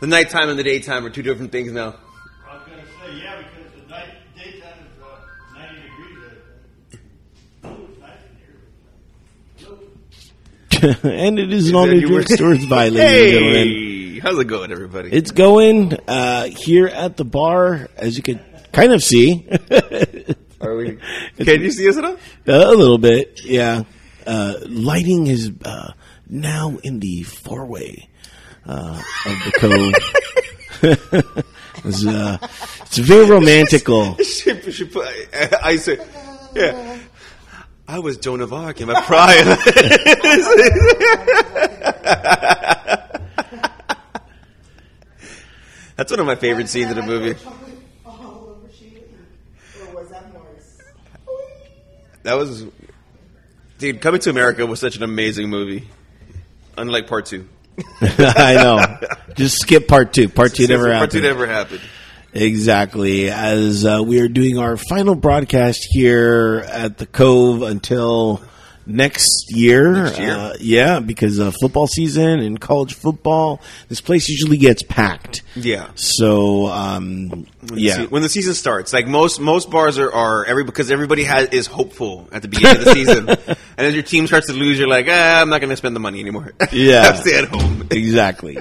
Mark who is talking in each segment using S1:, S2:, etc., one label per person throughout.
S1: the nighttime and the daytime are two different things now.
S2: I was gonna say, yeah, because the night, daytime is uh, 90 degrees. I think. Ooh, it's nice in here.
S3: and it is an all New York Stores by, ladies and gentlemen.
S1: Hey, how's it going, everybody?
S3: It's going uh, here at the bar, as you can kind of see,
S1: Are we? Can you see us at all?
S3: a little bit. Yeah, uh, lighting is uh, now in the four way uh, of the cove. it's, uh, it's very romantical.
S1: She- she put- I, uh, I said, yeah. I was Joan of Arc in my prime. That's one of my favorite scenes in the movie.
S4: Chocolate all over you, or was that Morris?
S1: That was, dude. Coming to America was such an amazing movie. Unlike Part Two,
S3: I know. Just skip part two. Part two never
S1: Part Two
S3: happened.
S1: never happened.
S3: Exactly. As uh, we are doing our final broadcast here at the Cove until next year.
S1: Next year.
S3: Uh, yeah, because uh, football season and college football, this place usually gets packed.
S1: Yeah.
S3: So, um, yeah.
S1: Se- when the season starts. Like most most bars are, are every because everybody has is hopeful at the beginning of the season, and as your team starts to lose, you're like, ah, I'm not going to spend the money anymore.
S3: Yeah.
S1: I'm stay at home.
S3: exactly.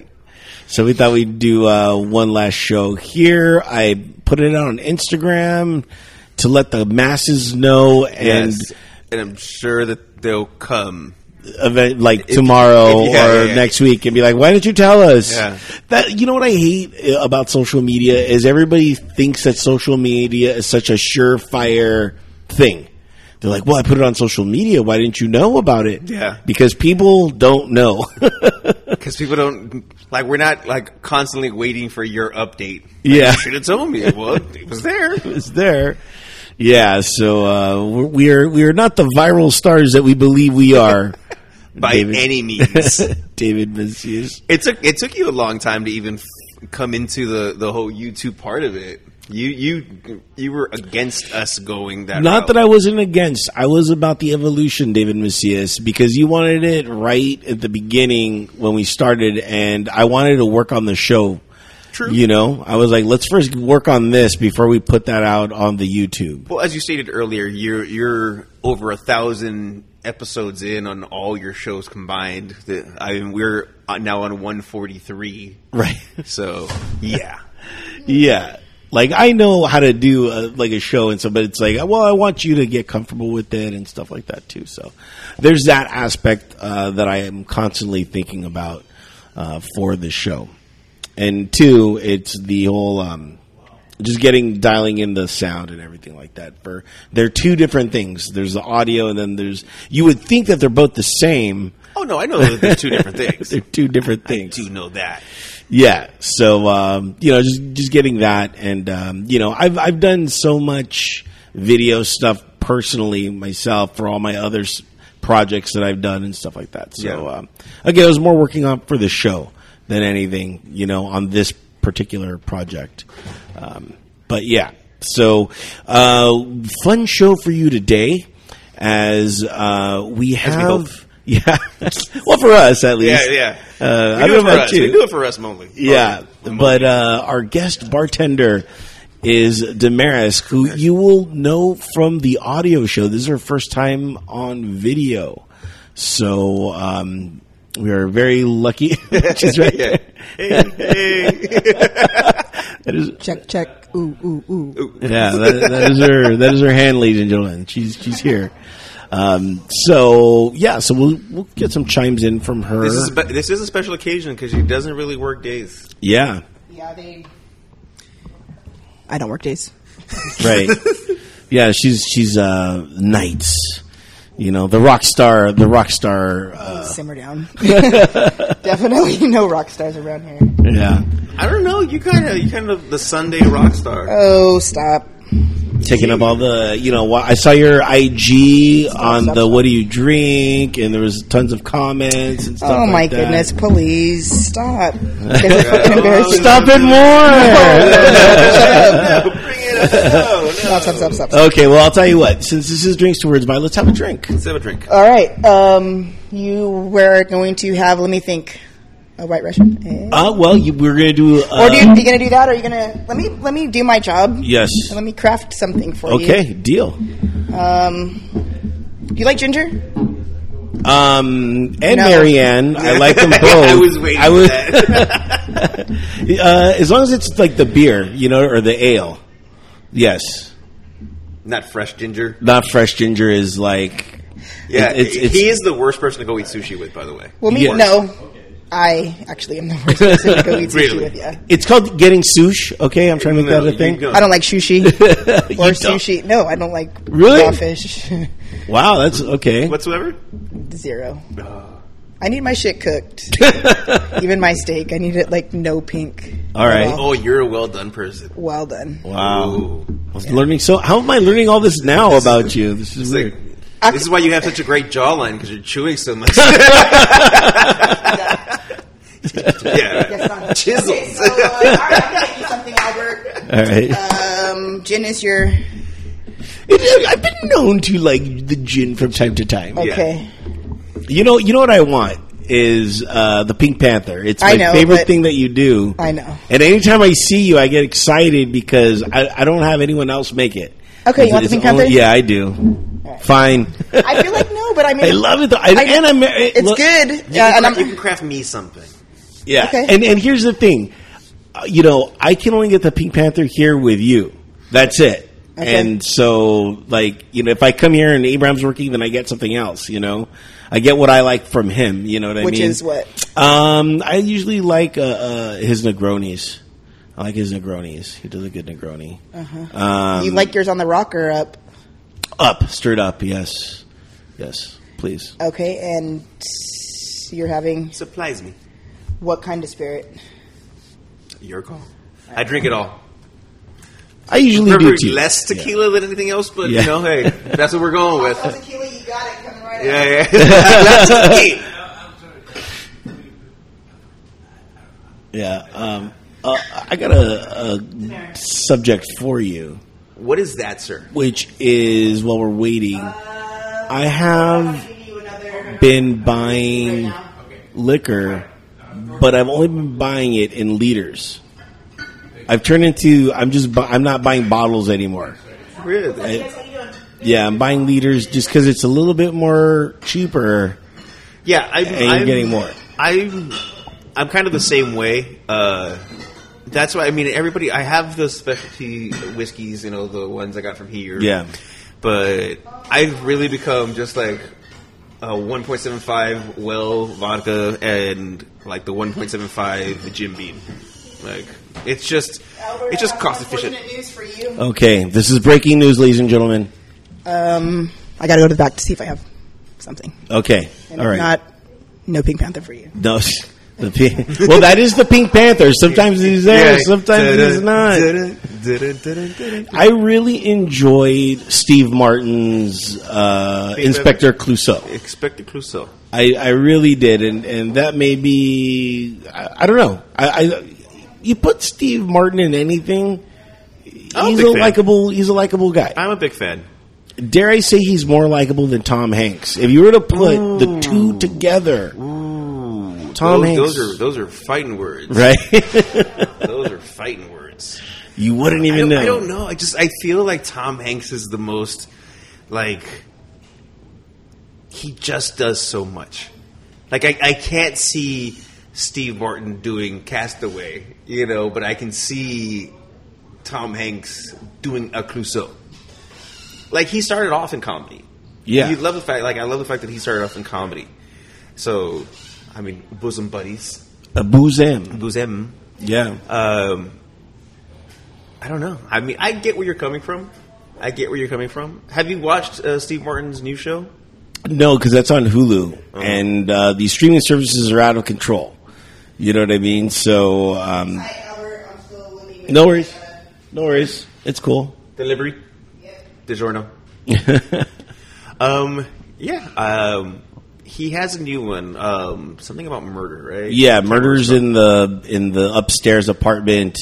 S3: So we thought we'd do uh, one last show here. I put it out on Instagram to let the masses know and
S1: Yes, and I'm sure that they'll come.
S3: event like tomorrow
S1: if- yeah,
S3: or
S1: yeah, yeah.
S3: next week and be like, why didn't you tell us?
S1: Yeah.
S3: That you know what I hate uh, about social media is everybody thinks that social media is such a surefire thing. They're like, well, I put it on social media. Why didn't you know about it?
S1: Yeah.
S3: because people don't know.
S1: Because people don't like we're not like constantly waiting for your update. Like,
S3: Yeah.
S1: you should have told me. Well, it was there.
S3: it's there. Yeah, so uh, we're- we are we are not the viral stars that we believe we are
S1: By
S3: David.
S1: any means,
S3: David Macias.
S1: it took it took you a long time to even f- come into the the whole YouTube part of it. You you you were against us going that.
S3: Not
S1: route.
S3: that I wasn't against. I was about the evolution, David Macias, because you wanted it right at the beginning when we started, and I wanted to work on the show.
S1: True.
S3: You know, I was like, let's first work on this before we put that out on the YouTube.
S1: Well, as you stated earlier, you're you're over a thousand episodes in on all your shows combined. The- I mean, we're now on 143.
S3: Right.
S1: So yeah,
S3: yeah. Like I know how to do a, like a show and so, but it's like, well, I want you to get comfortable with it and stuff like that too. So there's that aspect uh, that I am constantly thinking about uh, for the show, and two, it's the whole um, just getting dialing in the sound and everything like that. For they're two different things. There's the audio, and then there's you would think that they're both the same.
S1: oh no, I know that they're two different things.
S3: They're two different things.
S1: Do know that?
S3: Yeah. So um, you know, just just getting that, and um, you know, I've I've done so much video stuff personally myself for all my other s- projects that I've done and stuff like that. So
S1: Yeah.
S3: um, again, I was more working on for the show than anything, you know, on this particular project. Um, but yeah, so uh, fun show for you today. As uh, we
S1: we
S3: have,
S1: hope.
S3: yeah, well, for us at
S1: Yeah,
S3: least,
S1: yeah.
S3: Uh,
S1: we
S3: I
S1: do it
S3: don't
S1: for
S3: know about
S1: us.
S3: you.
S1: We do it for us only.
S3: Yeah,
S1: Only.
S3: but uh, our guest bartender is Damaris, who you will know from the audio show. This is her first time on video, so um, we are very lucky. She's right
S1: yeah.
S3: there.
S1: Hey, hey.
S3: That is,
S4: Check, check. Ooh, ooh, ooh.
S3: yeah, that, that is her. That is her hand, ladies and gentlemen. She's she's here. Um, so yeah, so we'll we'll get some chimes in from her.
S1: This is a, spe- this is a special occasion because she doesn't really work days.
S3: yeah,
S4: Yeah, they. I don't work days.
S3: right yeah she's she's uh knights you know the rock star the rock star uh,
S4: Simmer down. Definitely no rock stars around here.
S3: yeah
S1: I don't know. You kind of you kind of the Sunday rock star.
S4: Oh, stop.
S3: taking up all the you know wh- i saw your ig on the what do you drink and there was tons of comments and stuff
S4: oh my
S3: like that.
S4: goodness, please stop. It's fucking embarrassing.
S3: stop it more
S1: Bring it up. No, no.
S4: Stop, stop, stop, stop.
S3: okay well i'll tell you what since this is drinks towards by let's have a drink
S1: Let's have a drink.
S4: All right. Um, you were going to have, let me think, a White Russian. Eh.
S3: Uh, well, you, we're going to do. Uh,
S4: or do you, are you gonna do that? Or are you gonna let me let me do my job?
S3: yes.
S4: And let me craft something for you.
S3: Okay, deal.
S4: Um, you like ginger?
S3: Um, and
S4: No.
S3: Marianne, I like them both.
S1: I was waiting for
S3: uh, as long as it's like the beer, you know, or the ale. Yes,
S1: Not fresh ginger.
S3: not fresh ginger is like.
S1: Yeah,
S3: It- it's- it's-
S1: he is the worst person to go eat sushi with, by the way.
S4: Well, me
S3: Yes.
S4: no. I actually am the worst person to go eat sushi
S1: Really?
S4: with. Yeah,
S3: It's called getting sushi. Okay, I'm trying to make
S1: No,
S3: that a
S1: you
S3: thing.
S1: don't.
S4: I don't like sushi
S3: You
S4: or
S3: don't.
S4: sushi. No, I don't like
S3: Really?
S4: raw fish.
S3: Wow, that's okay.
S1: Whatsoever?
S4: Zero.
S1: No.
S4: I need my shit cooked. Even my steak, I need it like no pink.
S3: All right.
S4: Well,
S1: Oh, you're a well done person.
S4: well done.
S3: wow,
S1: Ooh.
S3: I was learning. So, how am I learning all this now about you? This is
S1: It's like,
S3: weird.
S4: I-
S1: this is why you have such a great jawline because you're chewing so much.
S4: Yes,
S1: yeah,
S4: Anna.
S1: chisels.
S4: Okay, so, uh, all right, I'm gonna get you something, Albert.
S3: all right.
S4: Um, gin is your
S3: It- I've been known to like the gin from time to time.
S4: okay.
S3: You know, you know what I want is uh, the Pink Panther. It's my
S4: I know,
S3: favorite
S4: but-
S3: thing that you do.
S4: I know.
S3: And anytime I see you, I get excited because I, I don't have anyone else make it.
S4: Okay, you want
S3: It's
S4: the Pink
S3: only-
S4: Panther?
S3: Yeah, I do. Fine.
S4: I feel like no, but I mean,
S3: I love it. Though. I,
S4: I-
S3: and I'm. eh,
S4: It's good.
S1: You,
S4: Yeah,
S1: can
S4: and
S1: craft, you can
S4: I'm,
S1: craft me something.
S3: Yeah.
S4: Okay.
S3: And and here's the thing, Uh, you know, I can only get the Pink Panther here with you. That's it.
S4: Okay.
S3: And so, like, you know, if I come here and Abraham's working, then I get something else. You know, I get what I like from him. You know what I
S4: which
S3: mean?
S4: is what
S3: Um, I usually like uh, uh, his Negronis. I like his Negronis. He does a good Negroni. Um,
S4: Uh-huh. you like yours on the rocker up.
S3: up, stirred up. Yes, yes. Please.
S4: Okay, and you're having
S1: Supplies me.
S4: what kind of spirit?
S1: Your call. I drink it all.
S3: I usually
S1: Prefer
S3: do too.
S1: less
S3: Yeah.
S1: tequila than anything else, but
S3: Yeah.
S1: you know, hey, that's what we're going with.
S4: Tequila, you got it coming right
S1: Yeah, yeah. That's the key.
S3: Yeah. Um, uh, I got a, a subject for you,
S1: What is that, sir?
S3: which is while we're waiting, I have been buying
S1: Mm.
S3: liquor, but I've only been buying it in liters. I've turned into I'm just bu- I'm not buying bottles anymore.
S1: Really?
S3: Yeah, I'm buying liters just because it's a little bit more cheaper.
S1: Yeah, I'm,
S3: And you're
S1: I'm
S3: getting more.
S1: I'm I'm kind of the same way. Uh, that's why I mean everybody. I have the specialty whiskeys, you know, the ones I got from here.
S3: Yeah.
S1: but I've really become just like a 1.75 well vodka and like the 1.75 Jim Beam. Like it's just it's just cost efficient.
S4: News for you.
S3: Okay, this is breaking news, ladies and gentlemen.
S1: Oh.
S4: Um, I got to go to the back to see if I have something.
S3: Okay,
S4: And
S3: all
S4: if
S3: right.
S4: not, no Pink Panther for you.
S3: No, the pink. Well, that is the Pink Panther. Sometimes he's there, sometimes he's not.
S1: not.
S3: I really enjoyed Steve Martin's uh,
S1: Pink
S3: Inspector Clouseau.
S1: Expect the Clouseau.
S3: I, I really did, and, and that may be I, I don't know. I, I you put Steve Martin in anything,
S1: I'm a
S3: he's
S1: big
S3: a
S1: fan.
S3: likable he's a likable guy.
S1: I'm a big fan.
S3: Dare I say he's more likable than Tom Hanks? If you were to put the two together,
S1: Ooh,
S3: Tom
S1: those,
S3: Hanks.
S1: Those are those are fighting words.
S3: Oh, right?
S1: Those are fighting words.
S3: you wouldn't
S1: I
S3: even
S1: don't,
S3: know.
S1: I don't know. I just I feel like Tom Hanks is the most like he just does so much. Like I, I can't see Steve Martin doing Castaway, you know, but I can see Tom Hanks doing a Clouseau. Like he started off in comedy.
S3: Yeah.
S1: you love the fact. Like I love the fact that he started off in comedy. So, I mean, bosom buddies,
S3: A boozem.
S1: bosom.
S3: Yeah.
S1: Um, I don't know. I mean, I get where you're coming from. I get where you're coming from. Have you watched uh, Steve Martin's new show?
S3: No, because that's on Hulu, and uh, the streaming services are out of control. You know what I mean? So, um, no worries, no worries. It's cool.
S1: Delivery, DiGiorno. um, yeah. Um, he has a new one. Um, something about murder, right?
S3: Yeah, murders in the in the upstairs apartment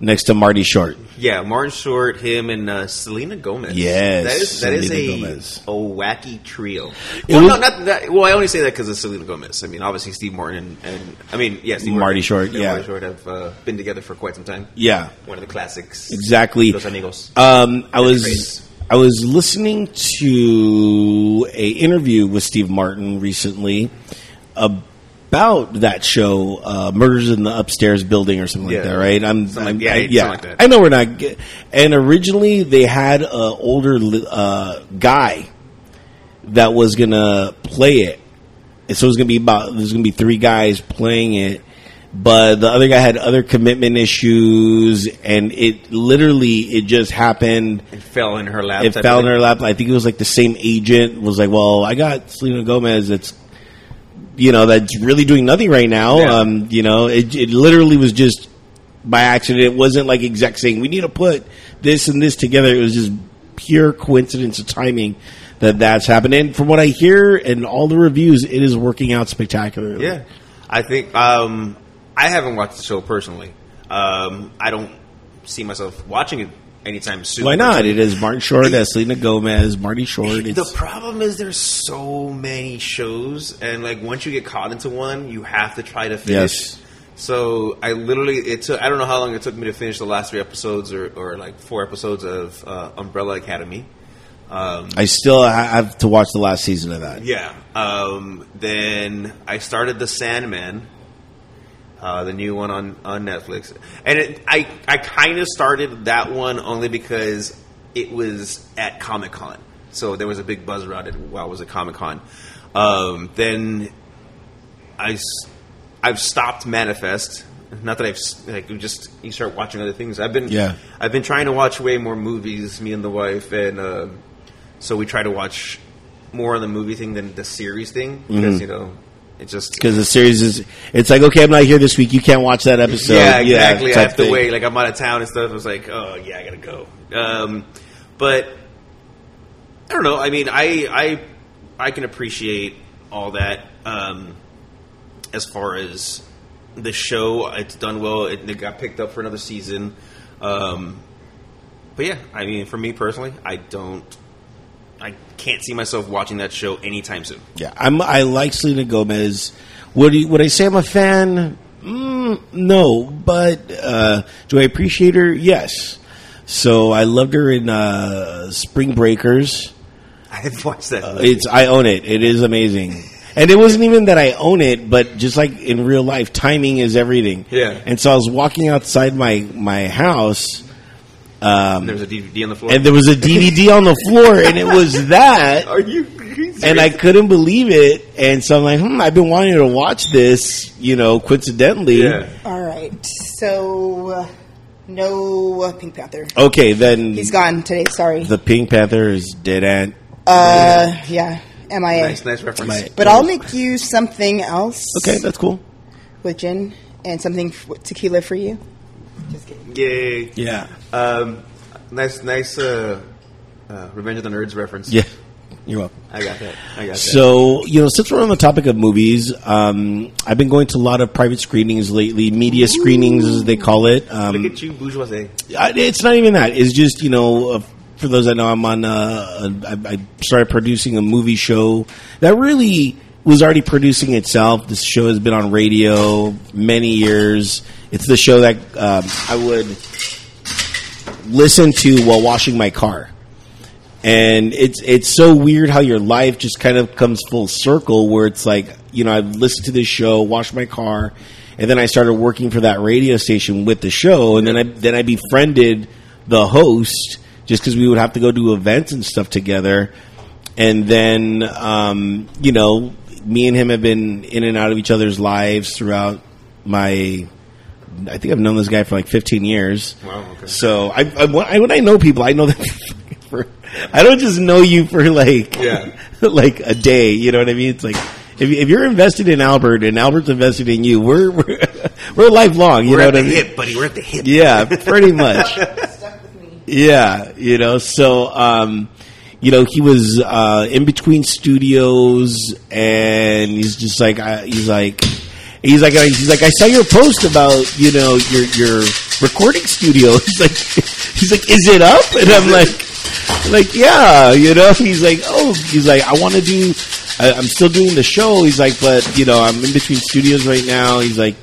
S3: next to Marty Short.
S1: Yeah, Martin Short, him, and uh, Selena Gomez.
S3: Yes,
S1: that is that is
S3: Selena
S1: a
S3: Gomez.
S1: a wacky trio.
S3: It
S1: Well,
S3: was-
S1: no, not that. Well, I only say that because of Selena Gomez. I mean, obviously Steve Martin and, and I mean, yes, Steve
S3: Marty
S1: Martin
S3: Short,
S1: and
S3: yeah.
S1: Marty Short have uh, been together for quite some time.
S3: Yeah.
S1: one of the classics.
S3: Exactly.
S1: Los amigos.
S3: Um, I
S1: Crazy.
S3: was I was listening to a interview with Steve Martin recently about that show, uh, Murders in the Upstairs Building, or something like
S1: Yeah.
S3: that. Right? I'm,
S1: Something-
S3: I'm-
S1: yeah,
S3: I,
S1: something
S3: yeah.
S1: like that.
S3: I know we're not. ge- And originally, they had an older li- uh, guy that was gonna play it. And so it was gonna be about there's gonna be three guys playing it, but the other guy had other commitment issues, and it literally it just happened.
S1: it fell in her lap.
S3: It
S1: type
S3: fell
S1: of
S3: in
S1: thing.
S3: her lap. I think it was like the same agent was like, "Well, I got Selena Gomez. It's you know that's really doing nothing right now.
S1: Yeah.
S3: Um, you know, it, it literally was just by accident. It wasn't like exact saying we need to put this and this together. It was just pure coincidence of timing that that's happened. And from what I hear and all the reviews, it is working out spectacularly.
S1: Yeah, I think um, I haven't watched the show personally. Um, I don't see myself watching it anytime soon.
S3: Why not? It is Martin Short, as Selena Gomez, Marty Short. It's,
S1: The problem is there's so many shows, and like once you get caught into one, you have to try to finish.
S3: Yes.
S1: So I literally it took I don't know how long it took me to finish the last three episodes or, or like four episodes of uh, Umbrella Academy. Um,
S3: I still ha- have to watch the last season of that.
S1: yeah. Um, then I started The Sandman, uh, the new one on, on Netflix, and it, I I kind of started that one only because it was at Comic Con, so there was a big buzz around it while I was at Comic Con. Um, then I s- I've stopped Manifest. Not that I've s- like you just you start watching other things. I've been
S3: Yeah.
S1: I've been trying to watch way more movies. Me and the wife, and uh, so we try to watch more on the movie thing than the series thing
S3: Mm-hmm.
S1: because you know it just
S3: because the series is it's like okay i'm not here this week you can't watch that episode
S1: yeah, exactly. I
S3: type
S1: have to
S3: thing.
S1: wait. Like I'm out of town and stuff. I was like, oh yeah, I gotta go. Um, but I don't know. I mean, I I I can appreciate all that. Um, as far as the show, it's done well. It, it got picked up for another season. Um, but yeah, I mean, for me personally, I don't. I can't see myself watching that show anytime soon.
S3: yeah i'm i like selena gomez would you, would i say i'm a fan mm, no but uh do i appreciate her yes so i loved her in uh spring breakers
S1: I haven't watched that. movie.
S3: it's i own Uh, it it is amazing and it wasn't even that I own it, but just like in real life, timing is everything.
S1: Yeah.
S3: And so I was walking outside my my house,
S1: there was a DVD on the floor.
S3: and there was a DVD on the floor, and it was that.
S1: Are you? crazy?
S3: and I couldn't believe it. And so I'm like, hmm, I've been wanting to watch this, you know, coincidentally.
S1: Yeah.
S4: All right. So, uh, no uh, Pink Panther.
S3: Okay, then
S4: He's gone today. Sorry.
S3: the Pink Panther is dead end.
S4: uh, yeah. MIA.
S1: Nice, nice reference.
S3: Right.
S4: But I'll make you something else.
S3: Okay, that's cool.
S4: With gin and something f- with tequila for you.
S1: Yay!
S3: Yeah.
S1: Um, nice, nice. Uh, uh, Revenge of the Nerds reference.
S3: Yeah. You're welcome.
S1: I got that. I got that.
S3: So, you know, since we're on the topic of movies, um, I've been going to a lot of private screenings lately, media screenings, as they call it. Um,
S1: Look at you, bourgeoisie.
S3: I, it's not even that. It's just you know, uh, for those that know, I'm on. Uh, I, I started producing a movie show that really was already producing itself. This show has been on radio many years. It's the show that um, I would listen to while washing my car. And it's it's so weird how your life just kind of comes full circle where it's like, you know, I've listened to this show, washed my car, and then I started working for that radio station with the show and then I then I befriended the host just cuz we would have to go do events and stuff together. And then um, you know, me and him have been in and out of each other's lives throughout my I think I've known this guy for like 15 years.
S1: Wow, okay.
S3: So I, I, when I- when I know people, I know them for. I don't just know you for like
S1: Yeah.
S3: like a day. You know what I mean? It's like if, if you're invested in Albert and Albert's invested in you, we're we're, we're lifelong. You
S1: We're
S3: know
S1: at the
S3: what I mean?
S1: hip, buddy. We're at the hip.
S3: Yeah, pretty much.
S4: Stuck with me.
S3: Yeah, you know, so um, you know, he was uh, in between studios, and he's just like, I, he's like, He's like, he's like, I saw your post about you know your your recording studio. He's like, he's like, is it up? And I'm like, like yeah, you know. He's like, oh, he's like, I want to do. I, I'm still doing the show. He's like, but you know, I'm in between studios right now. He's like,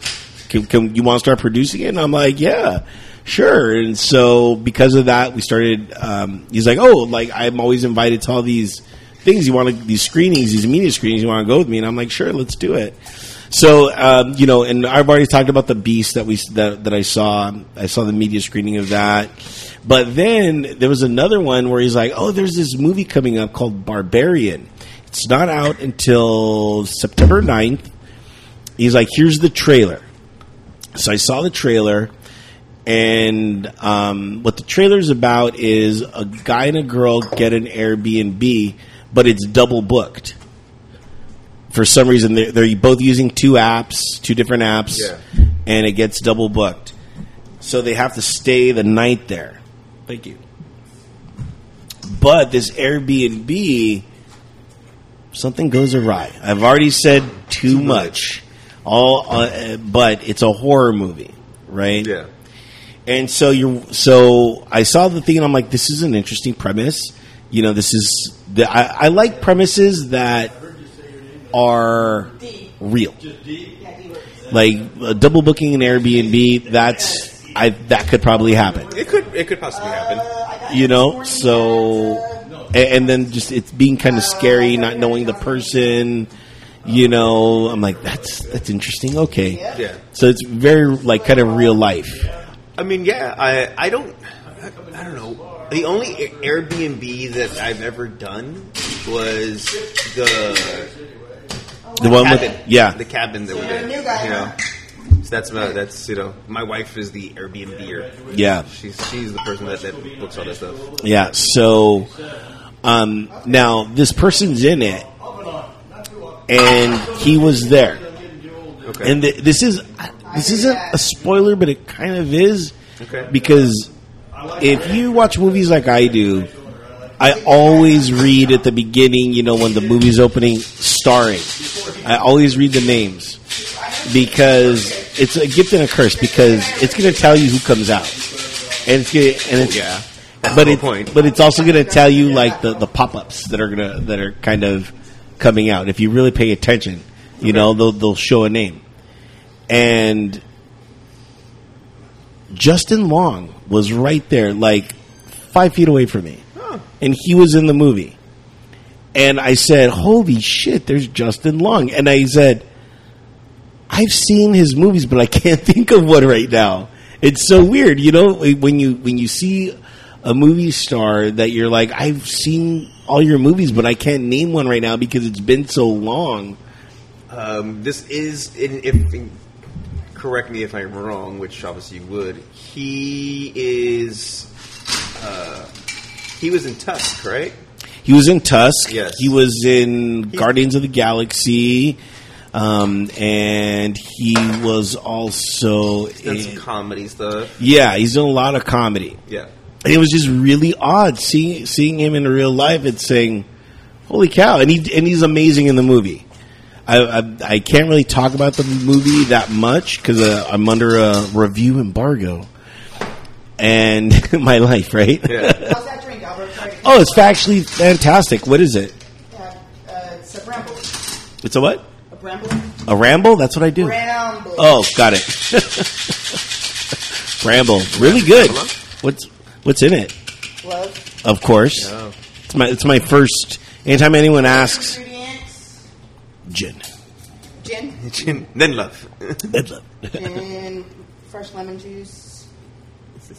S3: can, can you want to start producing it? And I'm like, yeah, sure. And so because of that, we started. Um, he's like, oh, like I'm always invited to all these things. You want to, these screenings, these media screenings. You want to go with me? And I'm like, sure, let's do it. So um, you know, and I've already talked about the beast that we that, that I saw. I saw the media screening of that. But then there was another one where he's like, oh, there's this movie coming up called Barbarian. It's not out until September 9th. He's like, here's the trailer. So I saw the trailer, and um, what the trailer's about is a guy and a girl get an Airbnb, but it's double booked. For some reason, they're, they're both using two apps, two different apps,
S1: Yeah.
S3: and it gets double booked. So they have to stay the night there. Thank you. But this Airbnb, something goes awry. I've already said too, much. All, uh, but it's a horror movie, right?
S1: Yeah.
S3: And so you so I saw the thing and I'm like, this is an interesting premise. You know, this is the, I, I like premises that are real. Like uh, double booking an Airbnb, that's I that could probably happen.
S1: It could it could possibly happen.
S3: You know, so and, and then just it's being kind of scary, not knowing the person. You know, I'm like, that's that's interesting. Okay,
S1: Yeah.
S3: So it's very like kind of real life.
S1: I mean, yeah, I I don't I, I don't know. The only Airbnb that I've ever done was the
S3: The one
S1: cabin.
S3: with yeah,
S1: the cabin that we did.
S4: new guy,
S1: You know, so that's my, that's you know, my wife is the Airbnb.
S3: yeah.
S1: She's she's the person that, that books all that stuff.
S3: Yeah. So um, now this person's in it, and he was there.
S1: Okay.
S3: And th- this is this isn't a spoiler, but it kind of is
S1: Okay.
S3: because if you watch movies like I do, I always read at the beginning. You know, when the movie's opening, starring, I always read the names because it's a gift and a curse because it's going to tell you who comes out, and it's gonna, and it's
S1: Yeah. That's
S3: but
S1: the
S3: it,
S1: whole point.
S3: but it's also going to tell you like the, the pop ups that are gonna that are kind of coming out. If you really pay attention, you know they'll they'll show a name. And Justin Long was right there, like five feet away from me, and he was in the movie. And I said, "Holy shit! There's Justin Long." And I said, "I've seen his movies, but I can't think of one right now." It's so weird, you know, when you when you see a movie star that you're like, "I've seen all your movies, but I can't name one right now because it's been so long."
S1: Um, this is, in, if in, correct me if I'm wrong, which obviously you would. He is, uh, he was in Tusk, right?
S3: He was in Tusk.
S1: Yes.
S3: He was in Guardians of the Galaxy. Um, and he was also
S1: He's Done some
S3: in,
S1: comedy stuff.
S3: yeah, he's done a lot of comedy.
S1: Yeah,
S3: And it was just really odd seeing seeing him in real life and saying, "Holy cow!" And he and he's amazing in the movie. I I, I can't really talk about the movie that much because uh, I'm under a review embargo and my life, right?
S1: yeah.
S4: How's that drink, Albert? Sorry.
S3: Oh, it's actually fantastic. What is it?
S4: Yeah, uh, it's a bramble.
S3: It's a what?
S4: A bramble?
S3: A ramble? That's what I do.
S4: Bramble.
S3: Oh, got it. ramble, really good. What's what's in it?
S4: Love.
S3: Of course,
S1: Oh.
S3: it's my it's my first. Anytime anyone asks,
S4: Ingredients.
S3: gin.
S4: Gin.
S1: Chin- then love.
S4: and fresh lemon juice.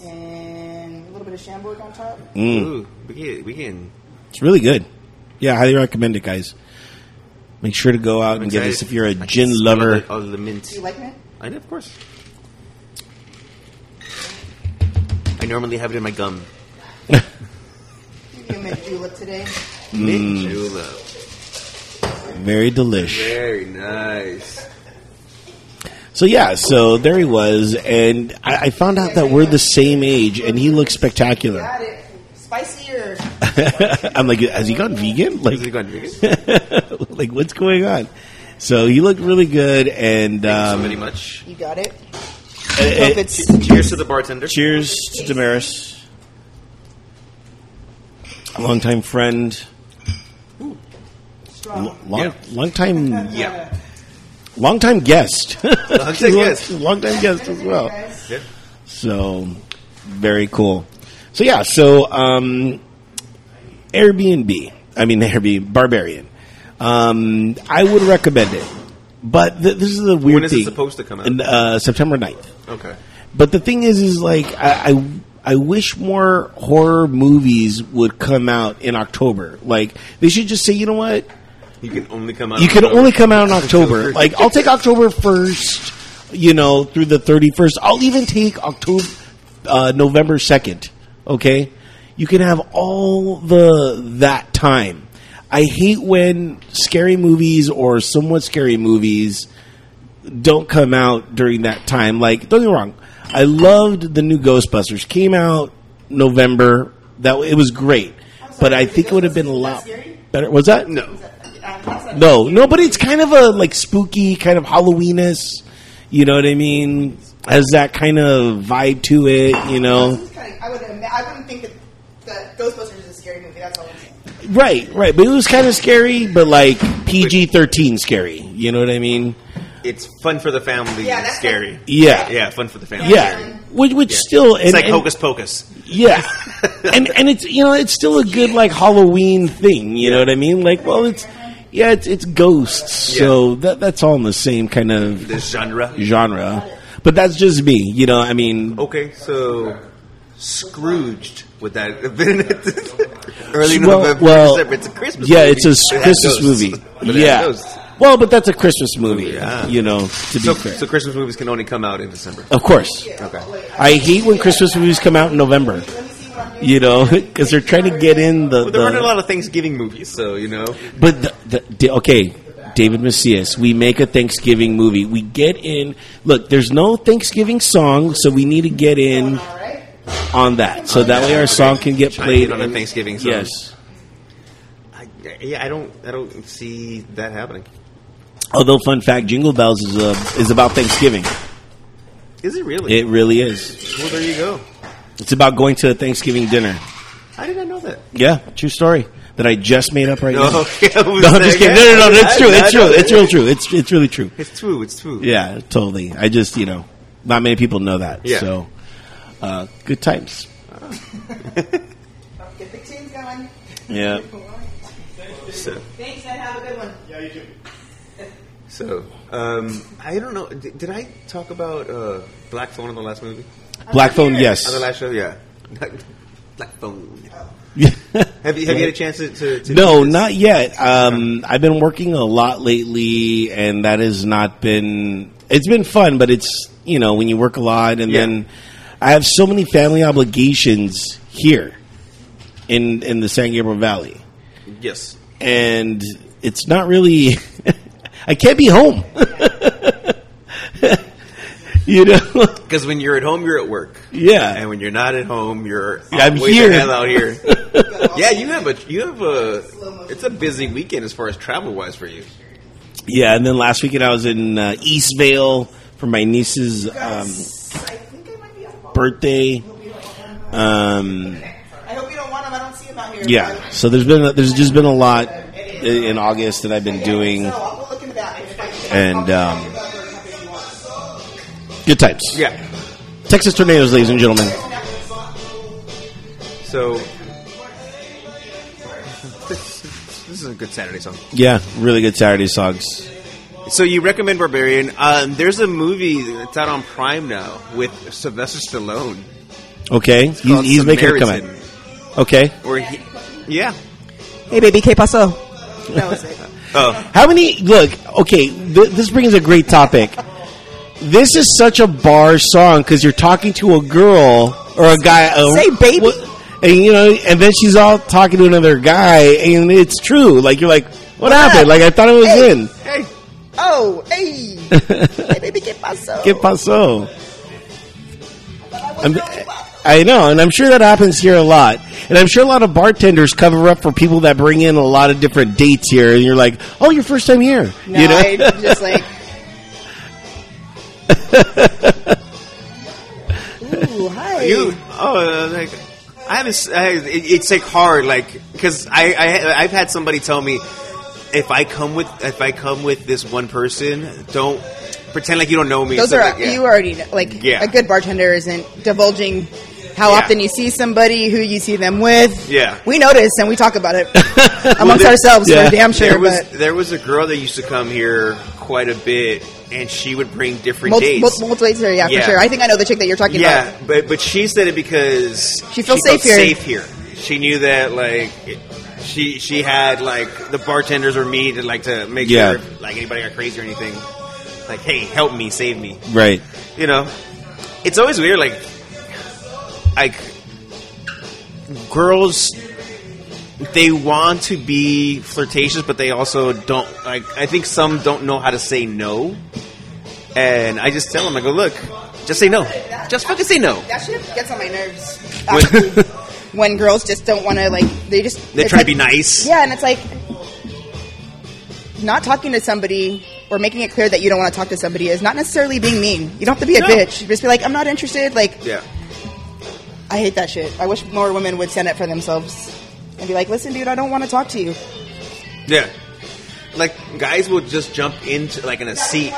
S4: And a little bit of Chambord on top.
S3: Hmm.
S1: Ooh, we can, we can.
S3: It's really good. Yeah, I highly recommend it, guys. Make sure to go out and get this if you're a
S1: I can
S3: gin
S1: smell
S3: lover.
S1: the- All the mint.
S4: Do you like mint?
S1: I know, of course. I normally have it in my gum.
S4: Give you a mint julep today.
S3: Mm.
S1: Mint julep.
S3: Very delish.
S1: Very nice.
S3: So yeah, so there he was, and I, I found out that we're the same age, and he looks spectacular.
S4: Got it. Spicier.
S3: I'm like, has he gone vegan? Like,
S1: Is it going to be good?
S3: like what's going on? So he looked really good, and
S1: Thank you so
S3: um,
S1: very much.
S4: You got it.
S3: eh,
S4: Hope
S3: eh,
S4: it's
S1: Cheers to the bartender.
S3: cheers to Damaris, a longtime friend,
S4: strong.
S3: long,
S1: Yeah.
S3: longtime,
S1: Yeah.
S3: longtime guest,
S1: Longtime guest.
S3: longtime guest as well.
S4: Guys,
S1: Yeah.
S3: So very cool. So yeah, so um, Airbnb. I mean Airbnb Barbarian. Um, I would recommend it, but th- this is a weird
S1: When is it
S3: thing.
S1: supposed to come out?
S3: In, uh, September 9th.
S1: Okay.
S3: But the thing is, is like I, I I wish more horror movies would come out in October. Like they should just say, you know what,
S1: You can only come out.
S3: you
S1: in
S3: can
S1: October.
S3: only come out in October. Like I'll take October first, you know, through the thirty first. I'll even take October, uh, November second. Okay, you can have all the that time. I hate when scary movies or somewhat scary movies don't come out during that time. Like, don't get me wrong, I loved the new Ghostbusters came out November. That it was great,
S4: I'm sorry,
S3: but I
S4: the
S3: think it would have been a
S4: Ghostbusters was
S3: lot
S4: scary?
S3: better. Was that
S1: No.
S4: I'm not sorry.
S3: no, no, but it's kind of a like spooky kind of Halloweenus. You know what I mean? Has that kind of vibe to it? You
S4: This
S3: know,
S4: is kinda- I wouldn't. ima- I wouldn't think that, that Ghostbusters is a scary movie. That's all I'm saying.
S3: right, right. But it was kind of scary, but like PG thirteen scary. You know what I mean?
S1: It's fun for the family.
S4: Yeah,
S1: and
S4: that's
S1: scary.
S3: Yeah,
S1: yeah, fun for the family.
S3: yeah. Which, which still
S1: It's
S3: and-
S1: like
S3: and-
S1: hocus pocus.
S3: Yeah, and and it's you know it's still a good like Halloween thing. You know what I mean? Like, well, it's yeah, it's it's ghosts. So that that's all in the same kind of
S1: This genre.
S3: genre. But that's just me. You know, I mean,
S1: Okay, so Scrooged would that have been it? Early
S3: Well-
S1: November,
S3: well,
S1: December. It's a Christmas.
S3: yeah,
S1: movie.
S3: it's a s-
S1: It has
S3: Christmas
S1: ghosts.
S3: movie.
S1: But it has
S3: yeah.
S1: ghosts.
S3: Well, but that's a Christmas movie.
S1: Yeah.
S3: You know, to be
S1: So,
S3: fair. Oh.
S1: so Christmas movies can only come out in December.
S3: of course.
S1: Okay.
S3: I hate when Christmas movies come out in November. You know, because they're trying to get in the.
S1: Well, there aren't a
S3: the
S1: lot of Thanksgiving movies, so you know.
S3: but the, the, the- okay, David Macias, we make a Thanksgiving movie. We get in. Look, there's no Thanksgiving song, so we need to get in
S4: All right.
S3: on that. So that way our song can get
S1: Trying to
S3: played
S1: get on a
S3: and-
S1: Thanksgiving song.
S3: Yes.
S1: I, yeah, I don't, I don't see that happening.
S3: Although, fun fact, Jingle Bells is a, is about Thanksgiving.
S1: Is it really?
S3: It really is.
S1: well, there you go.
S3: It's about going to a Thanksgiving dinner.
S1: I did not know that.
S3: Yeah, true story that I just made up right now.
S1: Okay, I was
S3: No, I'm just
S1: like,
S3: kidding. No, no, no,
S1: yeah,
S3: it's true.
S1: I- I
S3: It's true.
S1: know
S3: It's
S1: that.
S3: real true. It's it's really true.
S1: It's true. It's true.
S3: Yeah, totally. I just you know, not many people know that.
S1: Yeah.
S3: So, uh, good times.
S4: Get the chains going.
S3: Yeah.
S1: So,
S4: Thanks, and have a good one.
S2: Yeah, you do.
S1: so um, I don't know. Did, did I talk about uh, Black Phone in the last movie?
S3: Black phone.
S4: here.
S3: Yes.
S1: On the last show, yeah. Black Phone.
S3: no,
S1: Have you have you had a chance to? to, to do this?
S3: not yet. Um, I've been working a lot lately, and that has not been. It's been fun, but it's you know when you work a lot, and
S1: Yeah.
S3: then I have so many family obligations here in in the San Gabriel Valley.
S1: Yes.
S3: and it's not really. I can't be home. you know,
S1: Because when you're at home, you're at work.
S3: yeah,
S1: And when you're not at home, you're
S3: Yeah, I'm
S1: way the
S3: here.
S1: hell out here. yeah, you have a you have a it's a busy weekend as far as travel wise for you.
S3: yeah. And then last weekend I was in uh, Eastvale for my niece's um,
S4: Guys, I think I might be on call.
S3: birthday. Um,
S4: I hope you don't want them. I don't see them out here.
S3: yeah, so there's been a, there's just been a lot i- in August that I've been doing.
S4: So I'll go look in the back. If I can-
S3: And,
S4: I'll be
S3: um,
S4: back if you want.
S3: Good times.
S1: Yeah.
S3: Texas tornadoes, ladies and gentlemen.
S1: So this, this is a good Saturday song.
S3: Yeah, really good Saturday songs.
S1: So you recommend Barbarian? Um, there's a movie that's out on Prime now with Sylvester Stallone.
S3: Okay, he's,
S1: called
S3: he's making a
S1: Samaritan,
S3: comment. Okay,
S1: Where he, yeah.
S4: Hey, baby, que paso? No, it's like,
S1: Oh,
S3: How many? Look, okay, th- this brings a great topic. This is such a bar song because you're talking to a girl or a guy. a-
S4: Say baby.
S3: what- and you know, and then she's all talking to another guy, and it's true. Like you're like, what, happened? Like I thought it was
S4: Hey.
S3: in.
S1: hey.
S4: oh, hey. hey, baby, que paso?
S3: Que paso?
S4: I wasn't
S3: I'm,
S4: really black.
S3: I know, and I'm sure that happens here a lot. And I'm sure a lot of bartenders cover up for people that bring in a lot of different dates here, and you're like, "Oh, your first time here,"
S4: No,
S3: you know?
S4: I just like. Ooh, hi.
S1: You oh like I haven't. s- I, it, it's like hard like because I, I I've had somebody tell me if I come with if I come with this one person, don't pretend like you don't know me.
S4: Those
S1: So,
S4: are
S1: like, yeah.
S4: you already know, like
S1: Yeah.
S4: a good bartender isn't divulging how
S1: Yeah.
S4: often you see somebody, who you see them with.
S1: Yeah.
S4: we notice and we talk about it amongst
S1: there-
S4: ourselves
S3: yeah.
S4: for damn
S1: there
S4: sure.
S1: was
S4: but
S1: there was a girl that used to come here quite a bit, and she would bring different
S4: multi,
S1: dates.
S4: multi, multi, yeah,
S1: Yeah.
S4: for sure. I think I know the chick that you're talking about.
S1: yeah, but but she said it because
S4: She feels
S1: felt
S4: safe here.
S1: Safe here. She knew that like it- she she had like the bartenders or me to like to make
S3: Yeah.
S1: sure if, like anybody got crazy or anything. Like, hey, help me, save me.
S3: Right.
S1: You know, it's always weird. Like, like girls, they want to be flirtatious, but they also don't. Like, I think some don't know how to say no. And I just tell them, I go, look, just say no. Just fucking say no.
S4: That shit gets on my nerves. Actually, when girls just don't want to, like, they just.
S1: They
S4: it's
S1: try to
S4: like-
S1: be nice.
S4: Yeah, and it's like not talking to somebody or making it clear that you don't want to talk to somebody is not necessarily being mean. You don't have to be a
S1: No.
S4: bitch. Just be like, I'm not interested. Like,
S1: Yeah.
S4: I hate that shit. I wish more women would stand up for themselves and be like, listen, dude, I don't want to talk to you.
S1: Yeah. Like guys will just jump into like in a seat.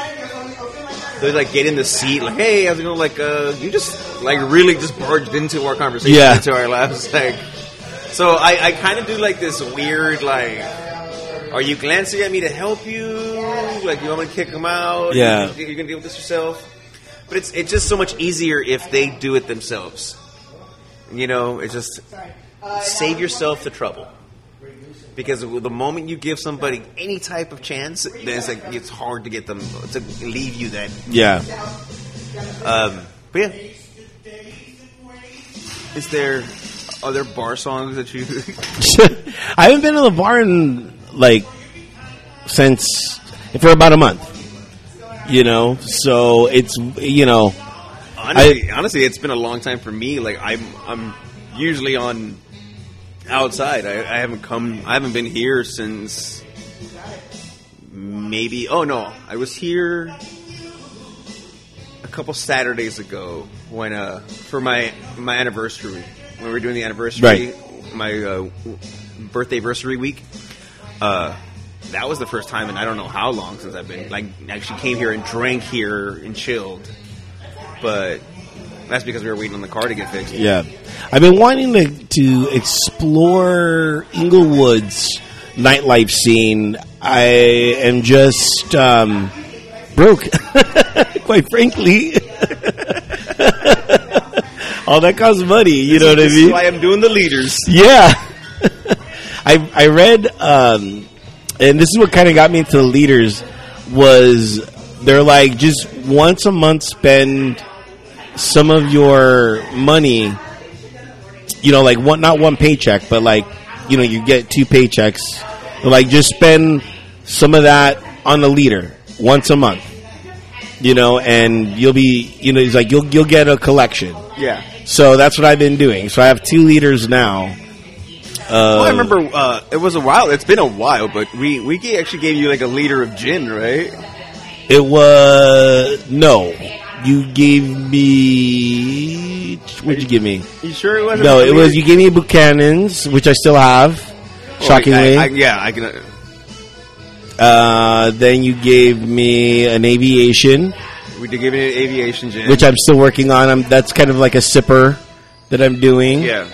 S1: They like get in the seat, like, hey, how's it going? Like, uh, you just like really just barged into our conversation,
S3: Yeah.
S1: into our lives. Like, so I, I kind of do like this weird, like, are you glancing at me to help you? Like, you want me to kick them out?
S3: Yeah.
S1: you, are gonna deal with this yourself. But it's it's just so much easier if they do it themselves. You know, it's just save yourself the trouble. Because the moment you give somebody any type of chance, then it's like it's hard to get them to leave you. Then,
S3: Yeah.
S1: um, but yeah, is there are there bar songs that you?
S3: I haven't been to the bar in like since for about a month. You know, so it's you know,
S1: honestly, honestly, it's been a long time for me. Like I'm, I'm usually on outside. I, I haven't come. I haven't been here since maybe. Oh no, I was here a couple Saturdays ago when uh for my my anniversary when we were doing the anniversary my uh, birthday anniversary week. Uh, that was the first time, and I don't know how long since I've been like actually came here and drank here and chilled. But that's because we were waiting on the car to get fixed.
S3: yeah. I've been wanting to to explore Inglewood's nightlife scene. I am just um, broke, quite frankly. All that costs money, you know what I
S1: This is
S3: mean?
S1: why I'm doing the leaders.
S3: Yeah. I I read um and this is what kind of got me into the leaders was they're like just once a month spend some of your money you know like one not one paycheck but like you know you get two paychecks They're like just spend some of that on the leader once a month you know and you'll be you know he's like you'll you'll get a collection
S1: Yeah.
S3: so that's what I've been doing. So I have two leaders now.
S1: well,
S3: Um,
S1: I remember uh, it was a while. It's been a while, but we we ga- actually gave you like a liter of gin, right?
S3: It was no. You gave me. What'd you give me?
S1: You sure it wasn't?
S3: No,
S1: a
S3: it
S1: liter?
S3: was you gave me Buchanan's, which I still have.
S1: Well,
S3: Shockingly,
S1: I, I, yeah, I can. uh,
S3: uh, then you gave me an aviation,
S1: We did give you an aviation gin,
S3: which I'm still working on. I'm, that's kind of like a sipper that I'm doing.
S1: yeah.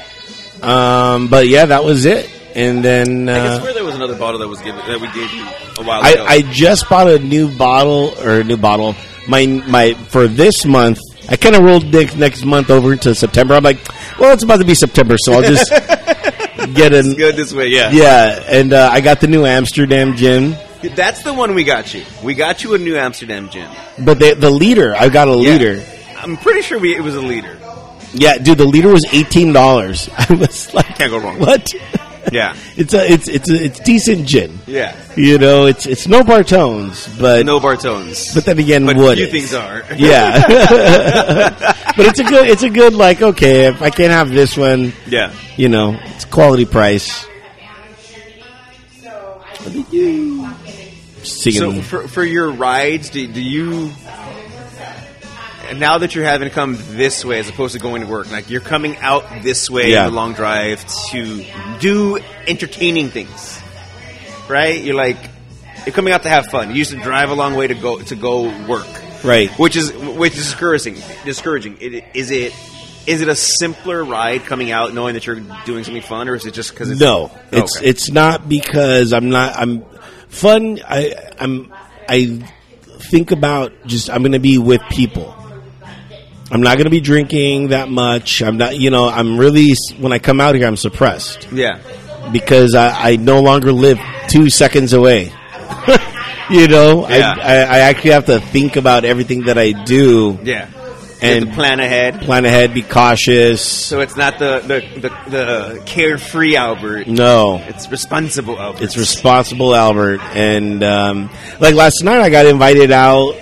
S3: Um, but yeah, that was it. And then
S1: I can
S3: uh,
S1: swear there was another bottle that was given that we gave you a while
S3: I,
S1: ago.
S3: I just bought a new bottle or a new bottle. My my for this month. I kind of rolled next, next month over to September. I'm like, well, it's about to be September, so I'll just get an
S1: Good this way, yeah.
S3: yeah. And uh, I got the new Amsterdam gin,
S1: That's the one we got you. We got you a new Amsterdam gin.
S3: but the the liter I got a
S1: Yeah.
S3: liter.
S1: I'm pretty sure we it was a liter.
S3: Yeah, dude, the liter was eighteen dollars. I was like,
S1: Can't go wrong.
S3: what?
S1: Yeah,
S3: it's a it's it's a, it's decent gin.
S1: yeah.
S3: You know, it's it's no Bartones, but
S1: No Bartones,
S3: but then again,
S1: but
S3: wood
S1: few
S3: is.
S1: things are.
S3: Yeah. but it's a good. It's a good. Like okay, if I can't have this one,
S1: Yeah.
S3: you know, it's quality price.
S1: So
S3: Singing.
S1: for for your rides, do, do you now that you're having to come this way as opposed to going to work, like you're coming out this way
S3: Yeah.
S1: the long drive to do entertaining things, right? You're like you're coming out to have fun. You used to drive a long way to go to go work,
S3: Right.
S1: Which is which is discouraging. Discouraging. It, is it is it a simpler ride coming out knowing that you're doing something fun, or is it just because it's,
S3: No, it's
S1: Okay.
S3: it's not because I'm not. I'm fun. I I'm I think about just I'm going to be with people. I'm not going to be drinking that much. I'm not. You know, I'm really when I come out here, I'm suppressed
S1: yeah
S3: because I, I no longer live two seconds away. you know,
S1: Yeah.
S3: I, I I actually have to think about everything that I do,
S1: yeah
S3: And-
S1: and plan ahead.
S3: plan ahead, be cautious.
S1: So it's not the the, the, the carefree Albert.
S3: No,
S1: It's responsible Albert.
S3: It's responsible Albert, and um, like last night, I got invited out.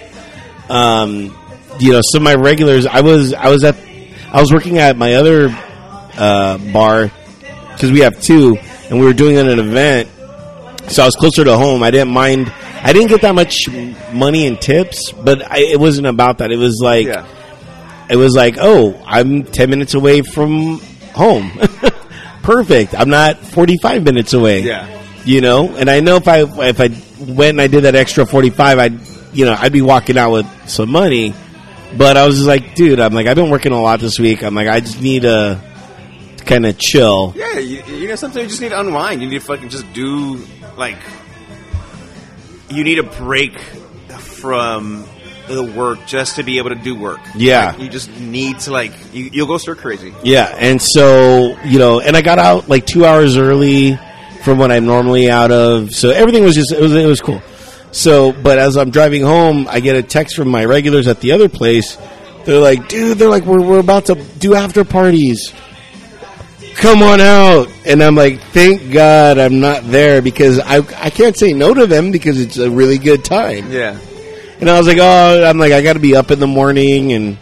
S3: Um, you know, some of my regulars. I was I was at I was working at my other uh, bar because we have two, and we were doing an event. So I was closer to home. I didn't mind. I didn't get that much money in tips, but I, it wasn't about that. It was like
S1: yeah.
S3: it was like, oh, I'm 10 minutes away from home. Perfect. I'm not 45 minutes away.
S1: Yeah.
S3: You know, and I know if I if I went and I did that extra 45, I would you know, I'd be walking out with some money. But I was just like, dude, I'm like I've been working a lot this week. I'm like I just need to kind of chill.
S1: Yeah, you, you know, sometimes you just need to unwind. You need to fucking just do like you need a break from the work just to be able to do work.
S3: Yeah.
S1: Like, you just need to like you, you'll go stir crazy.
S3: Yeah, and so you know, and I got out like two hours early from what I'm normally out of, so everything was just it was it was cool. So, but as I'm driving home, I get a text from my regulars at the other place. They're like, "Dude, they're like, we're we're about to do after parties. Come on out!" And I'm like, "Thank God I'm not there because I I can't say no to them because it's a really good time."
S1: Yeah.
S3: And I was like, "Oh, I'm like, I got to be up in the morning and."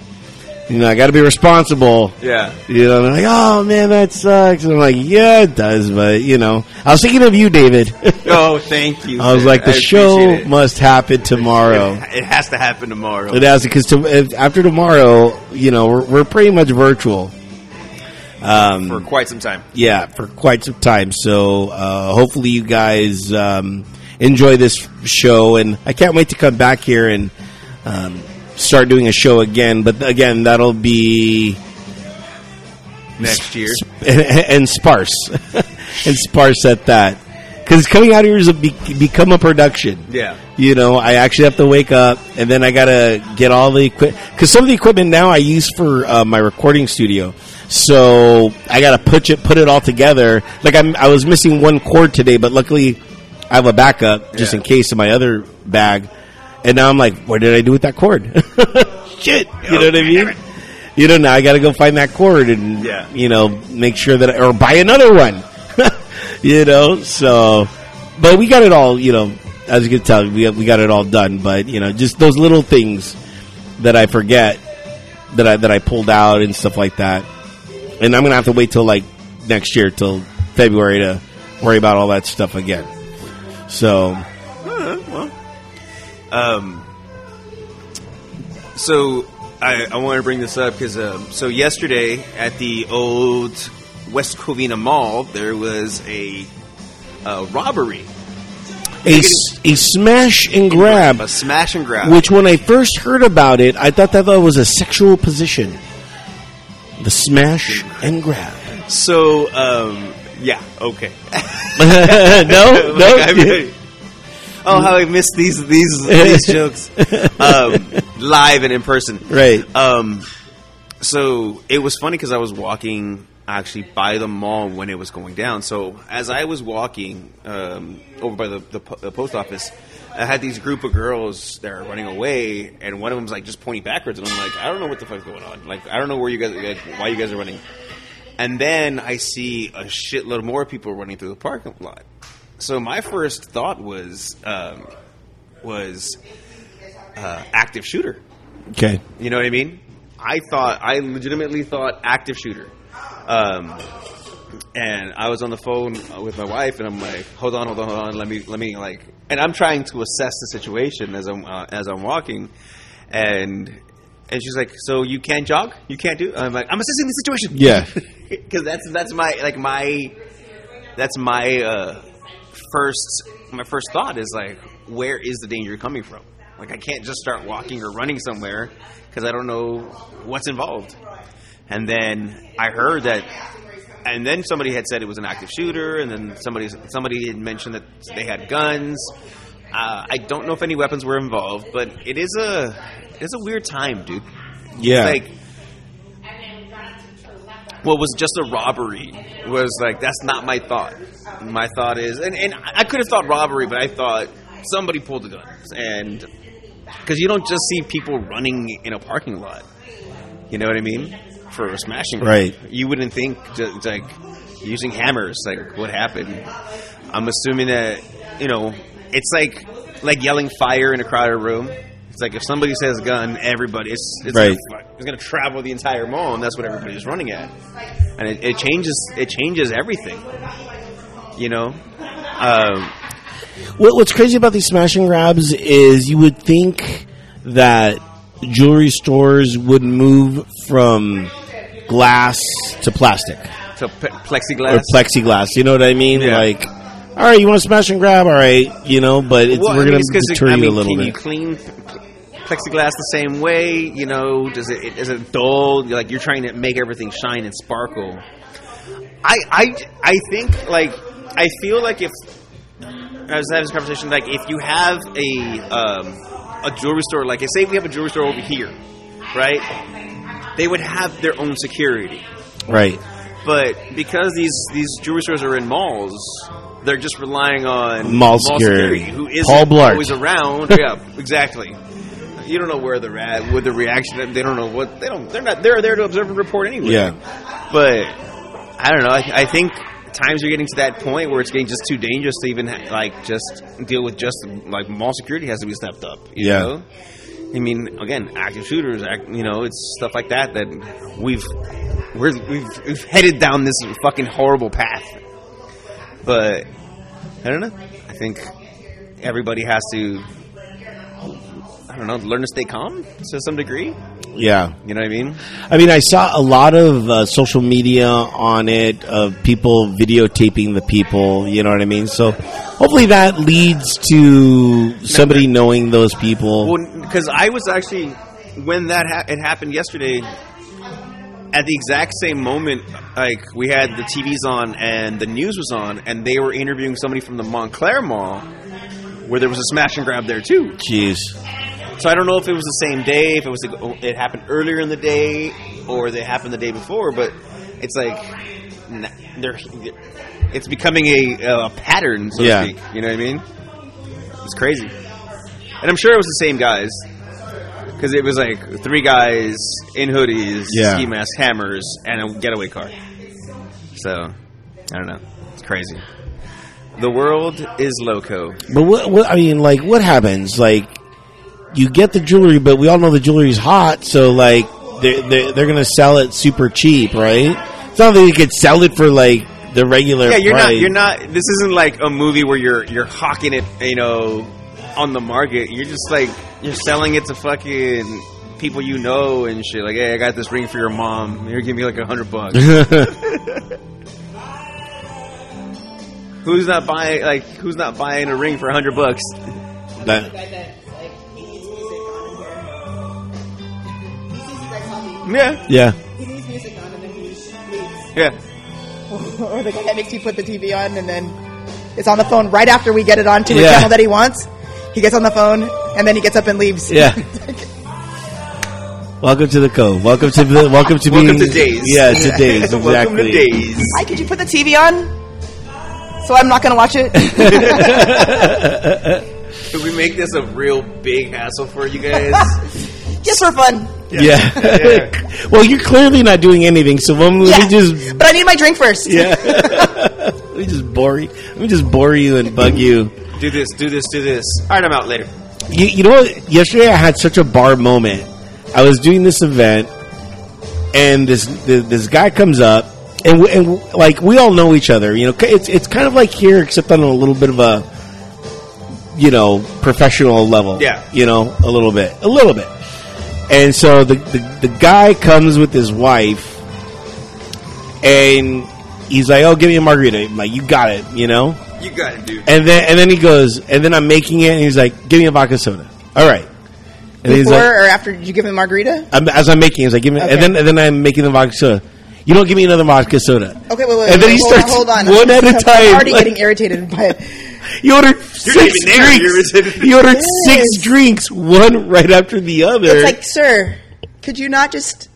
S3: You know, I got to be responsible.
S1: Yeah.
S3: You know, they're like, oh man, that sucks. And I'm like, yeah, it does, but you know, I was thinking of you, David.
S1: Oh, thank you.
S3: I was
S1: sir.
S3: like, the
S1: I
S3: show
S1: appreciate it.
S3: must happen tomorrow.
S1: It, it has to happen tomorrow.
S3: It has because to, if- after tomorrow, you know, we're, we're pretty much virtual. Um,
S1: for quite some time.
S3: Yeah, for quite some time. So uh, hopefully, you guys um, enjoy this show, and I can't wait to come back here and um, start doing a show again. But again, that'll be
S1: Next year.
S3: and, and sparse and sparse at that because coming out here is a be- become a production
S1: Yeah.
S3: you know i actually have to wake up and then i gotta get all the equipment because some of the equipment now i use for uh, my recording studio so i gotta put it put it all together like I'm, i was missing one cord today but luckily i have a backup just
S1: Yeah.
S3: in case in my other bag and now i'm like what did i do with that cord shit you know what i mean you know now i gotta go find that cord and
S1: Yeah.
S3: you know, make sure that or buy another one. you know, so but we got it all, you know, as you can tell, we we got it all done, but you know, just those little things that I forget that I that I pulled out and stuff like that. And I'm going to have to wait till like next year till February to worry about all that stuff again. So,
S1: Oh, Um, So I, I want to bring this up because um, so yesterday at the old West Covina Mall there was a, uh robbery,
S3: a, s- a smash and grab
S1: a smash and grab.
S3: Which, when I first heard about it, I thought that that was a sexual position. The smash and grab.
S1: so um, yeah, okay.
S3: no, no.
S1: Like, I really- oh, how I miss these these these jokes um, live and in person.
S3: Right.
S1: Um, so it was funny because I was walking actually by the mall when it was going down. So as I was walking um, over by the, the, po- the post office, I had these group of girls that are running away, and one of them's like just pointing backwards, and I'm like, I don't know what the fuck's going on. Like, I don't know where you guys, like, why you guys are running. And then I see a shitload more people running through the parking lot. So my first thought was um, was uh, active shooter.
S3: okay.
S1: You know what I mean? I thought I legitimately thought active shooter. Um, and I was on the phone with my wife, and I'm like, "Hold on, hold on, hold on. Let me, let me like." And I'm trying to assess the situation as I'm uh, as I'm walking, and and she's like, "So you can't jog? You can't do?" I'm like, "I'm assessing the situation."
S3: Yeah.
S1: because that's that's my like my that's my uh, first my first thought is like where is the danger coming from like i can't just start walking or running somewhere because i don't know what's involved and then i heard that and then somebody had said it was an active shooter and then somebody somebody had mentioned that they had guns uh, i don't know if any weapons were involved but it is a it's a weird time dude
S3: Yeah.
S1: it's like what was just a robbery was like that's not my thought. My thought is, and, and I could have thought robbery, but I thought somebody pulled a gun, and because you don't just see people running in a parking lot, you know what I mean, for a smashing.
S3: Right.
S1: You wouldn't think just, like using hammers. Like what happened? I'm assuming that you know it's like like yelling fire in a crowded room. It's like if somebody says gun, everybody it's it's
S3: Right.
S1: gonna, it's gonna travel the entire mall, and that's what everybody's running at. And it, it changes it changes everything. You know. Um,
S3: What, what's crazy about these smashing grabs is you would think that jewelry stores would move from glass to plastic
S1: so pe- plexiglass.
S3: or plexiglass. You know what I mean?
S1: Yeah.
S3: Like, all right, you want to smash and grab? All right, you know, but it's,
S1: Well,
S3: we're
S1: I mean,
S3: going
S1: it's
S3: to
S1: 'cause it-
S3: deter
S1: I
S3: you
S1: mean,
S3: a little
S1: can
S3: bit.
S1: you clean p- plexiglass the same way? You know, does it it- is it dull? You're Like you're trying to make everything shine and sparkle. I I I think like I feel like if I was having this conversation like if you have a um, a jewelry store like say we have a jewelry store over here, right? They would have their own security.
S3: right.
S1: But because these these jewelry stores are in malls, they're just relying on
S3: Mall security.
S1: who is
S3: Paul Blart.
S1: always around. yeah, exactly. You don't know where they're at, with the reaction. They don't know what they don't. They're not. They're there to observe and report anyway.
S3: Yeah.
S1: But I don't know. I, I think times are getting to that point where it's getting just too dangerous to even ha- like just deal with just like mall security has to be stepped up. You
S3: Yeah.
S1: Know? I mean, again, active shooters. act- You know, it's stuff like that that we've we're, we've we've headed down this fucking horrible path. But I don't know. I think everybody has to. I don't know. Learn to stay calm to some degree.
S3: Yeah.
S1: You know what I mean?
S3: I mean, I saw a lot of uh, social media on it of people videotaping the people. You know what I mean? So hopefully that leads to somebody knowing those people.
S1: Well, because I was actually when that ha- it happened yesterday, at the exact same moment, like we had the TVs on and the news was on, and they were interviewing somebody from the Montclair Mall, where there was a smash and grab there too.
S3: Jeez.
S1: So I don't know if it was the same day, if it was it happened earlier in the day, or they happened the day before. But it's like nah, they're it's becoming a, uh, a pattern, so
S3: Yeah.
S1: to speak. You know what I mean? It's crazy, and I'm sure it was the same guys because it was like three guys in hoodies,
S3: Yeah.
S1: ski mask, hammers, and a getaway car. So I don't know. It's crazy. The world is loco.
S3: But what, what I mean, like, what happens? Like, you get the jewelry, but we all know the jewelry's hot, so like, they're they're, they're going to sell it super cheap, right? It's not that you could sell it for like the regular.
S1: Yeah, you're not.
S3: price.
S1: You're not. This isn't like a movie where you're you're hawking it, you know, on the market. You're just like you're selling it to fucking people you know and shit. Like, hey, I got this ring for your mom. Here, give me like a hundred bucks. who's not buying? Like, who's not buying a ring for a hundred bucks?
S4: The
S3: That-
S4: guy that like he needs music on and there. He sees you guys hobby.
S1: Yeah,
S3: yeah.
S4: He needs music on and then he leaves.
S1: yeah.
S4: or the guy that makes you put the TV on and then it's on the phone right after we get it onto a
S3: Yeah.
S4: channel that he wants. He gets on the phone and then he gets up and leaves.
S3: Yeah. welcome to the cove. Welcome to the welcome to
S1: Welcome
S3: being,
S1: to days.
S3: Yeah, to days. Exactly.
S1: Welcome to days.
S4: Hi, could you put the TV on? So I'm not going to watch it.
S1: Could we make this a real big hassle for you guys?
S4: just for fun.
S3: Yeah. well, you're clearly not doing anything. So when we
S4: Yeah.
S3: just
S4: but I need my drink first.
S3: let me just bore you. Let me just bore you and bug
S1: Mm-hmm.
S3: you.
S1: do this. Do this. Do this. All right, I'm out later.
S3: You, you know what? Yesterday I had such a bar moment. I was doing this event and this th- this guy comes up, and, we, and like we all know each other. You know, it's it's kind of like here, except on a little bit of a you know professional level.
S1: Yeah.
S3: you know, a little bit, a little bit. And so the the, the guy comes with his wife, and he's like, "Oh, give me a margarita." I'm like, "You got it," you know.
S1: You got it, dude.
S3: And then and then he goes, and then I'm making it, and he's like, "Give me a vodka soda." All right. And he's
S4: Before
S3: like,
S4: or after? Did you give him margarita?
S3: I'm, as I'm making, it's like give me,
S4: Okay.
S3: and then and then I'm making the vodka soda. You don't give me another vodka soda.
S4: Okay, wait, wait, wait.
S3: and then he
S4: hold
S3: starts
S4: on, hold on.
S3: one at a
S4: I'm
S3: time.
S4: already
S3: like,
S4: getting irritated by it.
S3: you ordered
S1: You're not
S3: six
S1: even there, you're
S3: drinks.
S1: irritated.
S3: You ordered six
S4: Yes.
S3: drinks, one right after the other.
S4: It's like, sir, could you not just?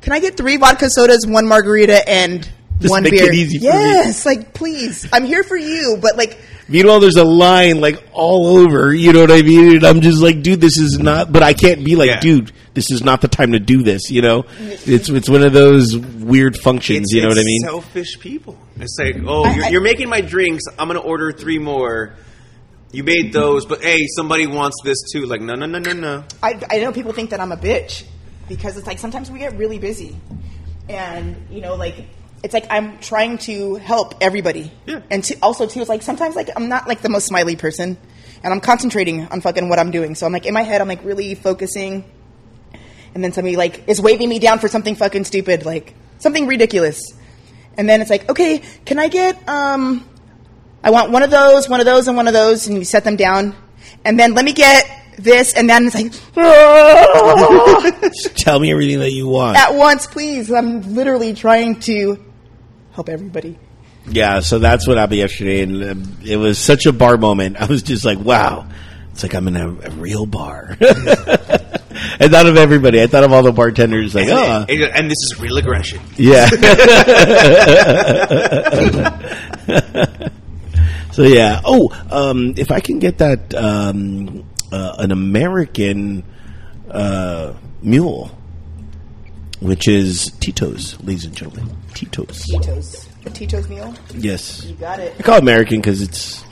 S4: Can I get three vodka sodas, one margarita, and
S3: Just
S4: one
S3: make
S4: beer?
S3: it easy for me.
S4: yes, like please, I'm here for you, but like
S3: Meanwhile, there's a line like all over. You know what I mean? And I'm just like, dude, this is not. But I can't be like,
S1: Yeah.
S3: dude, this is not the time to do this. You know, it's it's one of those weird functions. you know what I mean?
S1: Selfish people. It's like, oh,
S4: I-
S1: you're,
S4: I-
S1: you're making my drinks. I'm gonna order three more. You made those, but hey, somebody wants this too. Like, no, no, no, no, no.
S4: I, I know people think that I'm a bitch because it's like sometimes we get really busy, and you know, like it's like I'm trying to help everybody.
S1: Yeah.
S4: And to, also too, it's like sometimes like I'm not like the most smiley person, and I'm concentrating on fucking what I'm doing. So I'm like in my head, I'm like really focusing, and then somebody like is waving me down for something fucking stupid, like something ridiculous, and then it's like, okay, can I get um. I want one of those, one of those, and one of those, and you set them down. And then let me get this, and then it's like, "Ah!"
S3: Just tell me everything that you want.
S4: at once, please. I'm literally trying to help everybody.
S3: Yeah, so that's what happened yesterday, and um, it was such a bar moment. I was just like, wow. It's like I'm in a, a real bar. I thought of everybody. I thought of all the bartenders. Like, oh,
S1: And, and this is real aggression.
S3: yeah. so yeah. Oh, um, if I can get that um, uh, an American uh, mule, which is Tito's, ladies and gentlemen, Tito's.
S4: Tito's. A Tito's meal?
S3: Yes.
S4: You got it.
S3: I call it American because it's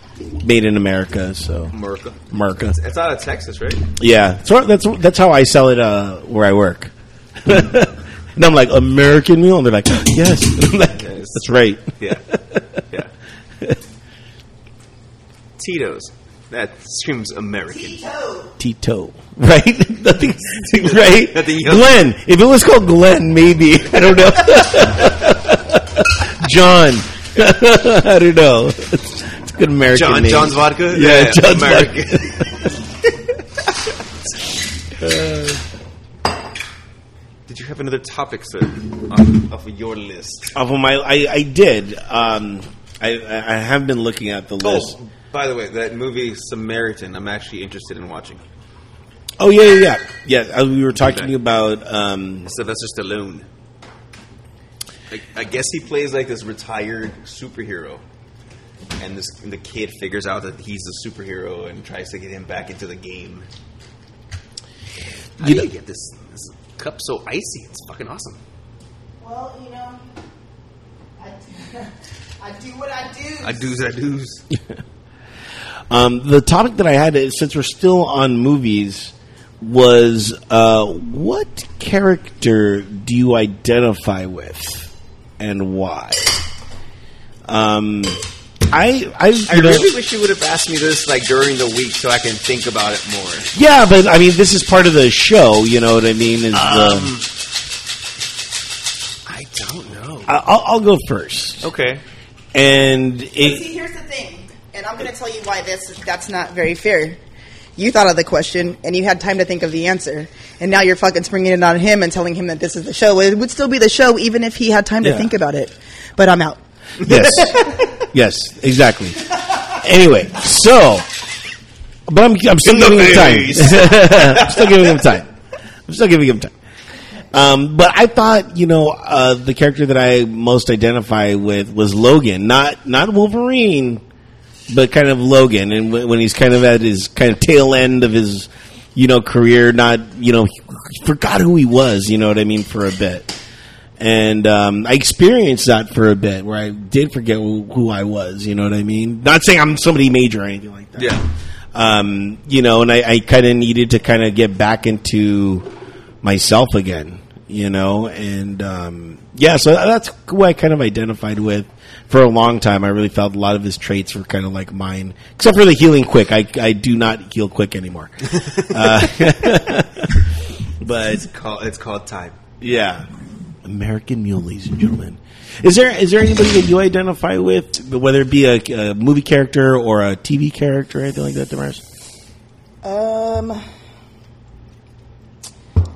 S3: made in America, so
S1: America.
S3: America.
S1: It's out of Texas, right?
S3: Yeah, so that's that's how I sell it uh, where I work. and I'm like American meal, and they're like, yes, I'm like,
S1: Yes.
S3: that's right.
S1: Yeah. yeah. Tito's. That screams American.
S3: Tito, right? Nothing, right?
S1: Nothing else.
S3: Glenn. If it was called Glenn, maybe I don't know. John, I don't know. It's a good American
S1: John
S3: name.
S1: John's vodka.
S3: Yeah, John's
S1: American. Uh, Did you have another topic, sir, off, off of your list?
S3: Off of my, I, I did. Um, I, I have been looking at the list.
S1: Oh, by the way, that movie Samaritan, I'm actually interested in watching.
S3: Oh yeah, yeah, yeah. yeah uh, we were talking
S1: Okay.
S3: about. Um,
S1: Sylvester Stallone. Like, I guess he plays like this retired superhero, and this and the kid figures out that he's a superhero and tries to get him back into the game. How
S3: You
S1: do you
S3: know-
S1: get this, this cup so icy? It's fucking awesome.
S4: Well, you know, I, I do what I do.
S1: I do's, I do's.
S3: um, the topic that I had, is, since we're still on movies, was uh, what character do you identify with, and why? Um, I,
S1: I
S3: I, you know-
S1: really wish you would have asked me this like during the week so I can think about it more.
S3: yeah, but I mean, this is part of the show. You know what I mean? Is the,
S1: Um, I don't know.
S3: I, I'll, I'll go first,
S1: Okay.
S3: and it,
S4: See, here's the thing, and I'm going to tell you why this that's not very fair. You thought of the question, and you had time to think of the answer, and now you're fucking springing it on him and telling him that this is the show. It would still be the show even if he had time to
S3: Yeah.
S4: think about it. But I'm out.
S3: Yes. yes, exactly. Anyway, so but I'm I'm still
S1: In the
S3: giving him time.
S1: face.
S3: I'm still giving him time. I'm still giving him time. Um, but I thought, you know, uh, the character that I most identify with was Logan, not not Wolverine, but kind of Logan, and w- when he's kind of at his kind of tail end of his, you know, career, not you know, he forgot who he was, you know what I mean, for a bit, and um, I experienced that for a bit where I did forget who, who I was, you know what I mean. Not saying I'm somebody major or anything like that,
S1: Yeah.
S3: Um, you know, and I, I kind of needed to kind of get back into myself again, you know, and um, yeah, so that's who I kind of identified with for a long time. I really felt a lot of his traits were kind of like mine, except for the healing quick. I, I do not heal quick anymore. uh, but
S1: It's called, it's called time.
S3: yeah, American Mule, ladies and gentlemen. Is there is there anybody that you identify with, whether it be a, a movie character or a TV character, or anything like that, Damaris?
S4: Um,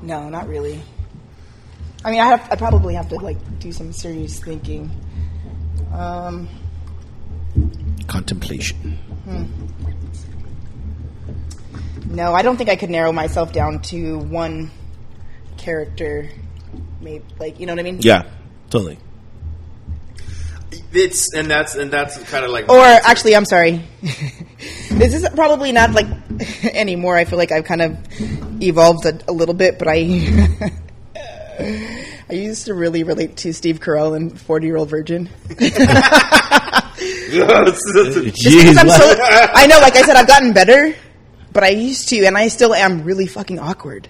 S4: no, not really. I mean, I have I probably have to like do some serious thinking. Um,
S3: Contemplation.
S4: no, I don't think I could narrow myself down to one character. Maybe like you know what I mean?
S3: Yeah, totally.
S1: It's and that's and that's kind of like
S4: Or actually, I'm sorry. this is probably not like anymore. I feel like I've kind of evolved a, a little bit, but I I used to really relate to Steve Carell and Forty Year Old Virgin.
S3: Jeez,
S4: I'm
S3: what?
S4: so, I know, like I said, I've gotten better, but I used to, and I still am really fucking awkward,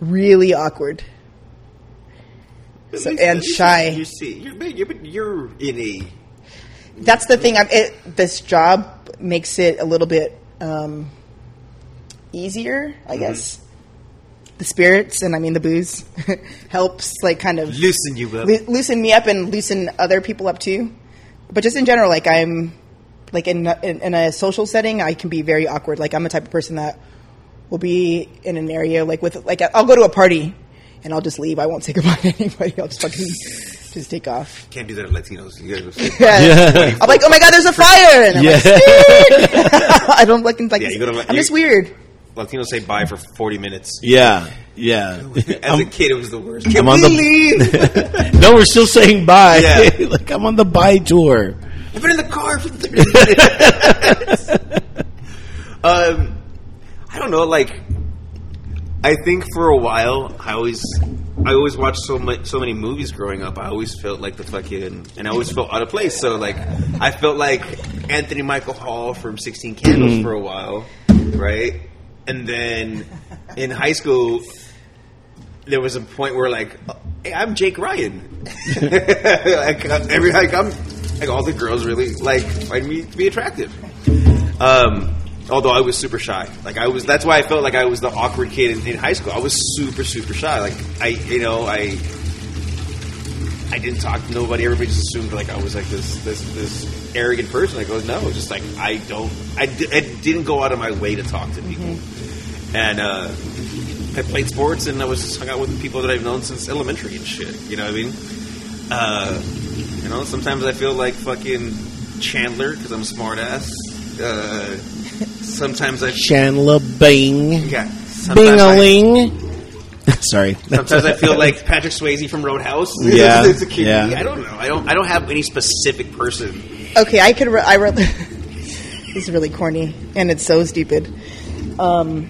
S4: really awkward. So, and shy.
S1: You see, you're, man, you're, you're in a
S4: that's the thing. I'm, it, this job makes it a little bit um, easier, I guess. The spirits and I mean the booze helps, like, kind of
S1: loosen you up.
S4: loo- loosen me up and loosen other people up too. But just in general, like I'm like in, in in a social setting, I can be very awkward. Like I'm the type of person that will be in an area like with like I'll go to a party and I'll just leave. I won't say goodbye to anybody. I'll just fucking just take off.
S1: Can't do that to Latinos. You gotta go-
S4: Yeah. I'm like, oh my god, there's a fire, and I'm like, "Sweet." I don't look like
S1: Yeah,
S4: this-
S1: you gotta let-
S4: I'm
S1: you-
S4: just weird.
S1: Latinos say bye for 40 minutes.
S3: yeah, yeah.
S1: As a kid, it was the worst.
S3: I'm on the- no, we're still saying bye.
S1: Yeah.
S3: like I'm on the bye tour.
S1: I've been in the car for 30 minutes. um, I don't know. Like, I think for a while, I always, I always watched so much, so many movies growing up. I always felt like the fucking, and I always felt out of place. So like, I felt like Anthony Michael Hall from Sixteen Candles
S3: Mm.
S1: for a while, right? And then in high school, there was a point where like, hey, I'm Jake Ryan. like I'm- every like I'm like all the girls really like find me to be attractive. Um, although I was super shy, like I was. That's why I felt like I was the awkward kid in, in high school. I was super super shy. Like I, you know, I. I didn't talk to nobody. Everybody just assumed like I was like this this this arrogant person. I go no, it's just like I don't. I, di- I didn't go out of my way to talk to people. And uh, I played sports and I was just hung out with people that I've known since elementary and shit. You know what I mean? Uh, you know, sometimes I feel like fucking Chandler because I'm a smart ass. Uh, sometimes I
S3: Chandler Bing.
S1: yeah. Sometimes I,
S3: Bing-a-ling. Sorry.
S1: sometimes I feel like Patrick Swayze from Roadhouse.
S3: Yeah,
S1: It's a kid.
S3: yeah.
S1: I don't know. I don't. I don't have any specific person.
S4: Okay, I could. Re- I re- this is really corny and it's so stupid. Um,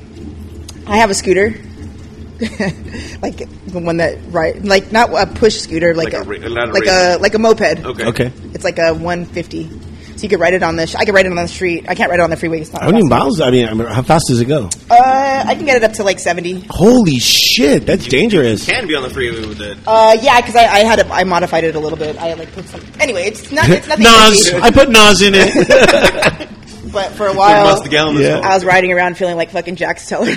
S4: I have a scooter, like the one that right, like not a push scooter, like,
S1: Like a
S4: a,
S1: ra- not a
S4: like
S1: race.
S4: a like a moped.
S1: Okay.
S3: Okay.
S4: It's like a 150. So you could ride it on the. Sh- I could ride it on the street. I can't ride it on the freeway. It's not.
S3: How many
S4: fast.
S3: miles? I mean, I mean, how fast does it go?
S4: Uh, I can get it up to like 70.
S3: Holy shit, that's dangerous.
S1: Can be on the freeway with it.
S4: Uh, yeah, because I, I had a, I modified it a little bit. I like put some. Anyway, it's not it's nothing.
S3: Nas,
S4: fancy,
S3: I put Nas in it.
S4: but for a
S1: Four
S4: while,
S1: miles to gallon. is
S3: Yeah.
S1: all.
S4: I was riding around feeling like fucking Jack Teller.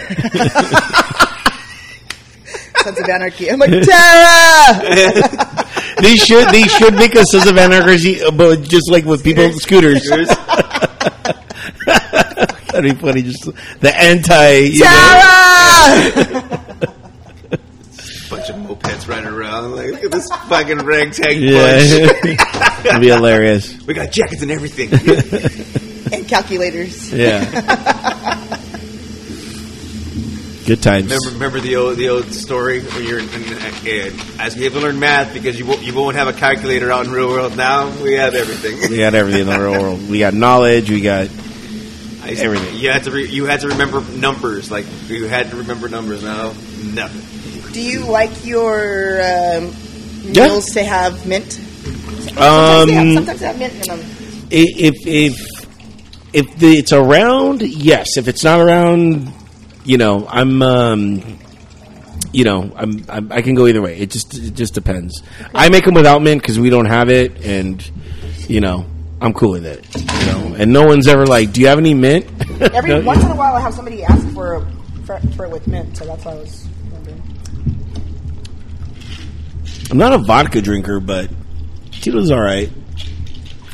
S4: Sense of anarchy. I'm like Tara.
S3: they should they should make a sense of anarchy, but just like with people scooters. That'd be funny. Just the anti. You know.
S4: Tara.
S1: bunch of mopeds running around. Like look at this fucking ragtag bunch.
S3: Yeah, that'd be hilarious.
S1: We got jackets and everything.
S4: and calculators.
S3: Yeah. Good times.
S1: Remember, remember the old the old story when you're in, in, in as we have to learn math because you won't, you won't have a calculator out in real world now. We have everything.
S3: We got everything in the real world. We got knowledge. We got
S1: I used to-
S3: Everything.
S1: You had to re, you had to remember numbers like you had to remember numbers now. Nothing.
S4: Do you like your um,
S3: Yeah.
S4: meals to have mint? Sometimes, they have,
S3: um.
S4: sometimes they have mint in them.
S3: i- If if if the, it's around, yes. If it's not around, you know, I'm um. you know, I'm, I'm I can go either way. It just it just depends. I make them without mint because we don't have it, and you know, I'm cool with it. You know, and no one's ever like, "Do you have any mint?"
S4: Every
S3: No,
S4: once in a while, I have somebody ask for a, for, for it with mint, so that's why I was wondering.
S3: I'm not a vodka drinker, but Tito's all right.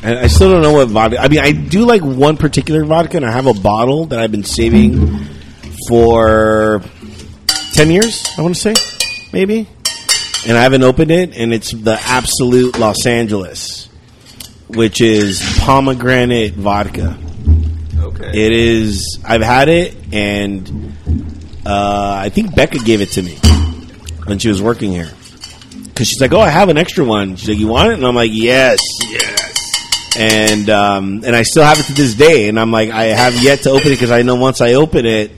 S3: And I still don't know what vodka. I mean, I do like one particular vodka, and I have a bottle that I've been saving for ten years. I want to say maybe, and I haven't opened it. And it's the absolute Los Angeles, which is pomegranate vodka.
S1: Okay.
S3: It is. I've had it, and uh, I think Becca gave it to me when she was working here. Because she's like, "Oh, I have an extra one." She's like, "You want it?" And I'm like, "Yes." And um, and I still have it to this day. And I'm like, I have yet to open it because I know once I open it,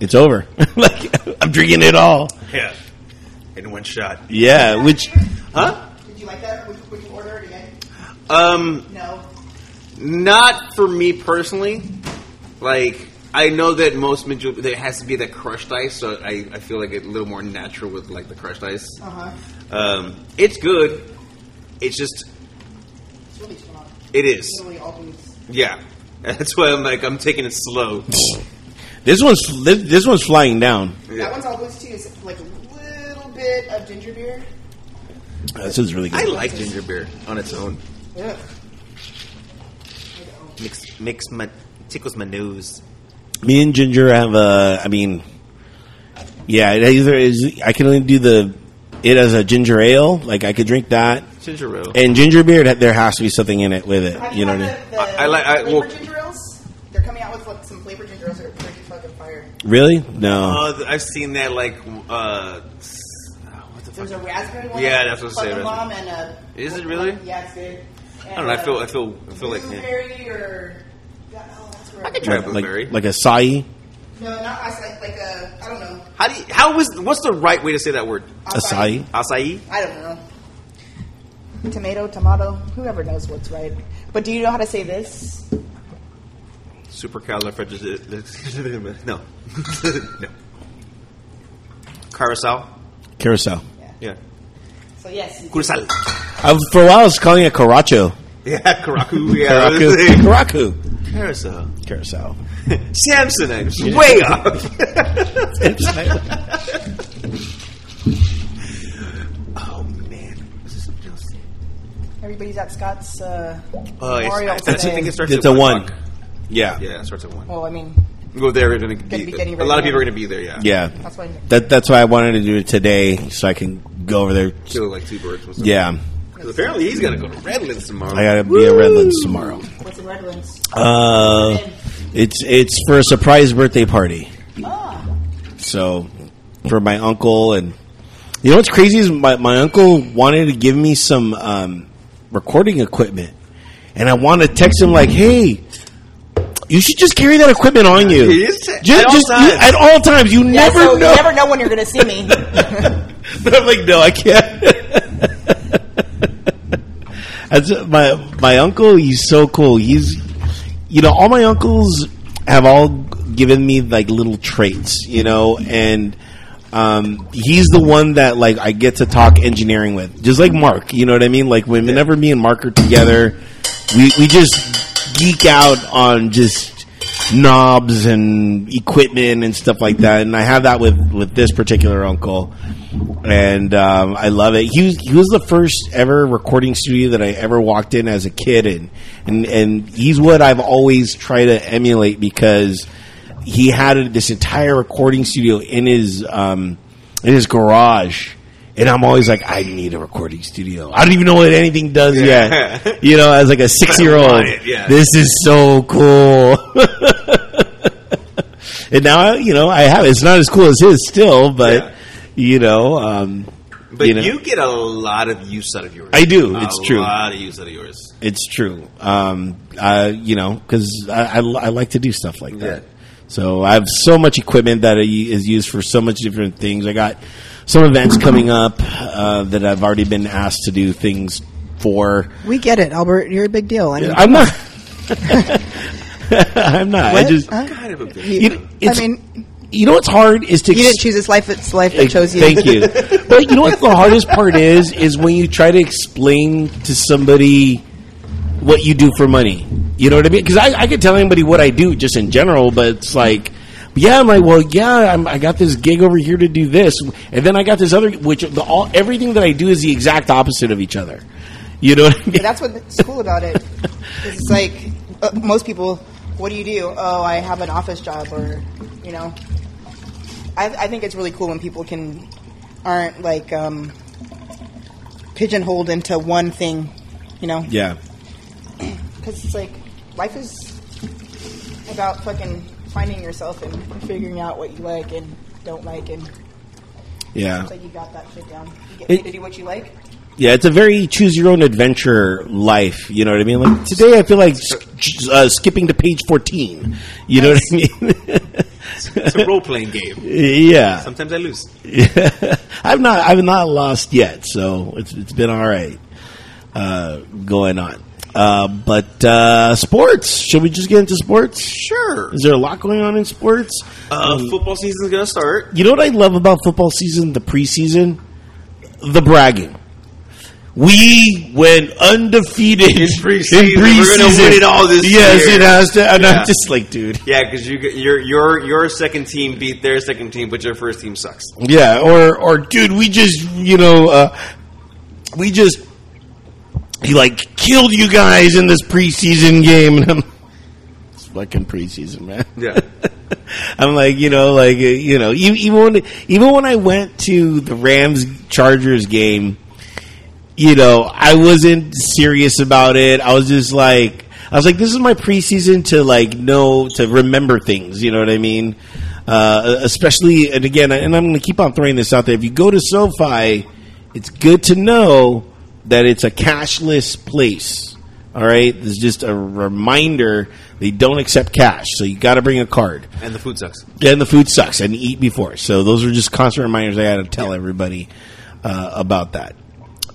S3: it's over. like I'm drinking it all.
S1: Yeah. In one shot.
S3: Yeah, which
S1: Huh?
S4: Did you like that? Would, would you order it again?
S1: Um.
S4: No.
S1: Not for me personally. Like I know that most major there has to be that crushed ice, so I, I feel like it's a little more natural with like the crushed ice.
S4: Uh huh.
S1: Um, it's good. It's just
S4: It's really strong.
S1: it is.
S4: Literally all these.
S1: Yeah. That's why I'm like I'm taking it slow.
S3: this one's this, this one's flying down.
S4: That
S1: Yeah.
S4: one's all booze too. Is like a little bit of ginger beer.
S3: Uh, This one's really
S1: I
S3: good.
S1: like ginger beer on its own.
S4: Ugh.
S1: Mix mix my tickles my nose.
S3: Me and Ginger have a. I mean, yeah. It either is I can only do the it as a ginger ale. Like I could drink that
S1: Ginger ale.
S3: and ginger beer. that- There has to be something in it with it.
S4: Have
S3: You know
S4: had
S3: what I mean?
S4: the, the
S1: I- I like- I-
S4: flavored
S1: well-
S4: ginger ales. They're coming out with like, some flavored ginger ales that are pretty fucking fire.
S3: Really? No.
S1: Oh, th- I've seen that like uh s- uh, what the
S4: There's
S1: fuck?
S4: a raspberry one.
S1: Yeah, that's what I'm saying,
S4: Plum and a,
S1: Is it really?
S4: Yeah, it's good. And,
S1: I don't know. I feel I
S4: uh,
S1: feel I feel like yeah.
S4: blueberry or yeah, oh, that's where I
S1: could
S3: Like,
S1: try blueberry.
S3: like like acai,
S4: No, not acai. Like a I don't know.
S1: How do you, how is what's the right way to say that word?
S3: acai.
S1: Acai?
S4: I don't know. Tomato, tomato. Whoever knows what's right. But do you know how to say this?
S1: Supercalifragilistic. No. no. Carousel?
S3: Carousel.
S1: Yeah.
S4: So yes. you-
S1: Curacao.
S3: I, for a while, I was calling it caracho.
S1: Yeah, Karaku. Yeah.
S3: Caracu. Caracu.
S1: Carousel.
S3: Carousel.
S1: Samson, I'm way off. oh, man. Is this something else?
S4: Everybody's at Scott's uh,
S1: Oh,
S4: Memorial
S1: it's, that's, I think
S4: today.
S1: it starts
S3: It's
S1: at
S3: a one.
S1: o'clock.
S3: Yeah.
S1: Yeah, it starts at one.
S4: Well, I mean,
S1: Go there, we're going to
S4: be
S1: be,
S4: getting
S1: A
S4: ready
S1: lot of
S4: now.
S1: people are going to be there, yeah.
S3: Yeah.
S4: that's why.
S3: That that's why I wanted to do it today, so I can go over there.
S1: Kill like two birds with something.
S3: Yeah.
S1: 'Cause apparently he's got to go to Redlands tomorrow.
S3: I gotta be at Redlands tomorrow.
S4: What's in Redlands?
S3: Uh, it's it's for a surprise birthday party.
S4: Ah,
S3: So for my uncle and you know what's crazy is my, my uncle wanted to give me some um, recording equipment, and I wanted to text him like, "Hey, you should just carry that equipment on you.
S1: You just-
S3: Ju-
S1: at all
S3: just-
S1: times.
S3: you- at all times. You
S4: yeah,
S3: never
S4: so
S3: know."
S4: You never know when you're going to see me.
S3: But I'm like, no, I can't. That's my my uncle. He's so cool. He's, you know, all my uncles have all given me like little traits, you know, and um, he's the one that like I get to talk engineering with, just like Mark. You know what I mean? Like when- whenever me and Mark are together, we we just geek out on just knobs and equipment and stuff like that. And I have that with with this particular uncle, and um, I love it. He was he was the first ever recording studio that I ever walked in as a kid, and and and he's what I've always tried to emulate because he had this entire recording studio in his um, in his garage. And I'm always like, I need a recording studio. I don't even know what anything does
S1: Yeah.
S3: yet. You know, as like a six year old,
S1: it, yeah.
S3: this is so cool. and now, you know, I have it's not as cool as his still, but
S1: Yeah.
S3: you know, um,
S1: But
S3: you
S1: you,
S3: know,
S1: get a lot of use out of yours.
S3: I do,
S1: A
S3: it's
S1: A
S3: true.
S1: lot of use out of yours.
S3: it's true. Um, I, you know, because I, I, I like to do stuff like that.
S1: Yeah.
S3: So I have so much equipment that I- is used for so much different things. I got some events coming up uh, that I've already been asked to do things for.
S4: we get it, Albert. You're a big deal. I mean,
S3: I'm not. I'm not. I
S4: What?
S3: just.
S4: Huh?
S1: Kind of a big.
S3: You know,
S4: I
S3: it's-
S4: mean,
S3: you know what's hard is to
S4: You didn't choose this life; it's life that chose you.
S3: Thank you. but you know what the hardest part is is when you try to explain to somebody what you do for money. You know what I mean? Because I, I could tell anybody what I do just in general, but it's like, yeah, I'm like, well, yeah, I'm, I got this gig over here to do this, and then I got this other, which the, all, everything that I do is the exact opposite of each other. You know what I mean?
S4: But that's what's cool about it. 'Cause It's like uh, most people, what do you do? Oh, I have an office job, or you know, I, I think it's really cool when people can aren't like um, pigeonholed into one thing, you know?
S3: Yeah.
S4: Because it's like life is about fucking finding yourself and figuring out what you like and don't like, and
S3: Yeah.
S4: it's like you got that shit down. You get
S3: It-
S4: to do what you like.
S3: Yeah, it's a very choose your own adventure life. You know what I mean? Like today, I feel like sk- uh, skipping to page fourteen. You know what I
S1: It's a role playing game.
S3: mean? yeah,
S1: Sometimes I lose.
S3: I've not I've not lost yet, so it's it's been all right uh, going on. Uh, but uh, sports? Should we just get into sports?
S1: Sure.
S3: Is there a lot going on in sports?
S1: Uh,
S3: Um,
S1: football season's gonna start.
S3: You know what I love about football season, the preseason? The bragging. We went undefeated in
S1: preseason. We're gonna win it all this
S3: yes,
S1: year.
S3: it has to. And
S1: Yeah.
S3: I'm just like, dude.
S1: Yeah, because you, get- your your your second team beat their second team, but your first team sucks.
S3: Yeah, or or dude, we just you know uh, we just he like killed you guys in this preseason game. And I'm, it's fucking preseason, man.
S1: Yeah.
S3: I'm like, you know, like uh, you know, e- even when, even when I went to the Rams Chargers game, you know, I wasn't serious about it. I was just like, I was like, this is my preseason to like know to remember things. You know what I mean? Uh, especially, and again, and I'm going to keep on throwing this out there. If you go to SoFi, it's good to know that it's a cashless place. All right, it's just a reminder they don't accept cash, so you got to bring a card.
S1: and the food sucks.
S3: And the food sucks. I didn't eat before. So those are just constant reminders I had to tell everybody uh, about that.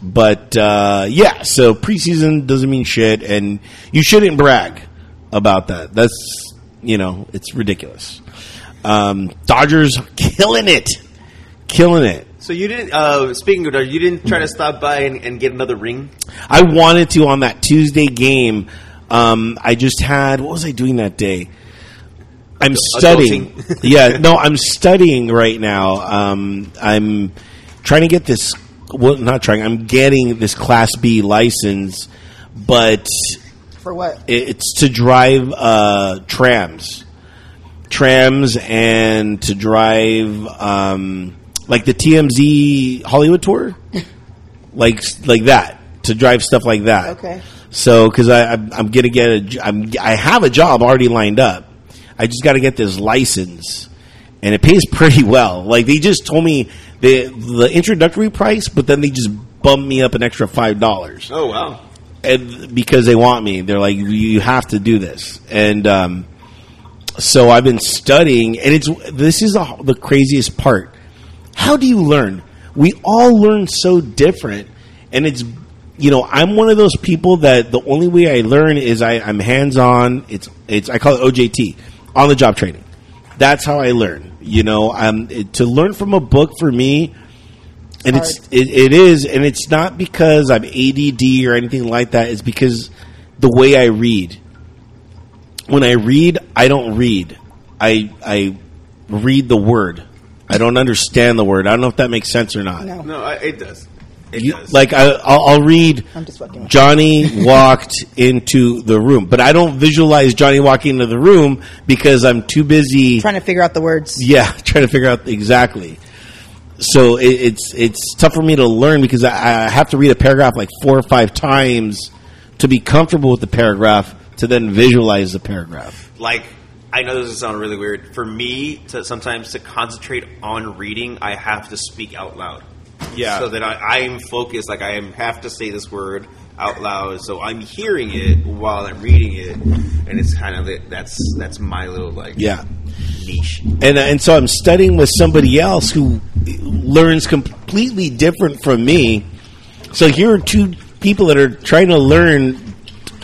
S3: But uh, yeah, so preseason doesn't mean shit, and you shouldn't brag about that. That's you know, it's ridiculous. Um, Dodgers killing it, killing it.
S1: So you didn't. Uh, speaking of, that, you didn't try to stop by and, and get another ring.
S3: I wanted to on that Tuesday game. Um, I just had what was I doing that day? I'm studying.
S1: adulting.
S3: yeah, no, I'm studying right now. Um, I'm trying to get this. Well, not trying. I'm getting this Class B license, but
S4: For what?
S3: it- it's to drive uh, trams, trams, and to drive um, like the TMZ Hollywood tour, like like that. To drive stuff like that.
S4: Okay.
S3: So, because I'm, I'm gonna get a, j- I'm, I have a job already lined up. I just got to get this license, and it pays pretty well. Like they just told me the the introductory price, but then they just bumped me up an extra five dollars
S1: Oh wow!
S3: and because they want me. They're like, you have to do this, and um, so I've been studying, and it's this is the, the craziest part. How do you learn? We all learn so different, and it's you know I'm one of those people that the only way I learn is I, I'm hands on. It's it's I call it OJT, on the job training. That's how I learn. You know, um, it, to learn from a book for me and it's it, it is and it's not because i'm add or anything like that it's because the way i read when i read i don't read i i read the word i don't understand the word i don't know if that makes sense or not
S4: No.
S1: No, I, it does. It
S3: You-
S1: does.
S3: like I, I'll, I'll read
S4: I'm just fucking with you.
S3: johnny walked into the room but i don't visualize johnny walking into the room because i'm too busy
S4: Trying to figure out the words.
S3: yeah, trying to figure out exactly. So it, it's it's tough for me to learn because I, I have to read a paragraph like four or five times to be comfortable with the paragraph to then visualize the paragraph.
S1: like I know this is sound really weird. For me, to sometimes to concentrate on reading, I have to speak out loud.
S3: Yeah.
S1: So that I, I am focused. Like I am have to say this word out loud. So I'm hearing it while I'm reading it, and it's kind of it. That's that's my little like
S3: Yeah,
S1: niche.
S3: and uh, and so I'm studying with somebody else who learns completely different from me. So here are two people that are trying to learn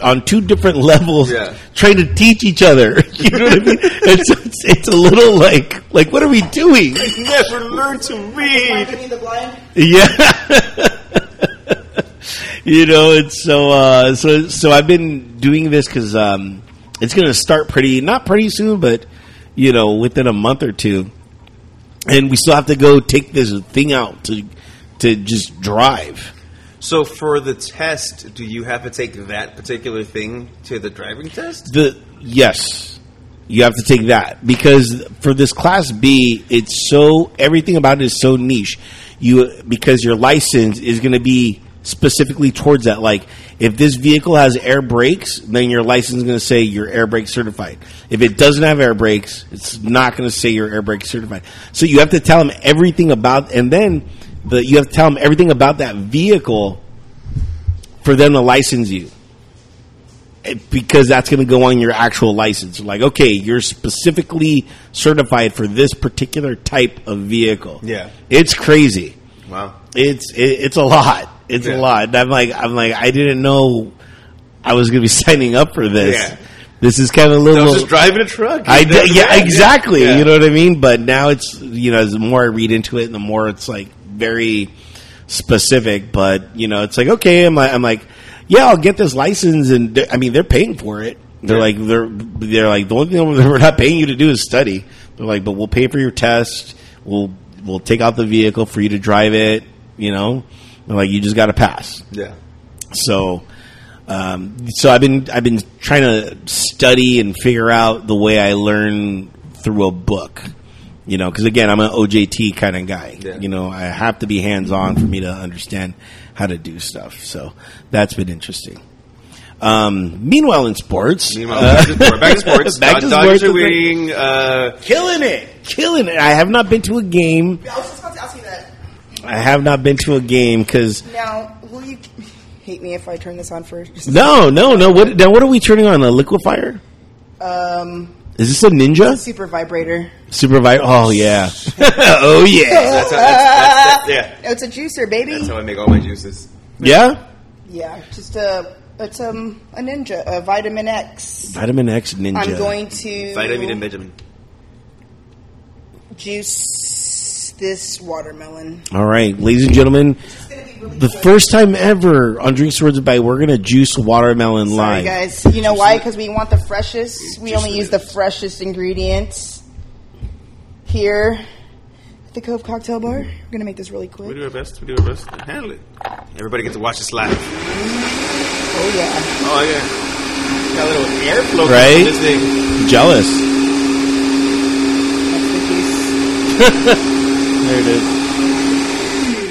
S3: on two different levels,
S1: Yeah.
S3: trying to teach each other. you know what I mean? It's, it's, it's a little like, like what are we doing?
S1: Never learned to read.
S4: Blinding the blind.
S3: Yeah. you know, it's so uh, so so. I've been doing this because um, it's going to start pretty not pretty soon, but you know, within a month or two, and we still have to go take this thing out to to just drive.
S1: So for the test, do you have to take that particular thing to the driving test?
S3: The yes, you have to take that because for this class B, it's so everything about it is so niche. You because your license is going to be specifically towards that. Like if this vehicle has air brakes, then your license is going to say you're air brake certified. If it doesn't have air brakes, it's not going to say you're air brake certified. So you have to tell them everything about, and then the, you have to tell them everything about that vehicle for them to license you Eh, because that's going to go on your actual license. Like, okay, you're specifically certified for this particular type of vehicle.
S1: Yeah.
S3: it's crazy.
S1: Wow.
S3: It's it, it's a lot. It's
S1: Yeah.
S3: a lot. And I'm like I'm like I didn't know I was going to be signing up for this.
S1: Yeah.
S3: This is kind of a little.
S1: I was just driving a truck.
S3: I d- yeah, exactly.
S1: Yeah.
S3: You know what I mean? But now it's you know, the more I read into it, the more it's like very specific. But you know, it's like okay, I'm like, I'm like, yeah, I'll get this license, and they're- I mean, they're paying for it. They're
S1: Yeah.
S3: like, they're they're like, the only thing that we're not paying you to do is study. They're like, but we'll pay for your test. We'll we'll take out the vehicle for you to drive it. You know, They're like you just got to pass.
S1: Yeah.
S3: So, um, so I've been I've been trying to study and figure out the way I learn through a book. You know, because again, I'm an OJT kind of guy.
S1: Yeah.
S3: You know, I have to be hands on for me to understand how to do stuff. So that's been interesting. Um, meanwhile, in sports,
S1: Meanwhile, back to sports. Back to sports.
S3: back to
S1: Dod- Dodgers
S3: sports.
S1: are winning. Uh,
S3: killing it, killing it. I have not been to a game.
S4: I was just about to ask you that.
S3: I have not been to a game because
S4: Now, will you hate me if I turn this on first?
S3: no, no, no. What now? What are we turning on? A liquefier?
S4: Um,
S3: Is this a ninja?
S4: super vibrator.
S3: Super Vi- Oh yeah. oh
S1: that's
S3: yeah.
S1: how, that's, that's, that, yeah.
S4: It's a juicer, baby.
S1: That's how I make all my juices.
S3: Yeah.
S4: yeah, just a it's um a ninja, a vitamin X.
S3: Vitamin X Ninja.
S4: am going to
S1: Vitamin and Benjamin.
S4: juice this watermelon.
S3: All right, ladies and gentlemen,
S4: It's gonna be really
S3: the
S4: quick.
S3: first time ever on Drinks Words by we're gonna juice watermelon
S4: Sorry,
S3: live.
S4: guys. You know why? Because we want the freshest. We only use the freshest ingredients here at the Cove Cocktail Bar. We're gonna make this really
S1: We
S4: quick.
S1: do our best. We do our best. Handle it. Everybody gets to watch this live.
S4: Oh yeah.
S1: Oh yeah. Got a little airflow
S3: Right?
S1: right? this thing.
S3: Jealous.
S4: That's the juice.
S3: There it is.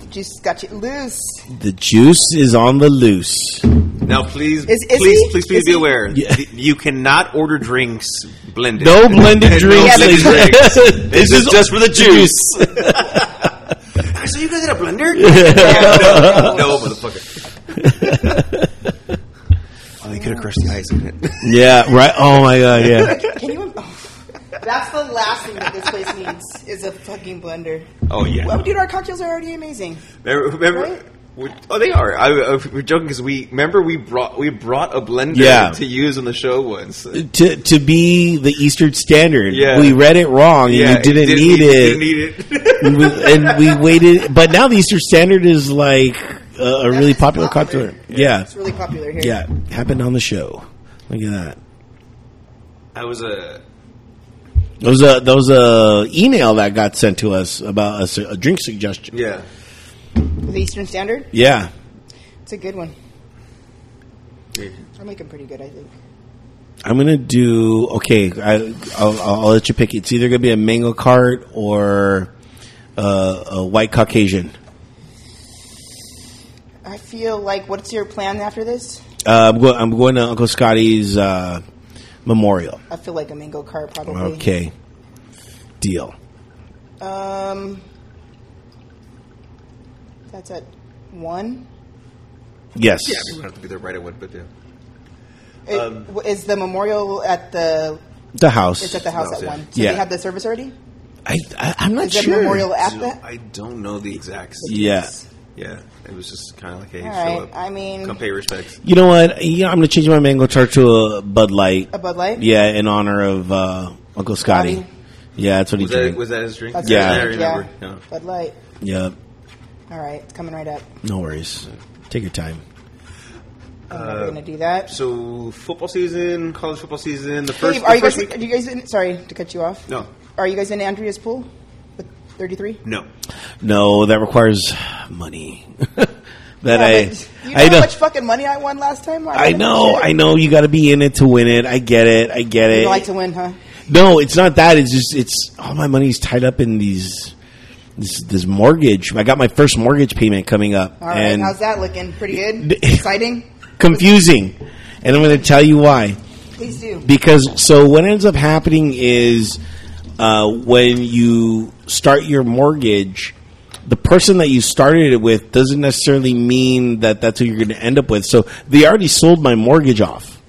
S4: The juice got you loose.
S3: The juice is on the loose.
S1: Now, please,
S4: Is- is
S1: please,
S4: he?
S1: please, please
S4: Is
S1: be
S4: he?
S1: aware.
S3: Yeah.
S1: th- You cannot order drinks blended.
S3: No blended
S1: No
S3: drinks.
S1: blended
S3: ladies-
S1: drinks.
S3: this is
S1: just for the juice. so you guys had a blender? no, motherfucker. oh, you could have crushed the ice in it.
S3: Yeah. Right. Oh my god. Yeah.
S4: Can you? Oh, that's the last thing that this place needs is a fucking blender.
S1: Oh yeah.
S4: Well, dude, our cocktails are already amazing.
S1: Remember, remember-
S4: Right?
S1: we- oh, they are. I, I, we're joking because we remember we brought we brought a blender
S3: Yeah.
S1: to use on the show once.
S3: to to be the Eastern Standard.
S1: Yeah.
S3: We read it wrong. and we didn't, need
S1: you Didn't
S3: it.
S1: need it.
S3: and, we, and we waited. But now the Easter Standard is like a, a really
S4: That's
S3: popular
S4: popular.
S3: cocktail. Yeah,
S4: It's really popular here.
S3: yeah, happened on the show. Look at that.
S1: I was uh, a.
S3: There was a there was a email that got sent to us about a, su- a drink suggestion.
S1: Yeah.
S4: The Eastern Standard.
S3: Yeah,
S4: It's a good one. I'm making pretty good, I think.
S3: I'm gonna do okay. I, I'll, I'll I'll let you pick. It's either gonna be a mango cart or uh, a white Caucasian.
S4: I feel like, what's your plan after this?
S3: Uh, I'm, go- I'm going to Uncle Scotty's uh, memorial.
S4: I feel like a mango cart, probably.
S3: Okay, deal.
S4: Um, that's at one.
S3: Yes.
S1: Yeah, we don't have to be there right at one, but yeah.
S4: It-
S1: Um,
S4: w- is the memorial at the?
S3: The house.
S4: It's at the house
S1: House,
S4: at
S1: yeah.
S4: one. So
S3: Yeah.
S4: they have the service already.
S3: I, I, I'm not
S4: Is the
S3: sure.
S4: memorial at
S1: So,
S4: that?
S1: I don't know the exact.
S3: Yeah,
S1: Yeah, it was just kind of like, hey,
S4: All
S1: show up.
S4: right, I mean-
S1: come pay respects.
S3: You know what? Yeah, I'm going to change my mango tart to a Bud Light.
S4: A Bud Light?
S3: Yeah, in honor of uh, Uncle Scotty.
S4: Scotty.
S3: Yeah, that's what
S1: Was
S3: he drank.
S1: that was that his drink?
S4: That's
S3: Yeah.
S1: I
S4: it. yeah.
S1: remember. Yeah.
S4: Bud Light.
S3: yeah,
S4: All right, it's coming right up.
S3: no worries. Take your time.
S4: I'm
S1: Uh,
S4: never gonna do that.
S1: So football season, college football season. The
S4: Dave,
S1: first,
S4: are
S1: the
S4: you
S1: first
S4: guys?
S1: week.
S4: Are you guys? In, sorry to cut you off.
S1: No,
S4: Are you guys in Andrea's pool with 33?
S1: no.
S3: No, that requires money. that I,
S4: you know
S3: I
S4: how
S3: know,
S4: much fucking money I won last time.
S3: I know,
S4: Shit.
S3: I know. You got to be in it to win it. I get it. I get it.
S4: You like to win, huh?
S3: No, it's not that. It's just it's all my money's tied up in these this, this mortgage. I got my first mortgage payment coming up,
S4: All right,
S3: and
S4: how's that looking? Pretty good.
S3: D-
S4: Exciting.
S3: confusing. And I'm going to tell you why.
S4: Please do.
S3: Because so what ends up happening is uh, when you start your mortgage, the person that you started it with doesn't necessarily mean that that's who you're going to end up with. So they already sold my mortgage off.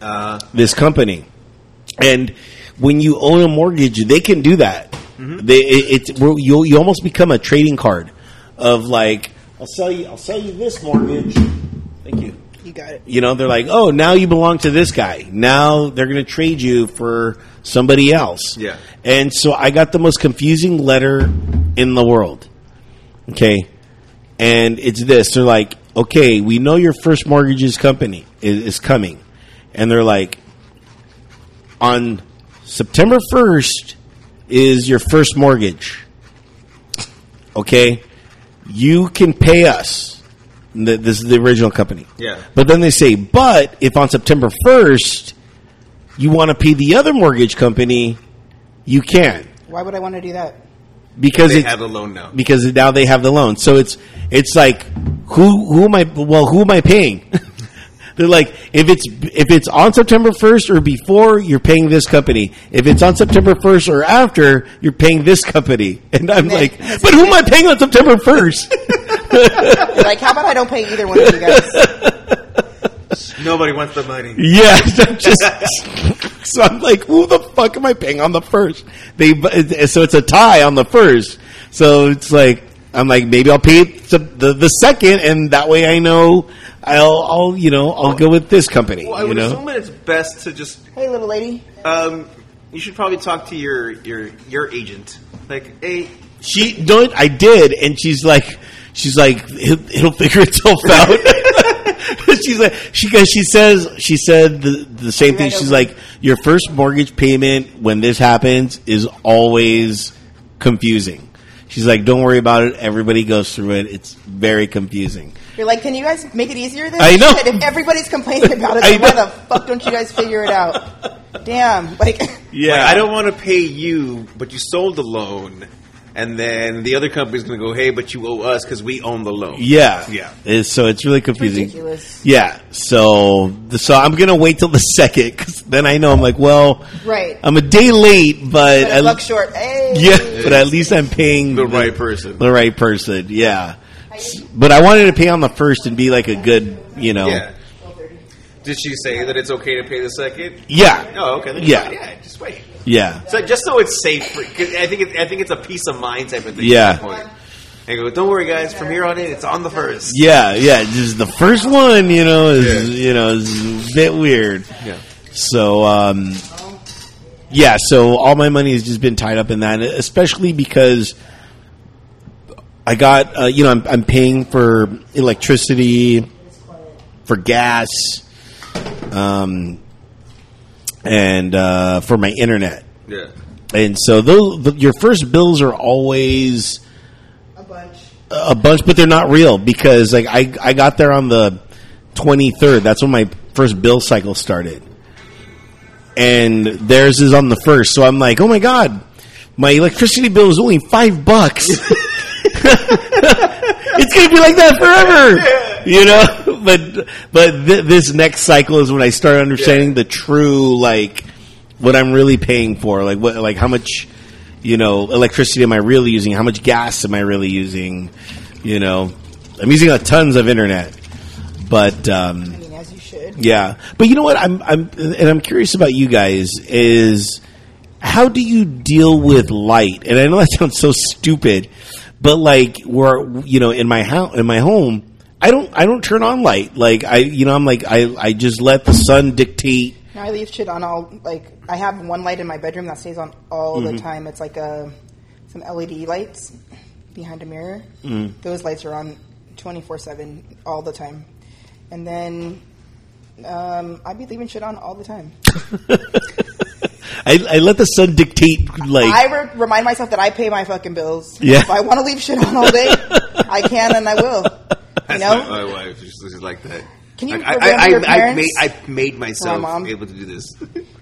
S1: Uh,
S3: this company. And when you own a mortgage, they can do that. They, it, it's we're- you you almost become a trading card of like I'll sell you I'll sell you this mortgage. Thank you.
S4: You got it.
S3: You know they're like oh now you belong to this guy. Now they're going to trade you for somebody else.
S1: Yeah.
S3: And so I got the most confusing letter in the world. Okay. And it's this. They're like, okay, we know your first mortgage is company is, is coming. And they're like, on September 1st is your first mortgage. Okay? You can pay us. Th- This is the original company.
S1: Yeah.
S3: But then they say, but if on September 1st you want to pay the other mortgage company, you can.
S4: Why would I want to do that?
S3: Because
S1: they
S3: it's,
S1: have a loan now.
S3: because now they have the loan. So it's it's like who who am I? Well, who am I paying? They're like if it's if it's on September first or before, you're paying this company. If it's on September first or after, you're paying this company. And I'm
S4: then-
S3: like, but who am I paying on September first?
S4: You're like, how about I don't pay either one of you guys?
S1: Nobody wants the money.
S3: yeah, I'm just so I'm like, who the fuck am I paying on the first? They so it's a tie on the first. So it's like I'm like maybe I'll pay it the, the the second, and that way I know I'll I'll you know I'll go with this company.
S1: Well, I
S3: you
S1: would
S3: know,
S1: assume that it's best to just.
S4: Hey, little lady.
S1: Um, you should probably talk to your your your agent. Like, hey,
S3: she don't. I did, and she's like, she's like, it'll, it'll figure itself out. she's like, she cause she says she said the the same thing.
S4: Right
S3: She's
S4: over.
S3: like, your first mortgage payment when this happens is always confusing. She's like, don't worry about it. Everybody goes through it. It's very confusing.
S4: You're like, can you guys make it easier than
S3: I know.
S4: Shit, if everybody's complaining about it,
S3: I
S4: then why
S3: know.
S4: the fuck don't you guys figure it out? Damn. Like,
S3: Yeah,
S1: like, I don't want to pay you, but you sold the loan, and then the other company's going to go, hey, but you owe us because we own the loan.
S3: Yeah,
S1: Yeah.
S3: It's, so it's really confusing.
S4: Ridiculous.
S3: Yeah. So so I'm gonna wait till the second because then I know I'm like, well,
S4: Right.
S3: I'm a day late, but
S4: but
S3: I-
S4: I luck short. Hey.
S3: Yeah, but at least I'm paying
S1: The right person.
S3: The right person. Yeah. But I wanted to pay on the first and be like a good, you know.
S1: Yeah. Did she say that it's okay to pay the second?
S3: Yeah.
S1: Oh, okay. then
S3: Yeah.
S1: Yeah, just wait.
S3: Yeah.
S1: So just so it's safe, for, 'cause I think it, I think it's a peace of mind type of thing.
S3: Yeah.
S1: At that point. And go, don't worry, guys. From here on in, it's on the first.
S3: Yeah, yeah, just the first one, you know, is you know, is a bit weird.
S1: Yeah.
S3: So um yeah, so all my money has just been tied up in that, especially because I got uh, you know, I'm I'm paying for electricity, for gas, um and uh for my internet.
S1: Yeah.
S3: And so those the, your first bills are always
S4: A bunch.
S3: a bunch, but they're not real because like I I got there on the twenty third. That's when my first bill cycle started, and theirs is on the first. So I'm like, oh my god, my electricity bill is only five bucks. it's gonna be like that forever, you know. But but th- this next cycle is when I start understanding the true like what I'm really paying for, like what like how much you know electricity am I really using? How much gas am I really using? You know, I'm using a tons of internet, but. Um,
S4: I mean, as you should.
S3: yeah, but you know what? I'm I'm and I'm curious about you guys is how do you deal with light? And I know that sounds so stupid, But like where you know in my house in my home, I don't I don't turn on light. Like I you know I'm like I I just let the sun dictate.
S4: Now I leave shit on all like I have one light in my bedroom that stays on all the time. It's like a some LED lights behind a mirror. Those lights are on twenty four seven all the time, and then um, I be leaving shit on all the time.
S3: I, I let the sun dictate like
S4: I re- remind myself that I pay my fucking bills.
S3: Yeah.
S4: If I want to leave shit on all day, I can and I will. You
S1: That's
S4: know.
S1: my, oh, my wife. She's, she's like that.
S4: Can you
S1: Like, I,
S4: program
S1: I,
S4: your
S1: I, I, made,
S4: parents?
S1: I made myself
S4: mom.
S1: able to do this.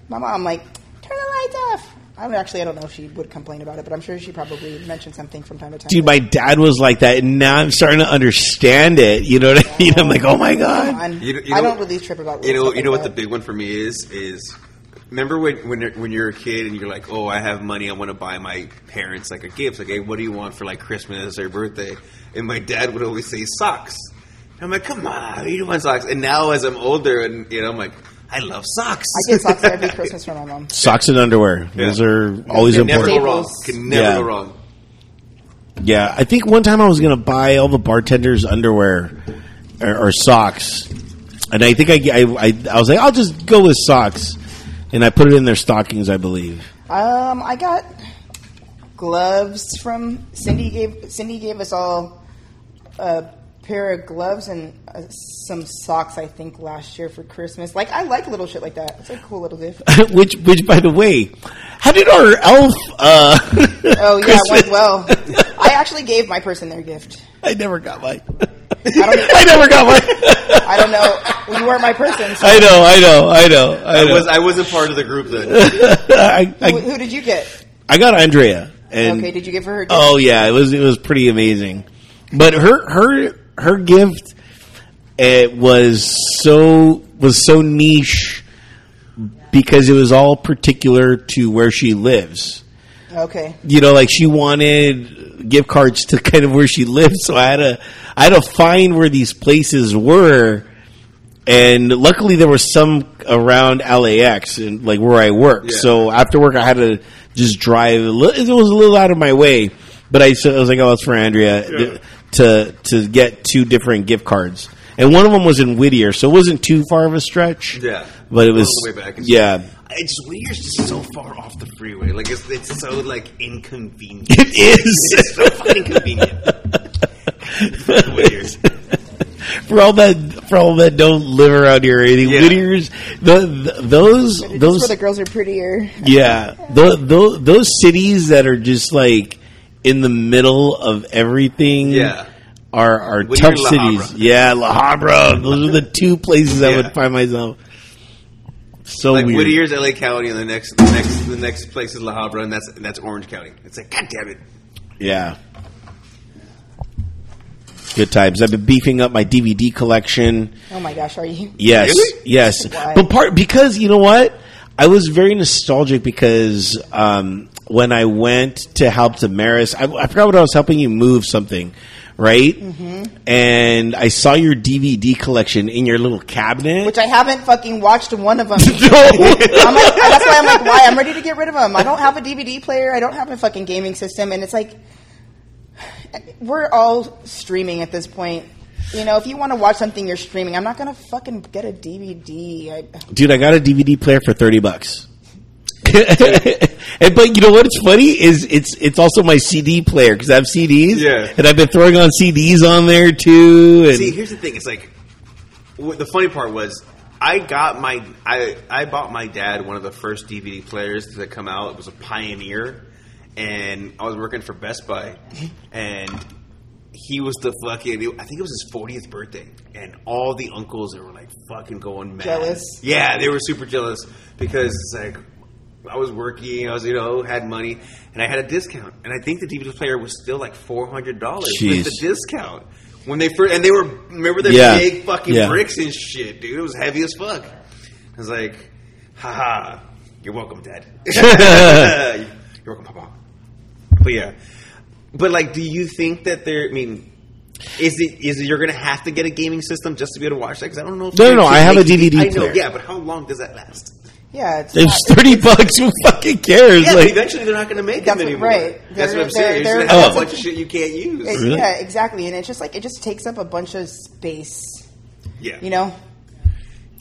S4: my mom like turn the lights off i don't actually i don't know if she would complain about it but i'm sure she probably mentioned something from time to time
S3: Dude, my dad was like that, and now I'm starting to understand it. You know what I mean? I'm like, oh my god.
S4: Come on.
S1: You know- you
S4: i
S1: know-
S4: don't really trip about
S1: You know,
S4: stuff
S1: you know
S4: like
S1: what the
S4: that.
S1: big one for me is is remember when when you're, when you're a kid and you're like, oh, I have money, I want to buy my parents like a gift. Like, hey, what do you want for like Christmas or birthday? And my dad would always say socks. And I'm like, come on, you don't want socks. And now as I'm older, and you know, I'm like, I love socks.
S4: i get socks every christmas from my mom
S3: Socks and underwear; those
S1: Yeah.
S3: are always
S1: Can never
S3: important.
S1: go wrong.
S4: Staples.
S1: Can never
S3: Yeah.
S1: go wrong.
S3: Yeah, I think one time I was gonna buy all the bartenders' underwear or, or socks, and I think I, I I I was like, I'll just go with socks, and I put it in their stockings, I believe.
S4: um i got gloves from cindy gave cindy gave us all a pair of gloves and uh, some socks i think last year for christmas like i like little shit like that it's a cool little gift
S3: which which, by the way, how did our elf? Uh,
S4: oh yeah it went
S3: Christmas-
S4: well i actually gave my person their gift
S3: I never got mine.
S4: don't-
S3: I never got mine.
S4: i don't know you weren't my person so
S3: I know, I know, I know. I,
S1: I
S3: know.
S1: was
S4: uh,
S1: I wasn't part of the group then.
S3: I,
S4: who,
S3: I,
S4: who did you get
S3: I got Andrea. And
S4: Okay, did you give her her gift?
S3: Oh yeah, it was it was pretty amazing. But her her her gift it was so was so niche because it was all particular to where she lives.
S4: Okay.
S3: You know, like she wanted gift cards to kind of where she lived, so I had to I had to find where these places were. And luckily, there were some around LAX and like where I work.
S1: Yeah.
S3: So after work, I had to just drive. A little, it was a little out of my way, but I, so I was like, "Oh, it's for Andrea th- to to get two different gift cards." And one of them was in Whittier, so it wasn't too far of a stretch.
S1: Yeah.
S3: but it
S1: All
S3: was
S1: the way back.
S3: Yeah,
S1: It's weird. It's just so far off the freeway. Like it's, it's so like inconvenient.
S3: it
S1: It's
S3: is
S1: so fucking convenient. Fucking Whittiers.
S3: for all that for all that don't live around here. or anything.
S1: Yeah.
S3: Whittier's the, the, those
S4: It's
S3: those
S4: where the girls are prettier.
S3: Yeah, those, those cities that are just like in the middle of everything.
S1: Yeah.
S3: are are
S1: When
S3: tough
S1: you're in La
S3: cities.
S1: Habra.
S3: Yeah, La Habra. Those are the two places I
S1: Yeah.
S3: would find myself. So
S1: Like
S3: weird.
S1: Whittier's LA County, and the next, the next, the next place is La Habra, and that's and that's Orange County. It's like, God damn it!
S3: Yeah. Good times. I've been beefing up my DVD collection.
S4: Oh my gosh, are you?
S3: Yes,
S1: Really?
S3: yes.
S4: Why?
S3: But part because you know what, I was very nostalgic because um, when I went to help Damaris, I, I forgot what I was helping you move something, right?
S4: Mm-hmm.
S3: And I saw your DVD collection in your little cabinet.
S4: Which I haven't fucking watched one of them.
S3: No.
S4: I'm like, that's why I'm like, why? I'm ready to get rid of them. I don't have a DVD player. I don't have a fucking gaming system. And it's like, we're all streaming at this point. You know, if you want to watch something, you're streaming. I'm not gonna fucking get a DVD. I,
S3: Dude, I got a DVD player for thirty bucks. and but you know what's funny is it's it's also my CD player because I have CDs.
S1: Yeah.
S3: and I've been throwing on CDs on there too. And
S1: See, here's the thing. It's like wh- the funny part was I got my I I bought my dad one of the first DVD players that come out. It was a Pioneer, and I was working for Best Buy, and he was the fucking. I think it was his 40th birthday, and all the uncles that were like fucking going mad.
S4: Jealous?
S1: Yeah, they were super jealous because it's like. I was working. I was, you know, had money, and I had a discount. And I think the DVD player was still like four hundred dollars
S3: Jeez.
S1: with the discount when they first. And they were remember the
S3: Yeah.
S1: big fucking
S3: Yeah.
S1: bricks and shit, dude. It was heavy as fuck. I was like, haha, you're welcome, Dad. you're welcome, Papa. But yeah. But like, do you think that there? I mean, is it is it you're gonna have to get a gaming system just to be able to watch that? Because I don't know. If
S3: No, no, no,
S1: YouTube
S3: I have a
S1: makes-
S3: DVD
S1: I know,
S3: player.
S1: yeah, but how long does that last?
S4: Yeah, it's
S3: It's thirty bucks. Who fucking cares?
S1: Yeah, but
S3: like,
S1: eventually they're not going to make
S4: That's
S1: them
S4: what-
S1: anymore.
S4: right.
S1: That's
S4: They're-
S1: what I'm saying.
S4: they're-
S1: You're just
S4: they're-
S1: gonna have
S3: Oh.
S1: a bunch of shit you can't use.
S4: It-
S3: Really?
S4: Yeah, exactly. And it's just like it just takes up a bunch of space,
S1: yeah.
S4: you know.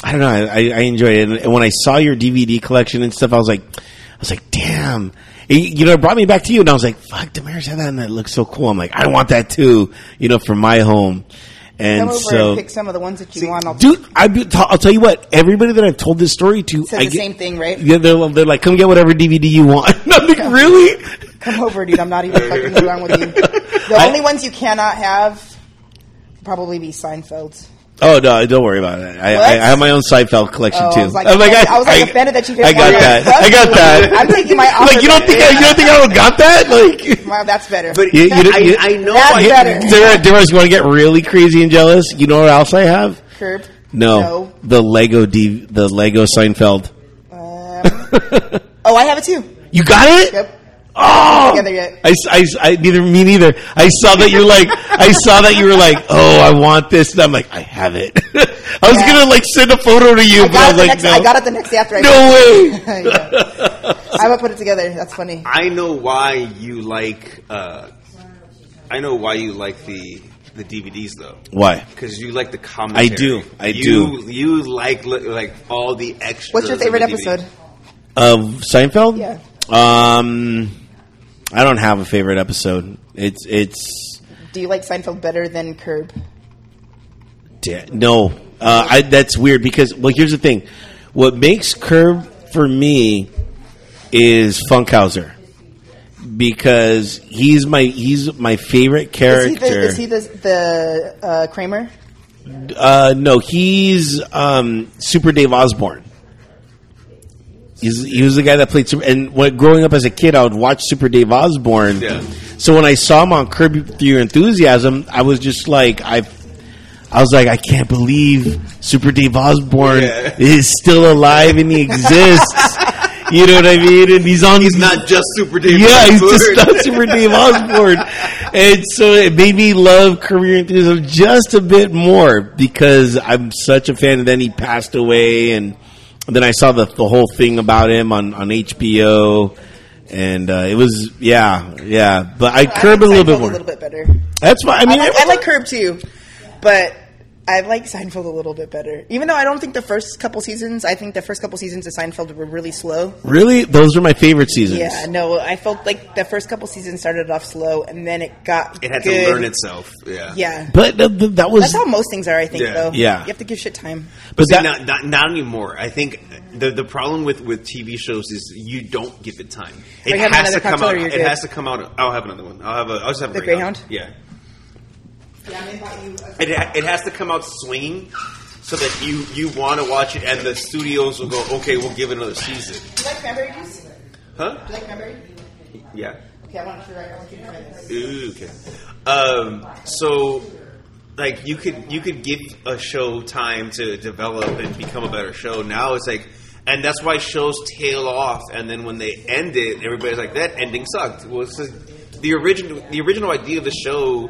S3: I don't know. I, I I enjoyed it. And when I saw your DVD collection and stuff, I was like, I was like, damn. It- you know, it brought me back to you, and I was like, fuck, Damaris had that, and that looks so cool. I'm like, I want that too. You know, for my home.
S4: Come
S3: And
S4: over
S3: so,
S4: and pick some of the ones that you want. I'll
S3: dude, I, be- t- I'll tell you what. Everybody that I've told this story to,
S4: Said
S3: I
S4: the same thing, right?
S3: Yeah, they're, they're like, come get whatever DVD you want. And I'm like, really?
S4: come over, dude. I'm not even fucking around with you. The
S3: I-
S4: only ones you cannot have would probably be Seinfeld.
S3: Oh no, don't worry about it. I, I, I
S4: What?
S3: have my own Seinfeld collection
S4: Oh, I
S3: too.
S4: was like-
S3: I'm
S4: I was like offended that you didn't
S3: I got
S4: want it.
S3: that. I got that.
S4: I'm taking my offer
S3: like you don't think I, you don't think I would got that? Like
S4: Wow, that's better.
S1: But
S3: You- you
S1: I,
S3: didn't-
S1: I know
S4: That's
S1: I,
S4: better.
S3: Dara, Dara, you want to get really crazy and jealous? You know what else I have?
S4: Curb.
S3: No,
S4: No.
S3: the Lego D, the Lego Seinfeld.
S4: Um, oh, I have it too.
S3: You got it?
S4: Yep.
S3: Oh,
S4: Together yet.
S3: I, s- I s- I- neither me neither. I saw that you're like, I saw that you were like, oh, I want this, and I'm like, I have it. I was
S4: Yeah.
S3: gonna like send a photo to you,
S4: I
S3: but
S4: got,
S3: I
S4: it
S3: was
S4: the
S3: like,
S4: next,
S3: no,
S4: I got it the next day after I
S3: no way.
S4: yeah. I'm gonna put it together. That's funny.
S1: I know why you like. Uh, I know why you like the the DVDs though.
S3: Why?
S1: Because you like the commentary.
S3: I do. I
S1: you, do. You like li- like all the extras.
S4: What's your
S1: of the
S4: favorite
S1: DVD.
S4: episode?
S3: Of Seinfeld?
S4: Yeah.
S3: Um, I don't have a favorite episode. It's it's
S4: Do you like Seinfeld better than Curb?
S3: da- no. Uh, I, that's weird because well, here's the thing. What makes Curb for me is Funkhauser because he's my he's my favorite
S4: Is he
S3: character.
S4: the, is he the, the uh, Kramer?
S3: Uh, no, he's um, Super Dave Osborne. He's, he was the guy that played Super. And when, growing up as a kid, I would watch Super Dave Osborne.
S1: Yeah.
S3: So when I saw him on Curb Your Enthusiasm, I was just like, I, I was like, I can't believe Super Dave Osborne
S1: Yeah.
S3: is still alive and he exists. you know what I mean? And he's on.
S1: He's not just Super Dave.
S3: Yeah, he's
S1: Osborne.
S3: just not Super Dave Osborne. And so it made me love career enthusiasm just a bit more because I'm such a fan. And then he passed away, and then I saw the, the whole thing about him on, on HBO. And uh, it was, yeah, yeah. But I curb
S4: I
S3: a
S4: like
S3: little bit
S4: Seinfeld
S3: more.
S4: A little bit better.
S3: That's why, I
S4: I
S3: mean,
S4: like,
S3: it was-
S4: I like Curb too, but I like Seinfeld a little bit better. Even though I don't think the first couple seasons, I think the first couple seasons of Seinfeld were really slow.
S3: really, those are my favorite seasons.
S4: Yeah, no, I felt like the first couple seasons started off slow and then it got
S1: It had
S4: good.
S1: to learn itself. Yeah.
S4: Yeah,
S3: But th- th- that was.
S4: that's how most things are. I think
S1: Yeah.
S4: though.
S3: Yeah.
S4: you have to give shit time.
S3: but
S1: See,
S3: that,
S1: not, not, not anymore. I think the the problem with, with TV shows is you don't give it time. It
S4: Like, have
S1: has
S4: another
S1: to come
S4: cocktail
S1: out.
S4: or you're
S1: It
S4: good?
S1: has to come out. I'll have another one. I'll have a. I'll just have a
S4: The
S1: Yeah. It ha- it has to come out swinging, so that you you want to watch it, and the studios will go, okay, we'll give it another season,
S4: like cranberry juice? Do
S1: huh?
S4: you like cranberry?
S1: Yeah.
S4: Okay, I want to try. I want you to try this.
S1: Ooh, okay. Um, so, like, you could you could give a show time to develop and become a better show. Now it's like, and that's why shows tail off, and then when they end it, everybody's like, that ending sucked. Well, it's just, the original the original idea of the show.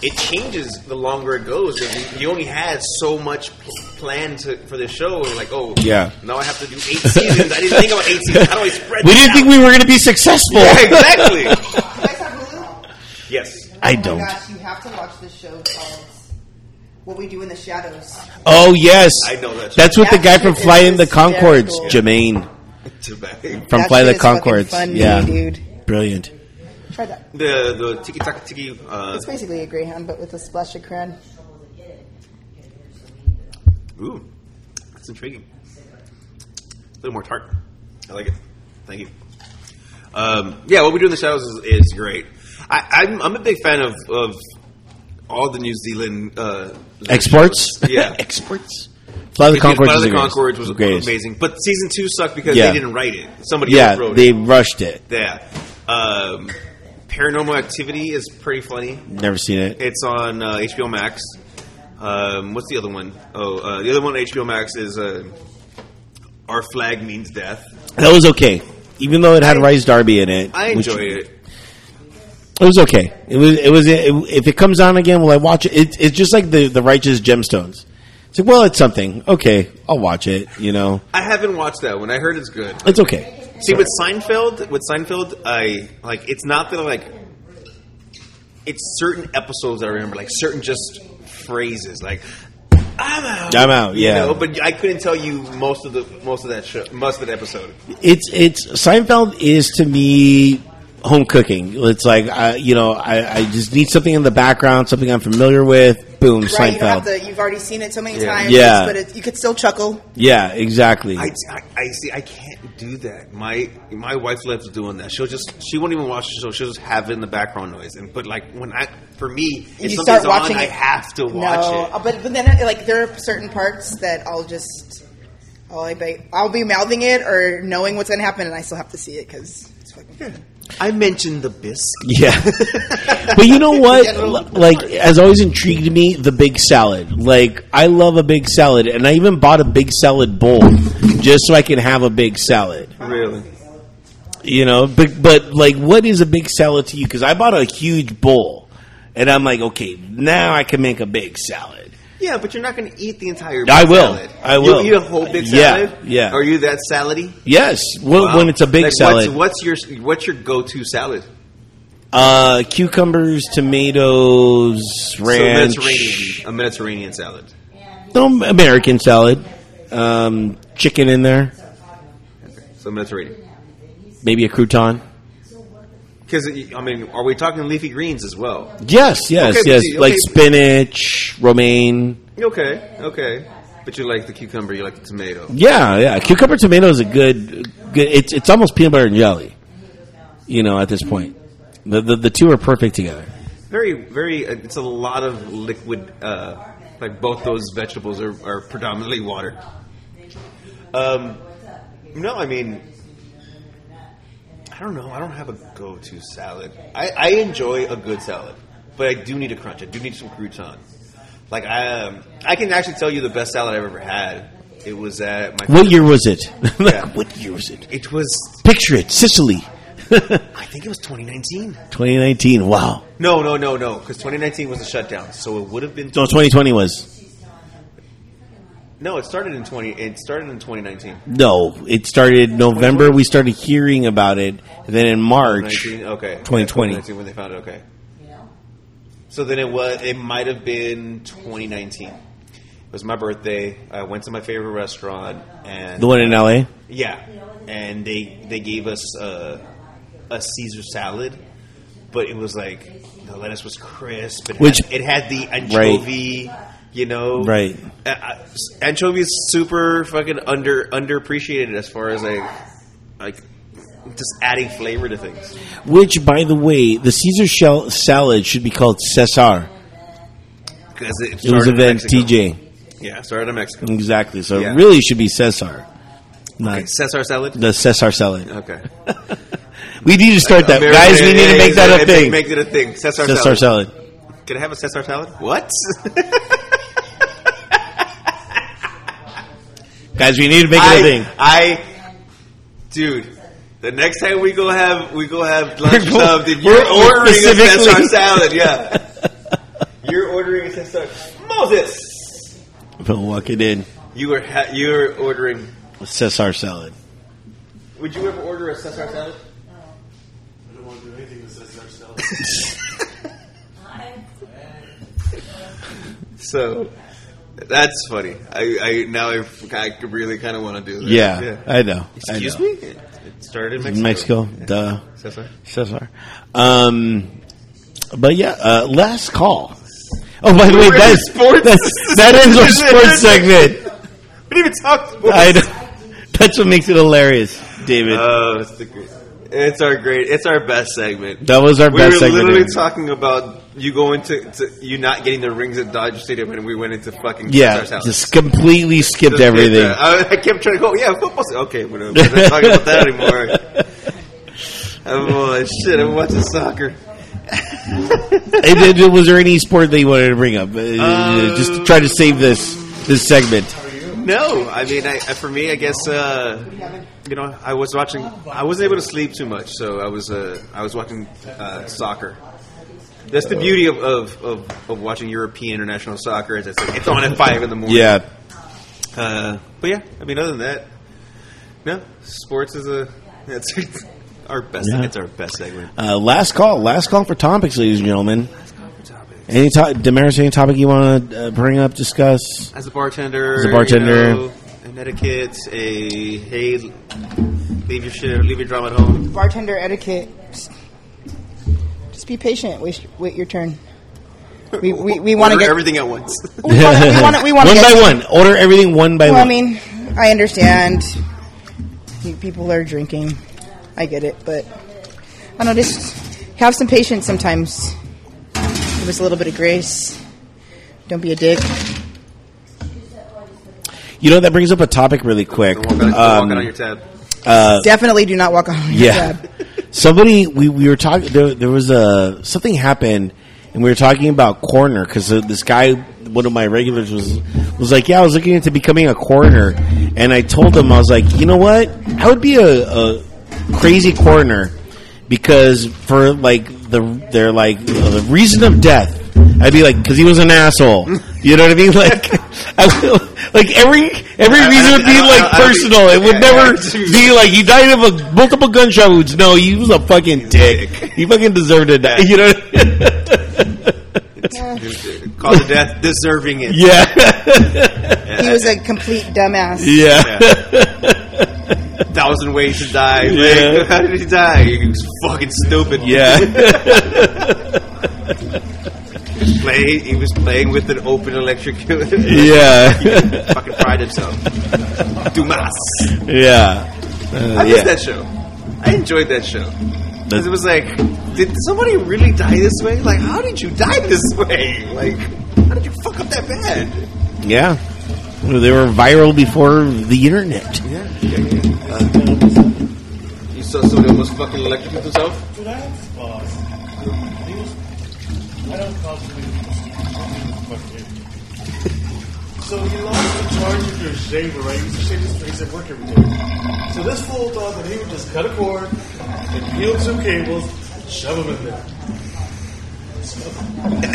S1: It changes the longer it goes. And You only had so much pl- planned to, for the show. It was like, oh,
S3: Yeah.
S1: Now I have to do eight seasons. I didn't think about eight seasons. How do I spread?
S3: we
S1: this
S3: didn't
S1: out?
S3: think we were going to be successful.
S1: exactly.
S4: You guys have Hulu?
S1: yes.
S3: I
S4: Oh
S3: don't.
S4: my gosh, you have to watch this show called "What We Do in the Shadows."
S3: Oh yes,
S1: I know that
S3: That's what the
S4: That
S3: guy
S4: shit
S3: from
S4: is
S3: Flying the Concords,
S4: hysterical.
S3: Jermaine
S1: Tobacco.
S3: from
S4: That
S3: Fly
S4: shit
S3: the
S4: is fucking
S3: Concords.
S4: funny,
S3: yeah,
S4: dude.
S3: brilliant.
S4: Try that.
S1: The the tiki taka tiki. Uh,
S4: It's basically a greyhound, but with a splash of crayon.
S1: ooh, that's intriguing. A little more tart. I like it. Thank you. Um, yeah, what we do in the shadows is, is great. I, I'm I'm a big fan of of all the New Zealand uh,
S3: Exports.
S1: Yeah.
S3: exports. Fly the
S1: Because Flight
S3: Concords. is
S1: of
S3: the
S1: the Concords was
S3: greatest.
S1: amazing, but season two sucked because
S3: Yeah.
S1: they didn't write it. Somebody
S3: Yeah,
S1: else wrote
S3: they
S1: it.
S3: rushed it.
S1: Yeah. Um, Paranormal Activity is pretty funny.
S3: Never seen it.
S1: It's on uh, HBO Max. Um, what's the other one? Oh, uh, the other one on HBO Max is uh, Our Flag Means Death.
S3: That was okay, even though it had Rice Darby in it.
S1: I
S3: which-
S1: enjoy it.
S3: It was okay. It was. It was. It, if it comes on again, will I watch it? it it's just like the the Righteous Gemstones. It's like, well, it's something. Okay, I'll watch it. You know,
S1: I haven't watched that one. I heard it's good.
S3: it's okay.
S1: See with Seinfeld, with Seinfeld, I like it's not that like it's certain episodes that I remember, like certain just phrases, like I'm out.
S3: I'm out, yeah.
S1: You know, but I couldn't tell you most of the most of that show, most of that episode.
S3: It's it's Seinfeld is to me home cooking. It's like I, you know, I, I just need something in the background, something I'm familiar with. Boom,
S4: Right, you don't
S3: Seinfeld.
S4: have to, you've already seen it so many
S1: Yeah.
S4: times,
S3: Yeah.
S4: but it, you could still chuckle.
S3: yeah, exactly.
S1: I, I, I see. I can't do that. My my wife loves doing that. She'll just she won't even watch the show. She'll just have it in the background noise. And but like when I for me, if
S4: You
S1: something's
S4: start watching
S1: on, I
S4: it.
S1: have to watch
S4: no,
S1: it.
S4: uh, but but then like there are certain parts that I'll just I'll be, I'll be mouthing it or knowing what's going to happen, and I still have to see it because it's fucking.
S1: I mentioned the bisque.
S3: Yeah. but you know what?
S1: Yeah, no.
S3: L- Like, has always intrigued me the big salad. Like, I love a big salad, and I even bought a big salad bowl just so I can have a big salad.
S1: Really?
S3: You know, but but like, what is a big salad to you? Because I bought a huge bowl, and I'm like, okay, now I can make a big salad.
S1: Yeah, but you're not going to eat the entire.
S3: I
S1: big
S3: will.
S1: Salad.
S3: I will.
S1: You'll eat a whole big
S3: Yeah,
S1: salad.
S3: yeah.
S1: Are you that salady?
S3: Yes, when,
S1: Wow.
S3: when it's a big
S1: Like,
S3: salad,
S1: What's, what's your what's your go-to salad?
S3: uh, cucumbers, tomatoes, ranch,
S1: So Mediterranean, a Mediterranean salad.
S3: some American salad, um, chicken in there,
S1: So Mediterranean.
S3: maybe a crouton.
S1: Because I mean, are we talking leafy greens as well?
S3: Yes, yes,
S1: Okay, but
S3: yes.
S1: see, okay.
S3: Like spinach, romaine.
S1: Okay, okay. But you like the cucumber, you like the tomato.
S3: Yeah, yeah. Cucumber tomato is a good, good. It's it's almost peanut butter and jelly. You know, at this point, the the, the two are perfect together.
S1: Very, very. uh, It's a lot of liquid. Uh, like both those vegetables are, are predominantly water. Um, no, I mean, I don't know. I don't have a go-to salad. I, I enjoy a good salad, but I do need a crunch. I do need some crouton. Like I, um, I can actually tell you the best salad I've ever had. It was at my.
S3: What year was it? like,
S1: Yeah.
S3: What year was it?
S1: It was.
S3: Picture it, Sicily,
S1: I think it was 2019.
S3: 2019. Wow.
S1: No, no, no, no. Because 2019 was a shutdown, so it would have been.
S3: So 2020 was
S1: No, it started in 20. It started in 2019.
S3: no. It started November. We started hearing about it. And then in March,
S1: 19, okay. Yeah,
S3: 2020.
S1: 2019 when they found it. Okay. So then it was. It might have been 2019. It was my birthday. I went to my favorite restaurant, and
S3: the one in LA.
S1: yeah, and they they gave us uh, a Caesar salad, but it was like the lettuce was crisp. It
S3: Which-
S1: had, it had the anchovy, you know,
S3: Right.
S1: Uh, uh, anchovy is super fucking under underappreciated as far as like like just adding flavor to things.
S3: Which, by the way, the Caesar shell salad should be called Cesar.
S1: Because it,
S3: It was
S1: started in
S3: event
S1: Mexico.
S3: TJ.
S1: Yeah, started in Mexico.
S3: Exactly. So
S1: Yeah.
S3: it really should be Cesar, not
S1: Okay, Cesar salad.
S3: the Cesar salad.
S1: Okay,
S3: We need to start that,
S1: American-
S3: guys. We need
S1: yeah,
S3: to make
S1: yeah,
S3: that a
S1: yeah,
S3: thing.
S1: Make it a thing. Cesar,
S3: Cesar
S1: salad.
S3: salad.
S1: Can I have a Cesar salad? What?
S3: Guys, we need to make it
S1: I,
S3: a thing.
S1: I, dude, the next time we go have we go have lunch
S3: We're
S1: or
S3: go-
S1: something,
S3: we're
S1: you're ordering a Cesar
S3: specifically-
S1: salad. Yeah, you're ordering a Cesar. Moses,
S3: We'll walk it in.
S1: you were ha- you're ordering.
S3: Cesar salad.
S1: Would you ever order a Cesar salad?
S2: I don't want to do anything that says ourselves.
S1: So. That's funny. I, I now I, I really kind of want to do that.
S3: Yeah, I know. I
S1: Excuse
S3: know.
S1: me? It it started in
S3: In
S1: Mexico.
S3: Mexico, duh.
S1: Cesar?
S3: Cesar. Um, but yeah, uh, last call. Oh, by the way,
S1: We're in
S3: that's,
S1: sports.
S3: that's that is our sports segment.
S1: We didn't even talk sports.
S3: I know. That's what makes it hilarious, David.
S1: Oh, it's the great. It's our great. It's our best segment.
S3: that was our
S1: we
S3: best
S1: were
S3: segment.
S1: literally
S3: ever.
S1: talking about you going to, to you not getting the rings at Dodger Stadium, and we went into fucking
S3: yeah,
S1: Cesar's house.
S3: just completely skipped
S1: Just get
S3: everything.
S1: that. I, I kept trying to go. Yeah, football. se- Okay, we're not, we're not talking about that anymore. I'm like, shit. I'm watching soccer.
S3: And then, uh, was there any sport that you wanted to bring up? Uh, just to try to save this this segment.
S1: No, I mean, I, I- for me, I guess uh, you know, I was watching. I wasn't able to sleep too much, so I was uh, I was watching uh, soccer, That's the beauty of, of, of, of watching European international soccer. Is it's, like, it's on at five in the morning.
S3: Yeah,
S1: Uh, but yeah, I mean, other than that, no. Sports is a that's our best.
S3: Yeah.
S1: It's our best segment.
S3: Uh, last call. Last call for topics, ladies and gentlemen. Any to- Damaris, any topic you want to uh, bring up, discuss?
S1: As a bartender,
S3: As a bartender.
S1: you know, an etiquette, a hey, leave your shit, leave your drama at home.
S4: Bartender etiquette. Just, just be patient. Wait, wait your turn. We, we, we want to
S1: Order
S4: get
S1: everything at once.
S4: We want to. We want to. We
S3: one
S4: want to
S3: by
S4: get,
S3: one. Order everything one by
S4: Well, I
S3: one.
S4: mean, I understand. You- People are drinking. I get it, but I don't know. Just have some patience sometimes. Give us a little bit of grace. Don't be a dick.
S3: you know, that brings up a topic really quick.
S1: Don't walk out, don't walk out on
S3: Um,
S1: your tab. Uh,
S4: Definitely do not walk on your
S3: yeah.
S4: job.
S3: Somebody, we, we were talking, there, there was a, something happened, and we were talking about coroner, because this guy, one of my regulars, was, was like, yeah, I was looking into becoming a coroner. And I told him, I was like, you know what? I would be a, a crazy coroner. because for like the they're like the reason of death i'd be like because he was an asshole you know what i mean like I, will- like every every
S1: I-
S3: reason
S1: I
S3: would be
S1: don't- I
S3: like
S1: don't- I don't-
S3: personal it would
S1: yeah,
S3: never
S1: yeah.
S3: be like he died of a multiple gunshot wounds no he was a fucking dick he fucking deserved to die you know
S1: Cause of death, deserving it.
S3: yeah
S4: He was a complete dumbass.
S3: yeah
S1: Thousand ways to die. Like,
S3: Yeah.
S1: how did he die? He was fucking stupid.
S3: yeah
S1: Play, he was playing with an open electric.
S3: yeah
S1: fucking fried himself. Dumas.
S3: yeah
S1: I
S3: Uh,
S1: missed
S3: yeah
S1: that show. I enjoyed that show. Because it
S3: That's-
S1: was like, did somebody really die this way? Like, how did you die this way? Like, how did you fuck up that bad?
S3: yeah they were viral before the internet
S1: Yeah. yeah, yeah. you saw somebody almost fucking electrocute himself?
S2: That's boss. He was- I don't possibly So he lost the charge of your shaver, right? He used to shave his face at work every day. So this fool thought that he would just cut a cord and peel two cables, shove them in there.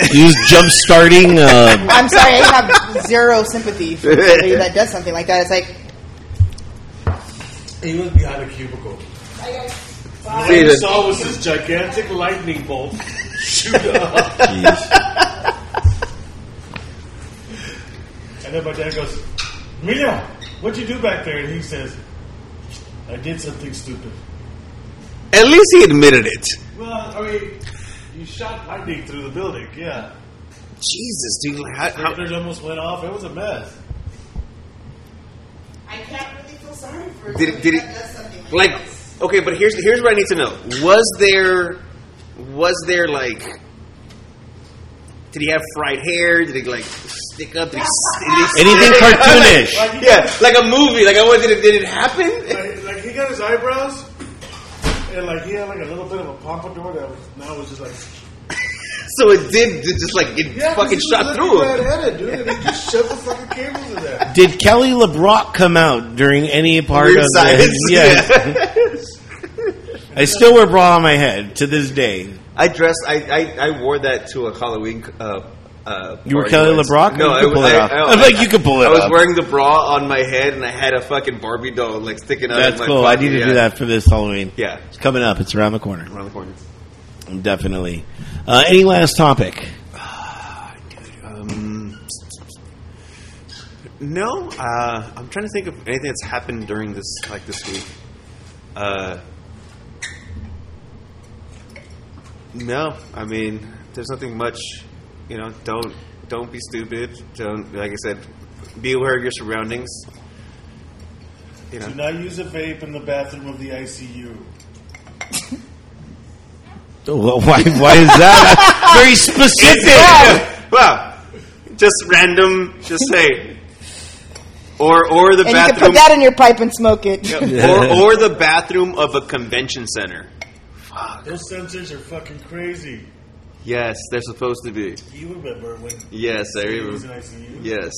S3: he was jump starting uh
S4: I'm sorry, I have zero sympathy for somebody that does something like that. It's like
S2: He was behind a cubicle. All
S1: See,
S2: he
S1: the-
S2: saw was this gigantic lightning bolt shoot up. And then my dad goes, Milo, what'd you do back there? And he says, I did something stupid.
S1: At least he admitted it.
S2: Well, I mean, you shot lightning through the building, yeah.
S1: Jesus, dude. Like, how, how,
S2: Sprinklers almost went off. It was a mess.
S4: I can't really feel sorry for
S1: Did it- did it- somebody that does like okay but here's here's what i need to know was there was there like did he have fried hair did he like stick up did he, did he
S3: Anything
S1: stick-
S3: cartoonish.
S1: Like- yeah like a movie like i wanted it did it happen
S2: Like, like, he got his eyebrows, and like he had like a little bit of a pompadour that was now was just like
S1: so it did it just like it
S2: yeah, 'cause
S1: fucking
S2: he
S1: shot
S2: was
S1: through
S2: looking
S1: him
S2: right at it, dude. And he just shoved the fucking cables in there.
S3: Did Kelly LeBrock come out during any part
S1: Weird
S3: of
S1: science.
S3: the? Yes. I still wear bra on my head to this day.
S1: i dressed i i, I wore that to a halloween uh uh,
S3: You were
S1: party
S3: Kelly
S1: once.
S3: LeBrock.
S1: No,
S3: you
S1: I-
S3: could pull
S1: I,
S3: it off.
S1: I-
S3: I, am like you could pull it
S1: I was
S3: off.
S1: wearing the bra on my head, and I had a fucking Barbie doll like sticking out.
S3: That's
S1: of my
S3: cool. I
S1: pocket,
S3: need to
S1: yeah.
S3: do that for this Halloween.
S1: Yeah,
S3: It's coming up. It's around the corner.
S1: around the corner.
S3: Definitely. Uh, any last topic?
S1: Um, no, uh, I'm trying to think of anything that's happened during this, like this week. Uh, no, I mean, there's nothing much. You know, don't don't be stupid. Don't, like I said, be aware of your surroundings. You know,
S2: Do not use a vape in the bathroom of the ICU.
S3: Oh, well, Why? Why is that very specific?
S1: Yeah. Wow. Just random. Just say. Or or the
S4: And you can
S1: bathroom.
S4: put that in your pipe and smoke it.
S1: or, or the bathroom of a convention center.
S2: Those sensors are fucking crazy.
S1: Yes, they're supposed to be.
S2: You remember when
S1: Yes, I
S2: he was in
S1: remember.
S2: ICU?
S1: Yes.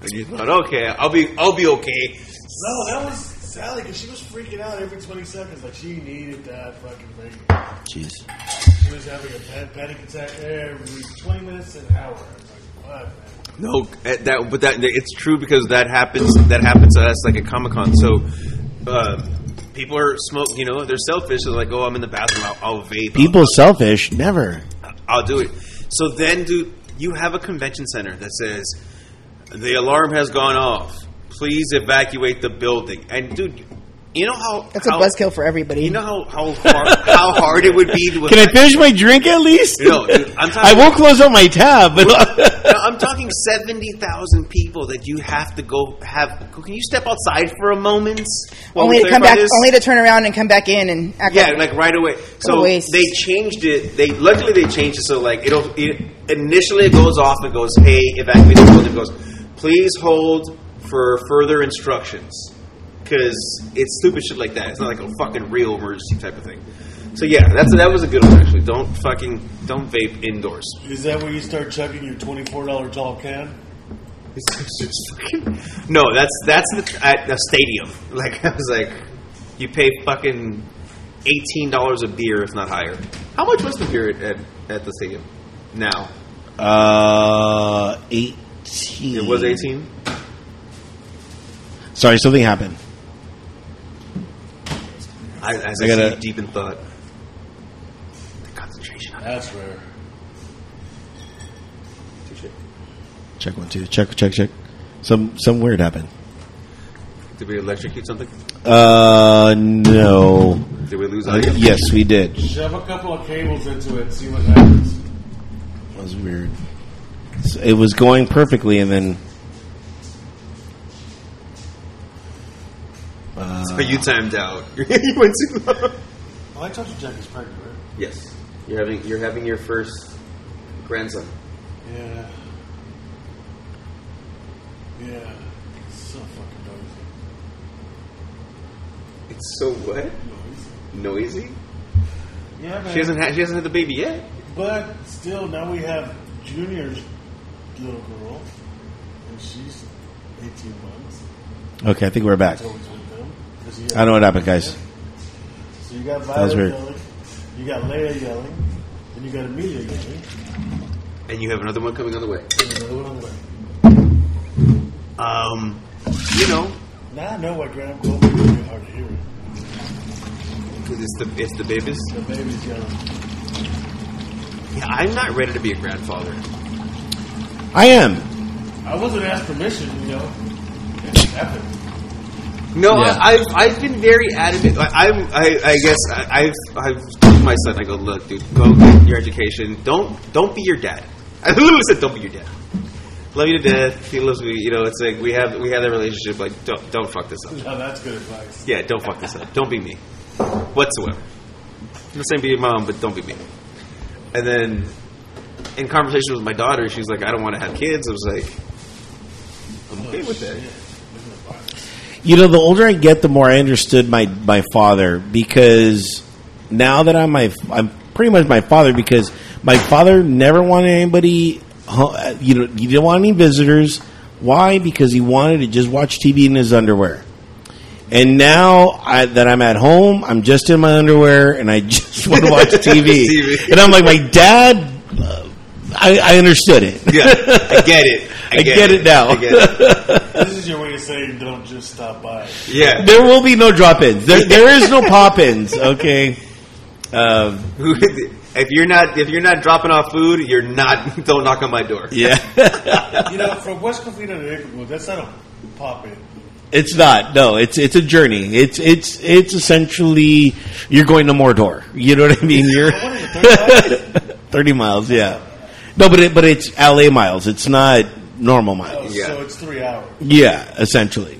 S1: And you thought, okay, I'll be, I'll be okay.
S2: No, that was Sally because she was freaking out every 20 seconds. Like she needed that fucking thing.
S3: Jeez.
S2: She was having a pan- panic attack every 20 minutes an hour. I'm like, what, man?
S1: No, eh, that but that it's true because that happens. That happens to us like at Comic Con. So uh, people are smoke. You know, they're selfish. They're like, oh, I'm in the bathroom. I'll, I'll vape. I'll-
S3: People selfish, never.
S1: I'll do it. So then, do you have a convention center that says the alarm has gone off? Please evacuate the building. And dude, you know how
S4: That's a
S1: how-
S4: buzzkill for everybody.
S1: You know how how hard, how hard it would be to.
S3: Can I finish my drink at least?
S1: No, dude, I'm talking-
S3: I won't close up my tab, but
S1: No, I'm talking seventy thousand people that you have to go have. Can you step outside for a moment? while we
S4: only to come
S1: clarify
S4: back,
S1: this?
S4: only to turn around and come back in and act
S1: Yeah,
S4: like,
S1: like right away.
S4: What a
S1: So
S4: waste.
S1: they changed it. They luckily they changed it so like it'll it, initially it goes off and goes hey evacuate the building It goes please hold for further instructions because it's stupid shit like that. It's not like a fucking real emergency type of thing. So yeah, that's that was a good one actually. Don't fucking don't vape indoors.
S2: Is that where you start chugging your $24 tall can?
S1: no, that's that's the, at the stadium. Like I was like, you pay fucking eighteen dollars a beer, if not higher. How much was the beer at at, at the stadium? Now
S3: uh, eighteen.
S1: it was eighteen.
S3: Sorry, something happened.
S1: I, as
S3: I
S1: I,
S3: gotta-
S1: see deep in thought. The concentration. on
S2: That's rare.
S1: it.
S3: Check one, two. Check, check, check. Some some weird happened.
S1: Did we electrocute something?
S3: Uh, no.
S1: Did we lose
S3: Uh,
S1: audio?
S3: yes, we did.
S2: Shove a couple of cables into it and see what happens.
S3: That was weird. So it was going perfectly, and then
S1: But you timed out. you went too long.
S2: Well, I told you Jack is pregnant, right?
S1: Yes, you're having you're having your first grandson.
S2: Yeah. Yeah. So fucking noisy.
S1: It's so what noisy.
S2: Yeah, man.
S1: She hasn't had she hasn't had the baby yet.
S2: But still, now we have Junior's little girl, and she's 18 months.
S3: okay, I think we're back.
S2: It's always with them. 'cause you got-
S3: I know what happened, guys.
S2: So you got
S3: was
S2: Violet
S3: weird.
S2: yelling, you got Leia yelling, and you got Amelia yelling.
S1: And you have another one coming on the way.
S2: And another one on the way.
S1: Um, you know,
S2: Now I know why Graham Colby is really hard to hear.
S1: because it's the it's the babies.
S2: The baby's yelling.
S1: Yeah, I'm not ready to be a grandfather.
S3: I am.
S2: I wasn't asked permission, you know. It just happened.
S1: No,
S3: Yeah.
S1: I, I've I've been very adamant. Like, I'm I, I guess I, I've I've told my son. I go, look, dude, go get your education. Don't don't be your dad. I literally said, don't be your dad. Love you to death. He loves me. You know, it's like we have we have that relationship. Like, don't don't fuck this up.
S2: Now that's good advice.
S1: Yeah, don't fuck this up. Don't be me. Whatsoever. I'm not saying be your mom, but don't be me. And then in conversation with my daughter, she was like, I don't want to have kids. I was like, I'm okay with that.
S3: Oh, You know, the older I get, the more I understood my my father because now that I'm my I'm pretty much my father because my father never wanted anybody. hu- uh, You know, he didn't want any visitors. Why? Because he wanted to just watch TV in his underwear. And now I, that I'm at home, I'm just in my underwear and I just want to watch TV.
S1: TV.
S3: And I'm like, my dad. uh, I, I understood it.
S1: Yeah, I get it. I get,
S3: get it now.
S1: I get it.
S2: This is your way of saying don't just stop by.
S1: Yeah.
S3: There will be no drop-ins. There, there is no pop-ins. Okay. Um,
S1: if you're not if you're not dropping off food, you're not. Don't knock on my door.
S3: yeah,
S2: You know, from West Covina to Inglewood, that's not a pop in.
S3: it's not. No, it's it's a journey. It's it's it's essentially you're going to Mordor. You know what I mean? You're
S2: What is it, 30
S3: thirty miles. Yeah. No, but it, but it's LA miles. It's not normal miles.
S2: miles?
S1: Yeah.
S2: So it's three hours.
S3: Yeah, essentially.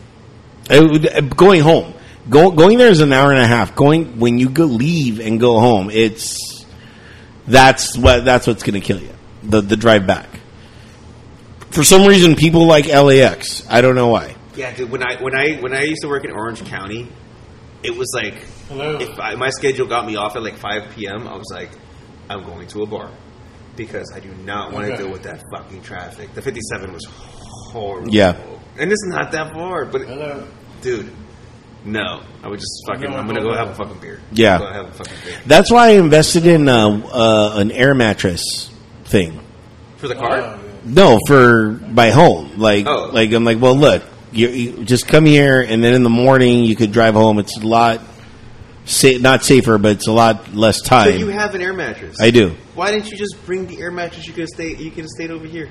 S3: It would- uh, going home, go, going there is an hour and a half. Going when you go leave and go home, it's that's what that's what's going to kill you. The the drive back. For some reason, people like LAX. I don't know why.
S1: Yeah, dude. When I when I when I used to work in Orange County, it was like
S2: Hello.
S1: if I, my schedule got me off at like five p.m., I was like, I'm going to a bar because I do not want to
S2: Okay.
S1: deal with that fucking traffic. The fifty-seven was horrible.
S3: Yeah.
S1: and it's not that far, but
S2: Hello.
S1: dude, No, I would just fucking.
S2: No,
S1: I'm gonna
S2: no,
S1: go
S2: no.
S1: have a fucking beer.
S3: Yeah.
S1: go have a fucking beer
S3: That's why I invested in uh, uh, an air mattress thing.
S1: for the car.
S2: Oh,
S3: No, for my home. Like,
S1: Oh.
S3: like I'm like, well, look, you, you just come here, and then in the morning you could drive home. It's a lot, sa- not safer, but it's a lot less time.
S1: But you have an air mattress.
S3: I do
S1: Why didn't you just bring the air mattress? You could have stayed. You could have stayed over here.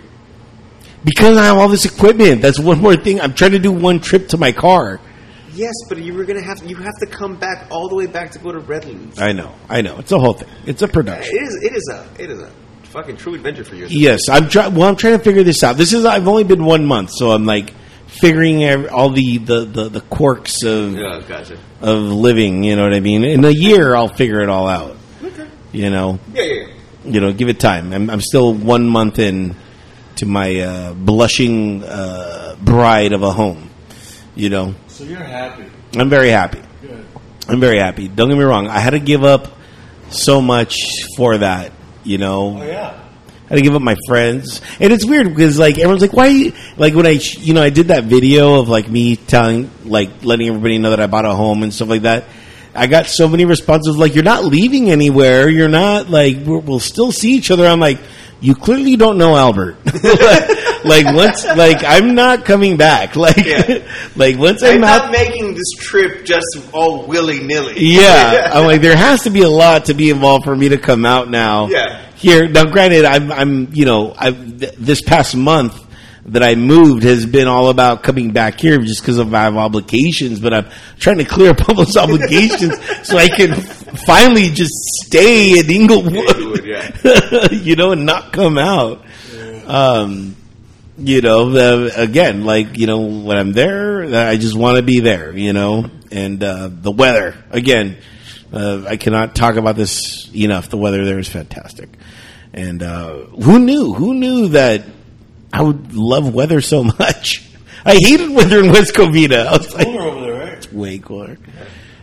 S3: because I have all this equipment. That's one more thing. I'm trying to do one trip to my car.
S1: Yes, but you were gonna have. You have to come back all the way back to go to Redlands.
S3: I know, I know. It's a whole thing. It's a production.
S1: It is. It is a. It is a fucking true adventure for you.
S3: Yes, I'm try- well. I'm trying to figure this out. This is I've only been one month, so I'm like figuring ev- all the the, the, the quirks of
S1: Yeah, gotcha.
S3: of living. You know what I mean? In a year, I'll figure it all out. You know,
S1: Yeah, yeah. yeah.
S3: you know, give it time. I'm, I'm still one month in to my uh, blushing uh, bride of a home. You know,
S2: So you're happy.
S3: I'm very happy.
S2: Good.
S3: I'm very happy. Don't get me wrong. I had to give up so much for that. You know,
S2: Oh yeah.
S3: I had to give up my friends, and it's weird because like everyone's like, "Why?" you-" Like when I, sh- you know, I did that video of like me telling, like letting everybody know that I bought a home and stuff like that. I got so many responses like, "You're not leaving anywhere. You're not like we're, we'll still see each other." I'm like, "You clearly don't know Albert. like once, like I'm not coming back. Like,
S1: Yeah.
S3: like once
S1: I'm
S3: I'm out,
S1: not making this trip just all willy nilly.
S3: yeah, I'm like there has to be a lot to be involved for me to come out now.
S1: Yeah.
S3: Here now, granted, I'm I'm you know I th- this past month that I moved has been all about coming back here just because of my obligations, but I'm trying to clear up all those obligations so I can finally just stay in Inglewood.
S1: Inglewood, yeah.
S3: you know, and not come out. Um, you know, the, again, like you know, when I'm there, I just want to be there. You know, and uh, the weather again. Uh, I cannot talk about this enough. The weather there is fantastic, and uh, who knew? Who knew that I would love weather so much? I hated weather in West Covina. I was like,
S2: Cooler over there, right?
S3: way cooler.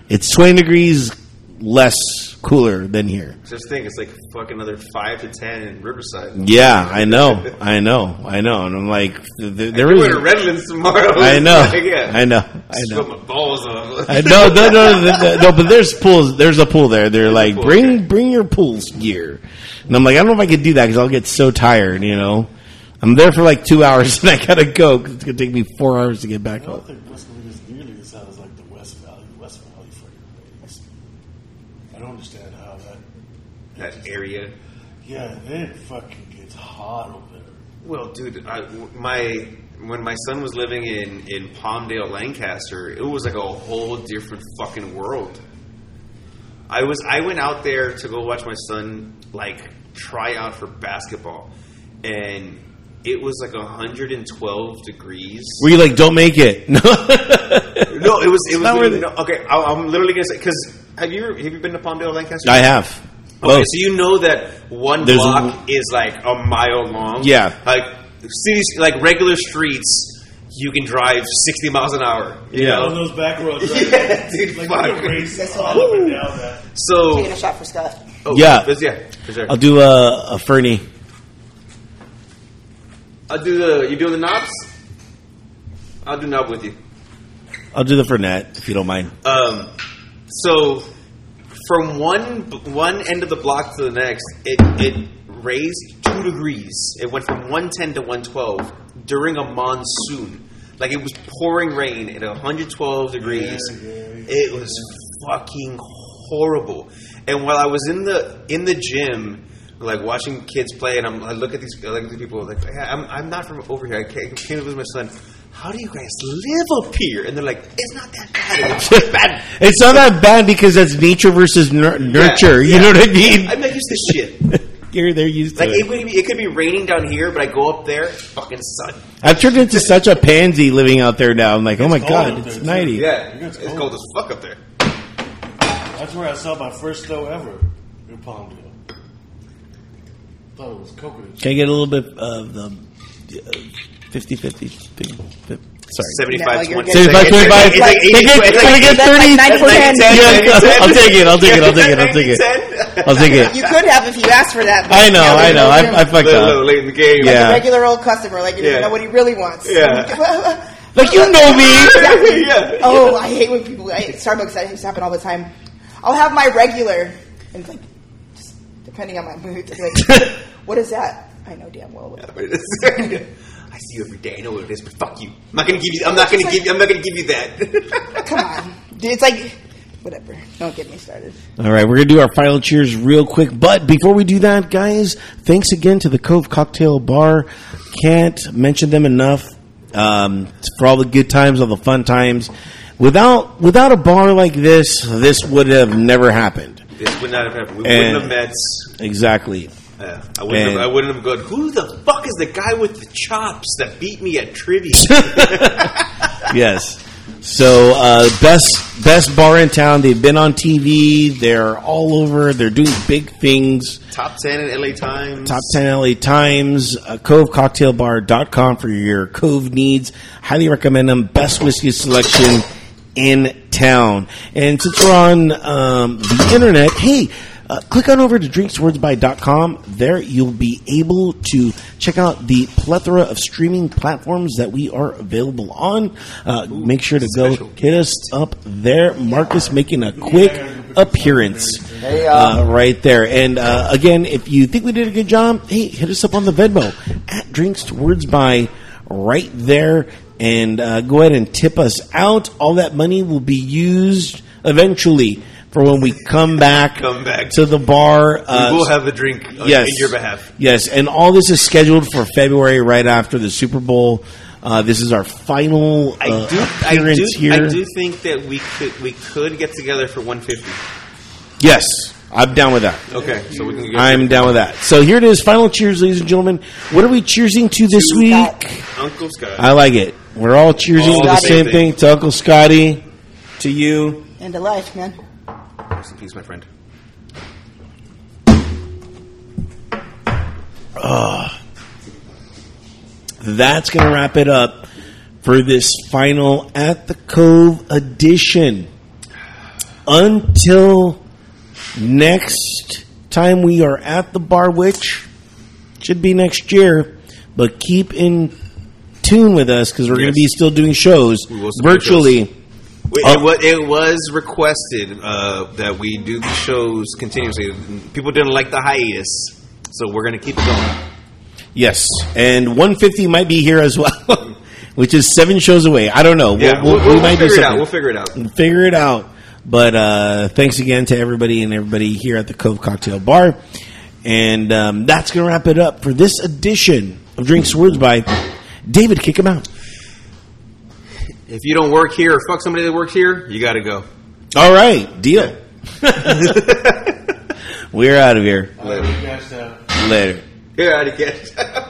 S3: It's 20 degrees less cooler than here.
S1: Just think, it's like fucking another five to ten in Riverside.
S3: Yeah, I know, I know, I know, and I'm like, th- th- there
S1: We're to
S3: is.
S1: Redlands tomorrow.
S3: I know,
S1: Like, yeah.
S3: I know, I
S1: Just
S3: know.
S1: put my balls on.
S3: I know, no, no, no, no, no, but there's pools. There's a pool there. They're like,
S1: pool,
S3: bring,
S1: okay.
S3: bring your pools gear. And I'm like, I don't know if I could do that because I'll get so tired. You know, I'm there for like two hours and I gotta go 'cause it's gonna take me four hours to get back
S2: I don't
S3: home.
S2: think West Covina is nearly as hot as like the West Valley. West Valley fucking place. I don't understand how that.
S1: that area.
S2: Yeah, it fucking gets hot over there.
S1: Well, dude, I, my when my son was living in in Palmdale, Lancaster, it was like a whole different fucking world. I was I went out there to go watch my son like try out for basketball, and it was like 112 degrees.
S3: Were you like, don't make it? No,
S1: No, it was it was
S3: not worth it.
S1: no, okay. I, I'm literally gonna say because have you have you been to Palmdale, Lancaster?
S3: I have.
S1: Okay,
S3: Well,
S1: so you know that one
S3: There's a-
S1: block is like a mile long.
S3: Yeah.
S1: like cities, like regular streets, you can drive sixty miles an hour. You
S3: Yeah.
S2: On
S1: know,
S2: those back roads, right?
S1: yeah, dude,
S2: Like
S1: fuck.
S2: you can race all up and down that.
S1: So,
S4: Taking a shot for Scott.
S1: oh,
S3: Yeah.
S1: that's- yeah, for sure.
S3: I'll do a, a Fernie.
S1: I'll do the. You doing the knobs? I'll do knob with you.
S3: I'll do the Fernet if you don't mind.
S1: Um, so from one one end of the block to the next, it it raised two degrees. It went from one ten to one twelve during a monsoon. Like it was pouring rain at 112 degrees. It was fucking horrible. And while I was in the in the gym, like watching kids play, and I'm, I look at these I look at these people, like "Yeah, I'm, I'm not from over here. I came, came with my son. How do you guys live up here? And they're like, it's not that bad. And it's not bad.
S3: It's not that bad because that's nature versus nur- nurture.
S1: yeah.
S3: You know what I mean?
S1: I'm not used to shit.
S3: You're they're used to
S1: Like it
S3: it.
S1: could be, it could be raining down here, but I go up there, fucking sun.
S3: I've turned into such a pansy living out there now. I'm like, oh my
S2: cold
S3: god,
S2: out
S3: it's
S2: there, too.
S3: ninety.
S1: Yeah,
S2: It's
S1: it's
S2: cold.
S1: cold as fuck up there.
S2: That's where I saw my first snow ever in Palmdale. Thought it was coconut.
S3: Can I get a little bit of the uh, 50-50 thing? Sorry.
S1: 75
S4: No, you're
S1: 20.
S4: good.
S1: It's like-
S3: 75, 25.
S1: it's like- it's like- it's
S3: Can I
S1: like-
S3: get
S4: That's like
S3: 30?
S4: 90%.
S3: Yeah, I'll take it. I'll take it. I'll take it. I'll take it.
S1: 90%.
S3: I'll take
S4: You
S3: it.
S4: could have if you asked for that. but
S3: I know.
S4: now that
S3: I
S4: you
S3: know. I,
S4: him,
S3: I fucked
S1: Little- little
S3: up.
S1: late in the game.
S3: Yeah.
S4: regular old customer, like you
S1: Yeah.
S4: don't know what he really wants.
S1: Yeah.
S3: Like you know me.
S4: Exactly.
S1: Yeah.
S4: Oh, I hate when people. I, Starbucks that used to happen all the time. I'll have my regular, and it's like, just depending on my mood, it's like, what is that? I know damn well. What
S1: Wait a second. I see you every day. I know what it is, but fuck you. I'm not gonna give you. I'm not gonna give you. I'm not gonna give you that.
S4: Come on, Dude, it's like whatever. Don't get me started.
S3: All right, we're gonna do our final cheers real quick, but before we do that, guys, thanks again to the Cove Cocktail Bar. Can't mention them enough um, for all the good times, all the fun times. Without without a bar like this, this would have never happened.
S1: this would not have happened. We
S3: And-
S1: wouldn't have met.
S3: Exactly.
S1: Yeah, I wouldn't.
S3: And-
S1: have, I wouldn't have gone. Who the fuck is the guy with the chops that beat me at trivia?
S3: yes. So uh, best best bar in town. They've been on TV. They're all over. They're doing big things.
S1: Top ten at LA Times.
S3: Top 10 LA Times, uh, covecocktailbar.com for your cove needs. Highly recommend them. Best whiskey selection in town. And since we're on um, the internet, hey, uh, click on over to drinkswordsby.com. There you'll be able to check out the plethora of streaming platforms that we are available on. Uh, make sure to go
S1: special.
S3: hit us up there. Marcus making a quick appearance uh, right there. And uh, again, if you think we did a good job, hey, hit us up on the Venmo at Drinks to Words by right there, and uh, go ahead and tip us out. All that money will be used eventually for when we come back,
S1: Come back.
S3: to the bar. Uh,
S1: we will have a drink on,
S3: yes. Uh,
S1: in your behalf.
S3: Yes, and all this is scheduled for February, right after the Super Bowl. Uh, this is our final
S1: I
S3: uh,
S1: do. I do.
S3: appearance here.
S1: I do think that we could. We could get together for 150.
S3: Yes, I'm down with that.
S1: Okay, so we can. Go
S3: I'm down with that. So here it is. Final cheers, ladies and gentlemen. What are we cheersing to this
S4: Scott.
S3: week?
S1: Uncle Scott.
S3: I like it. We're all cheersing
S1: All
S3: to the
S4: Scotty.
S3: same thing. To Uncle Scotty, to you.
S4: End of life, man.
S1: Rest in peace, my friend.
S3: That's going to wrap it up for this final At the Cove edition. Until next time we are at the bar, which should be next year, but keep in tune with us because we're going
S1: Yes.
S3: to be still doing shows
S1: We will still do
S3: virtually.
S1: Wait,
S3: Uh,
S1: it, was, it was requested uh, that we do the shows continuously. People didn't like the hiatus, so we're going to keep it going.
S3: Yes, and 150 might be here as well, which is seven shows away. I don't know.
S1: Yeah, we'll, we'll,
S3: we
S1: we'll
S3: might do
S1: figure it out.
S3: something.
S1: We'll figure it out.
S3: figure it out. But uh, thanks again to everybody and everybody here at the Cove Cocktail Bar, and um, that's gonna wrap it up for this edition of Drinks Words by David. Kick him out.
S1: If you don't work here or fuck somebody that works here, you got to go.
S3: All right, deal. We're out of here.
S2: I already cashed out.
S3: Later.
S1: You're out of cash.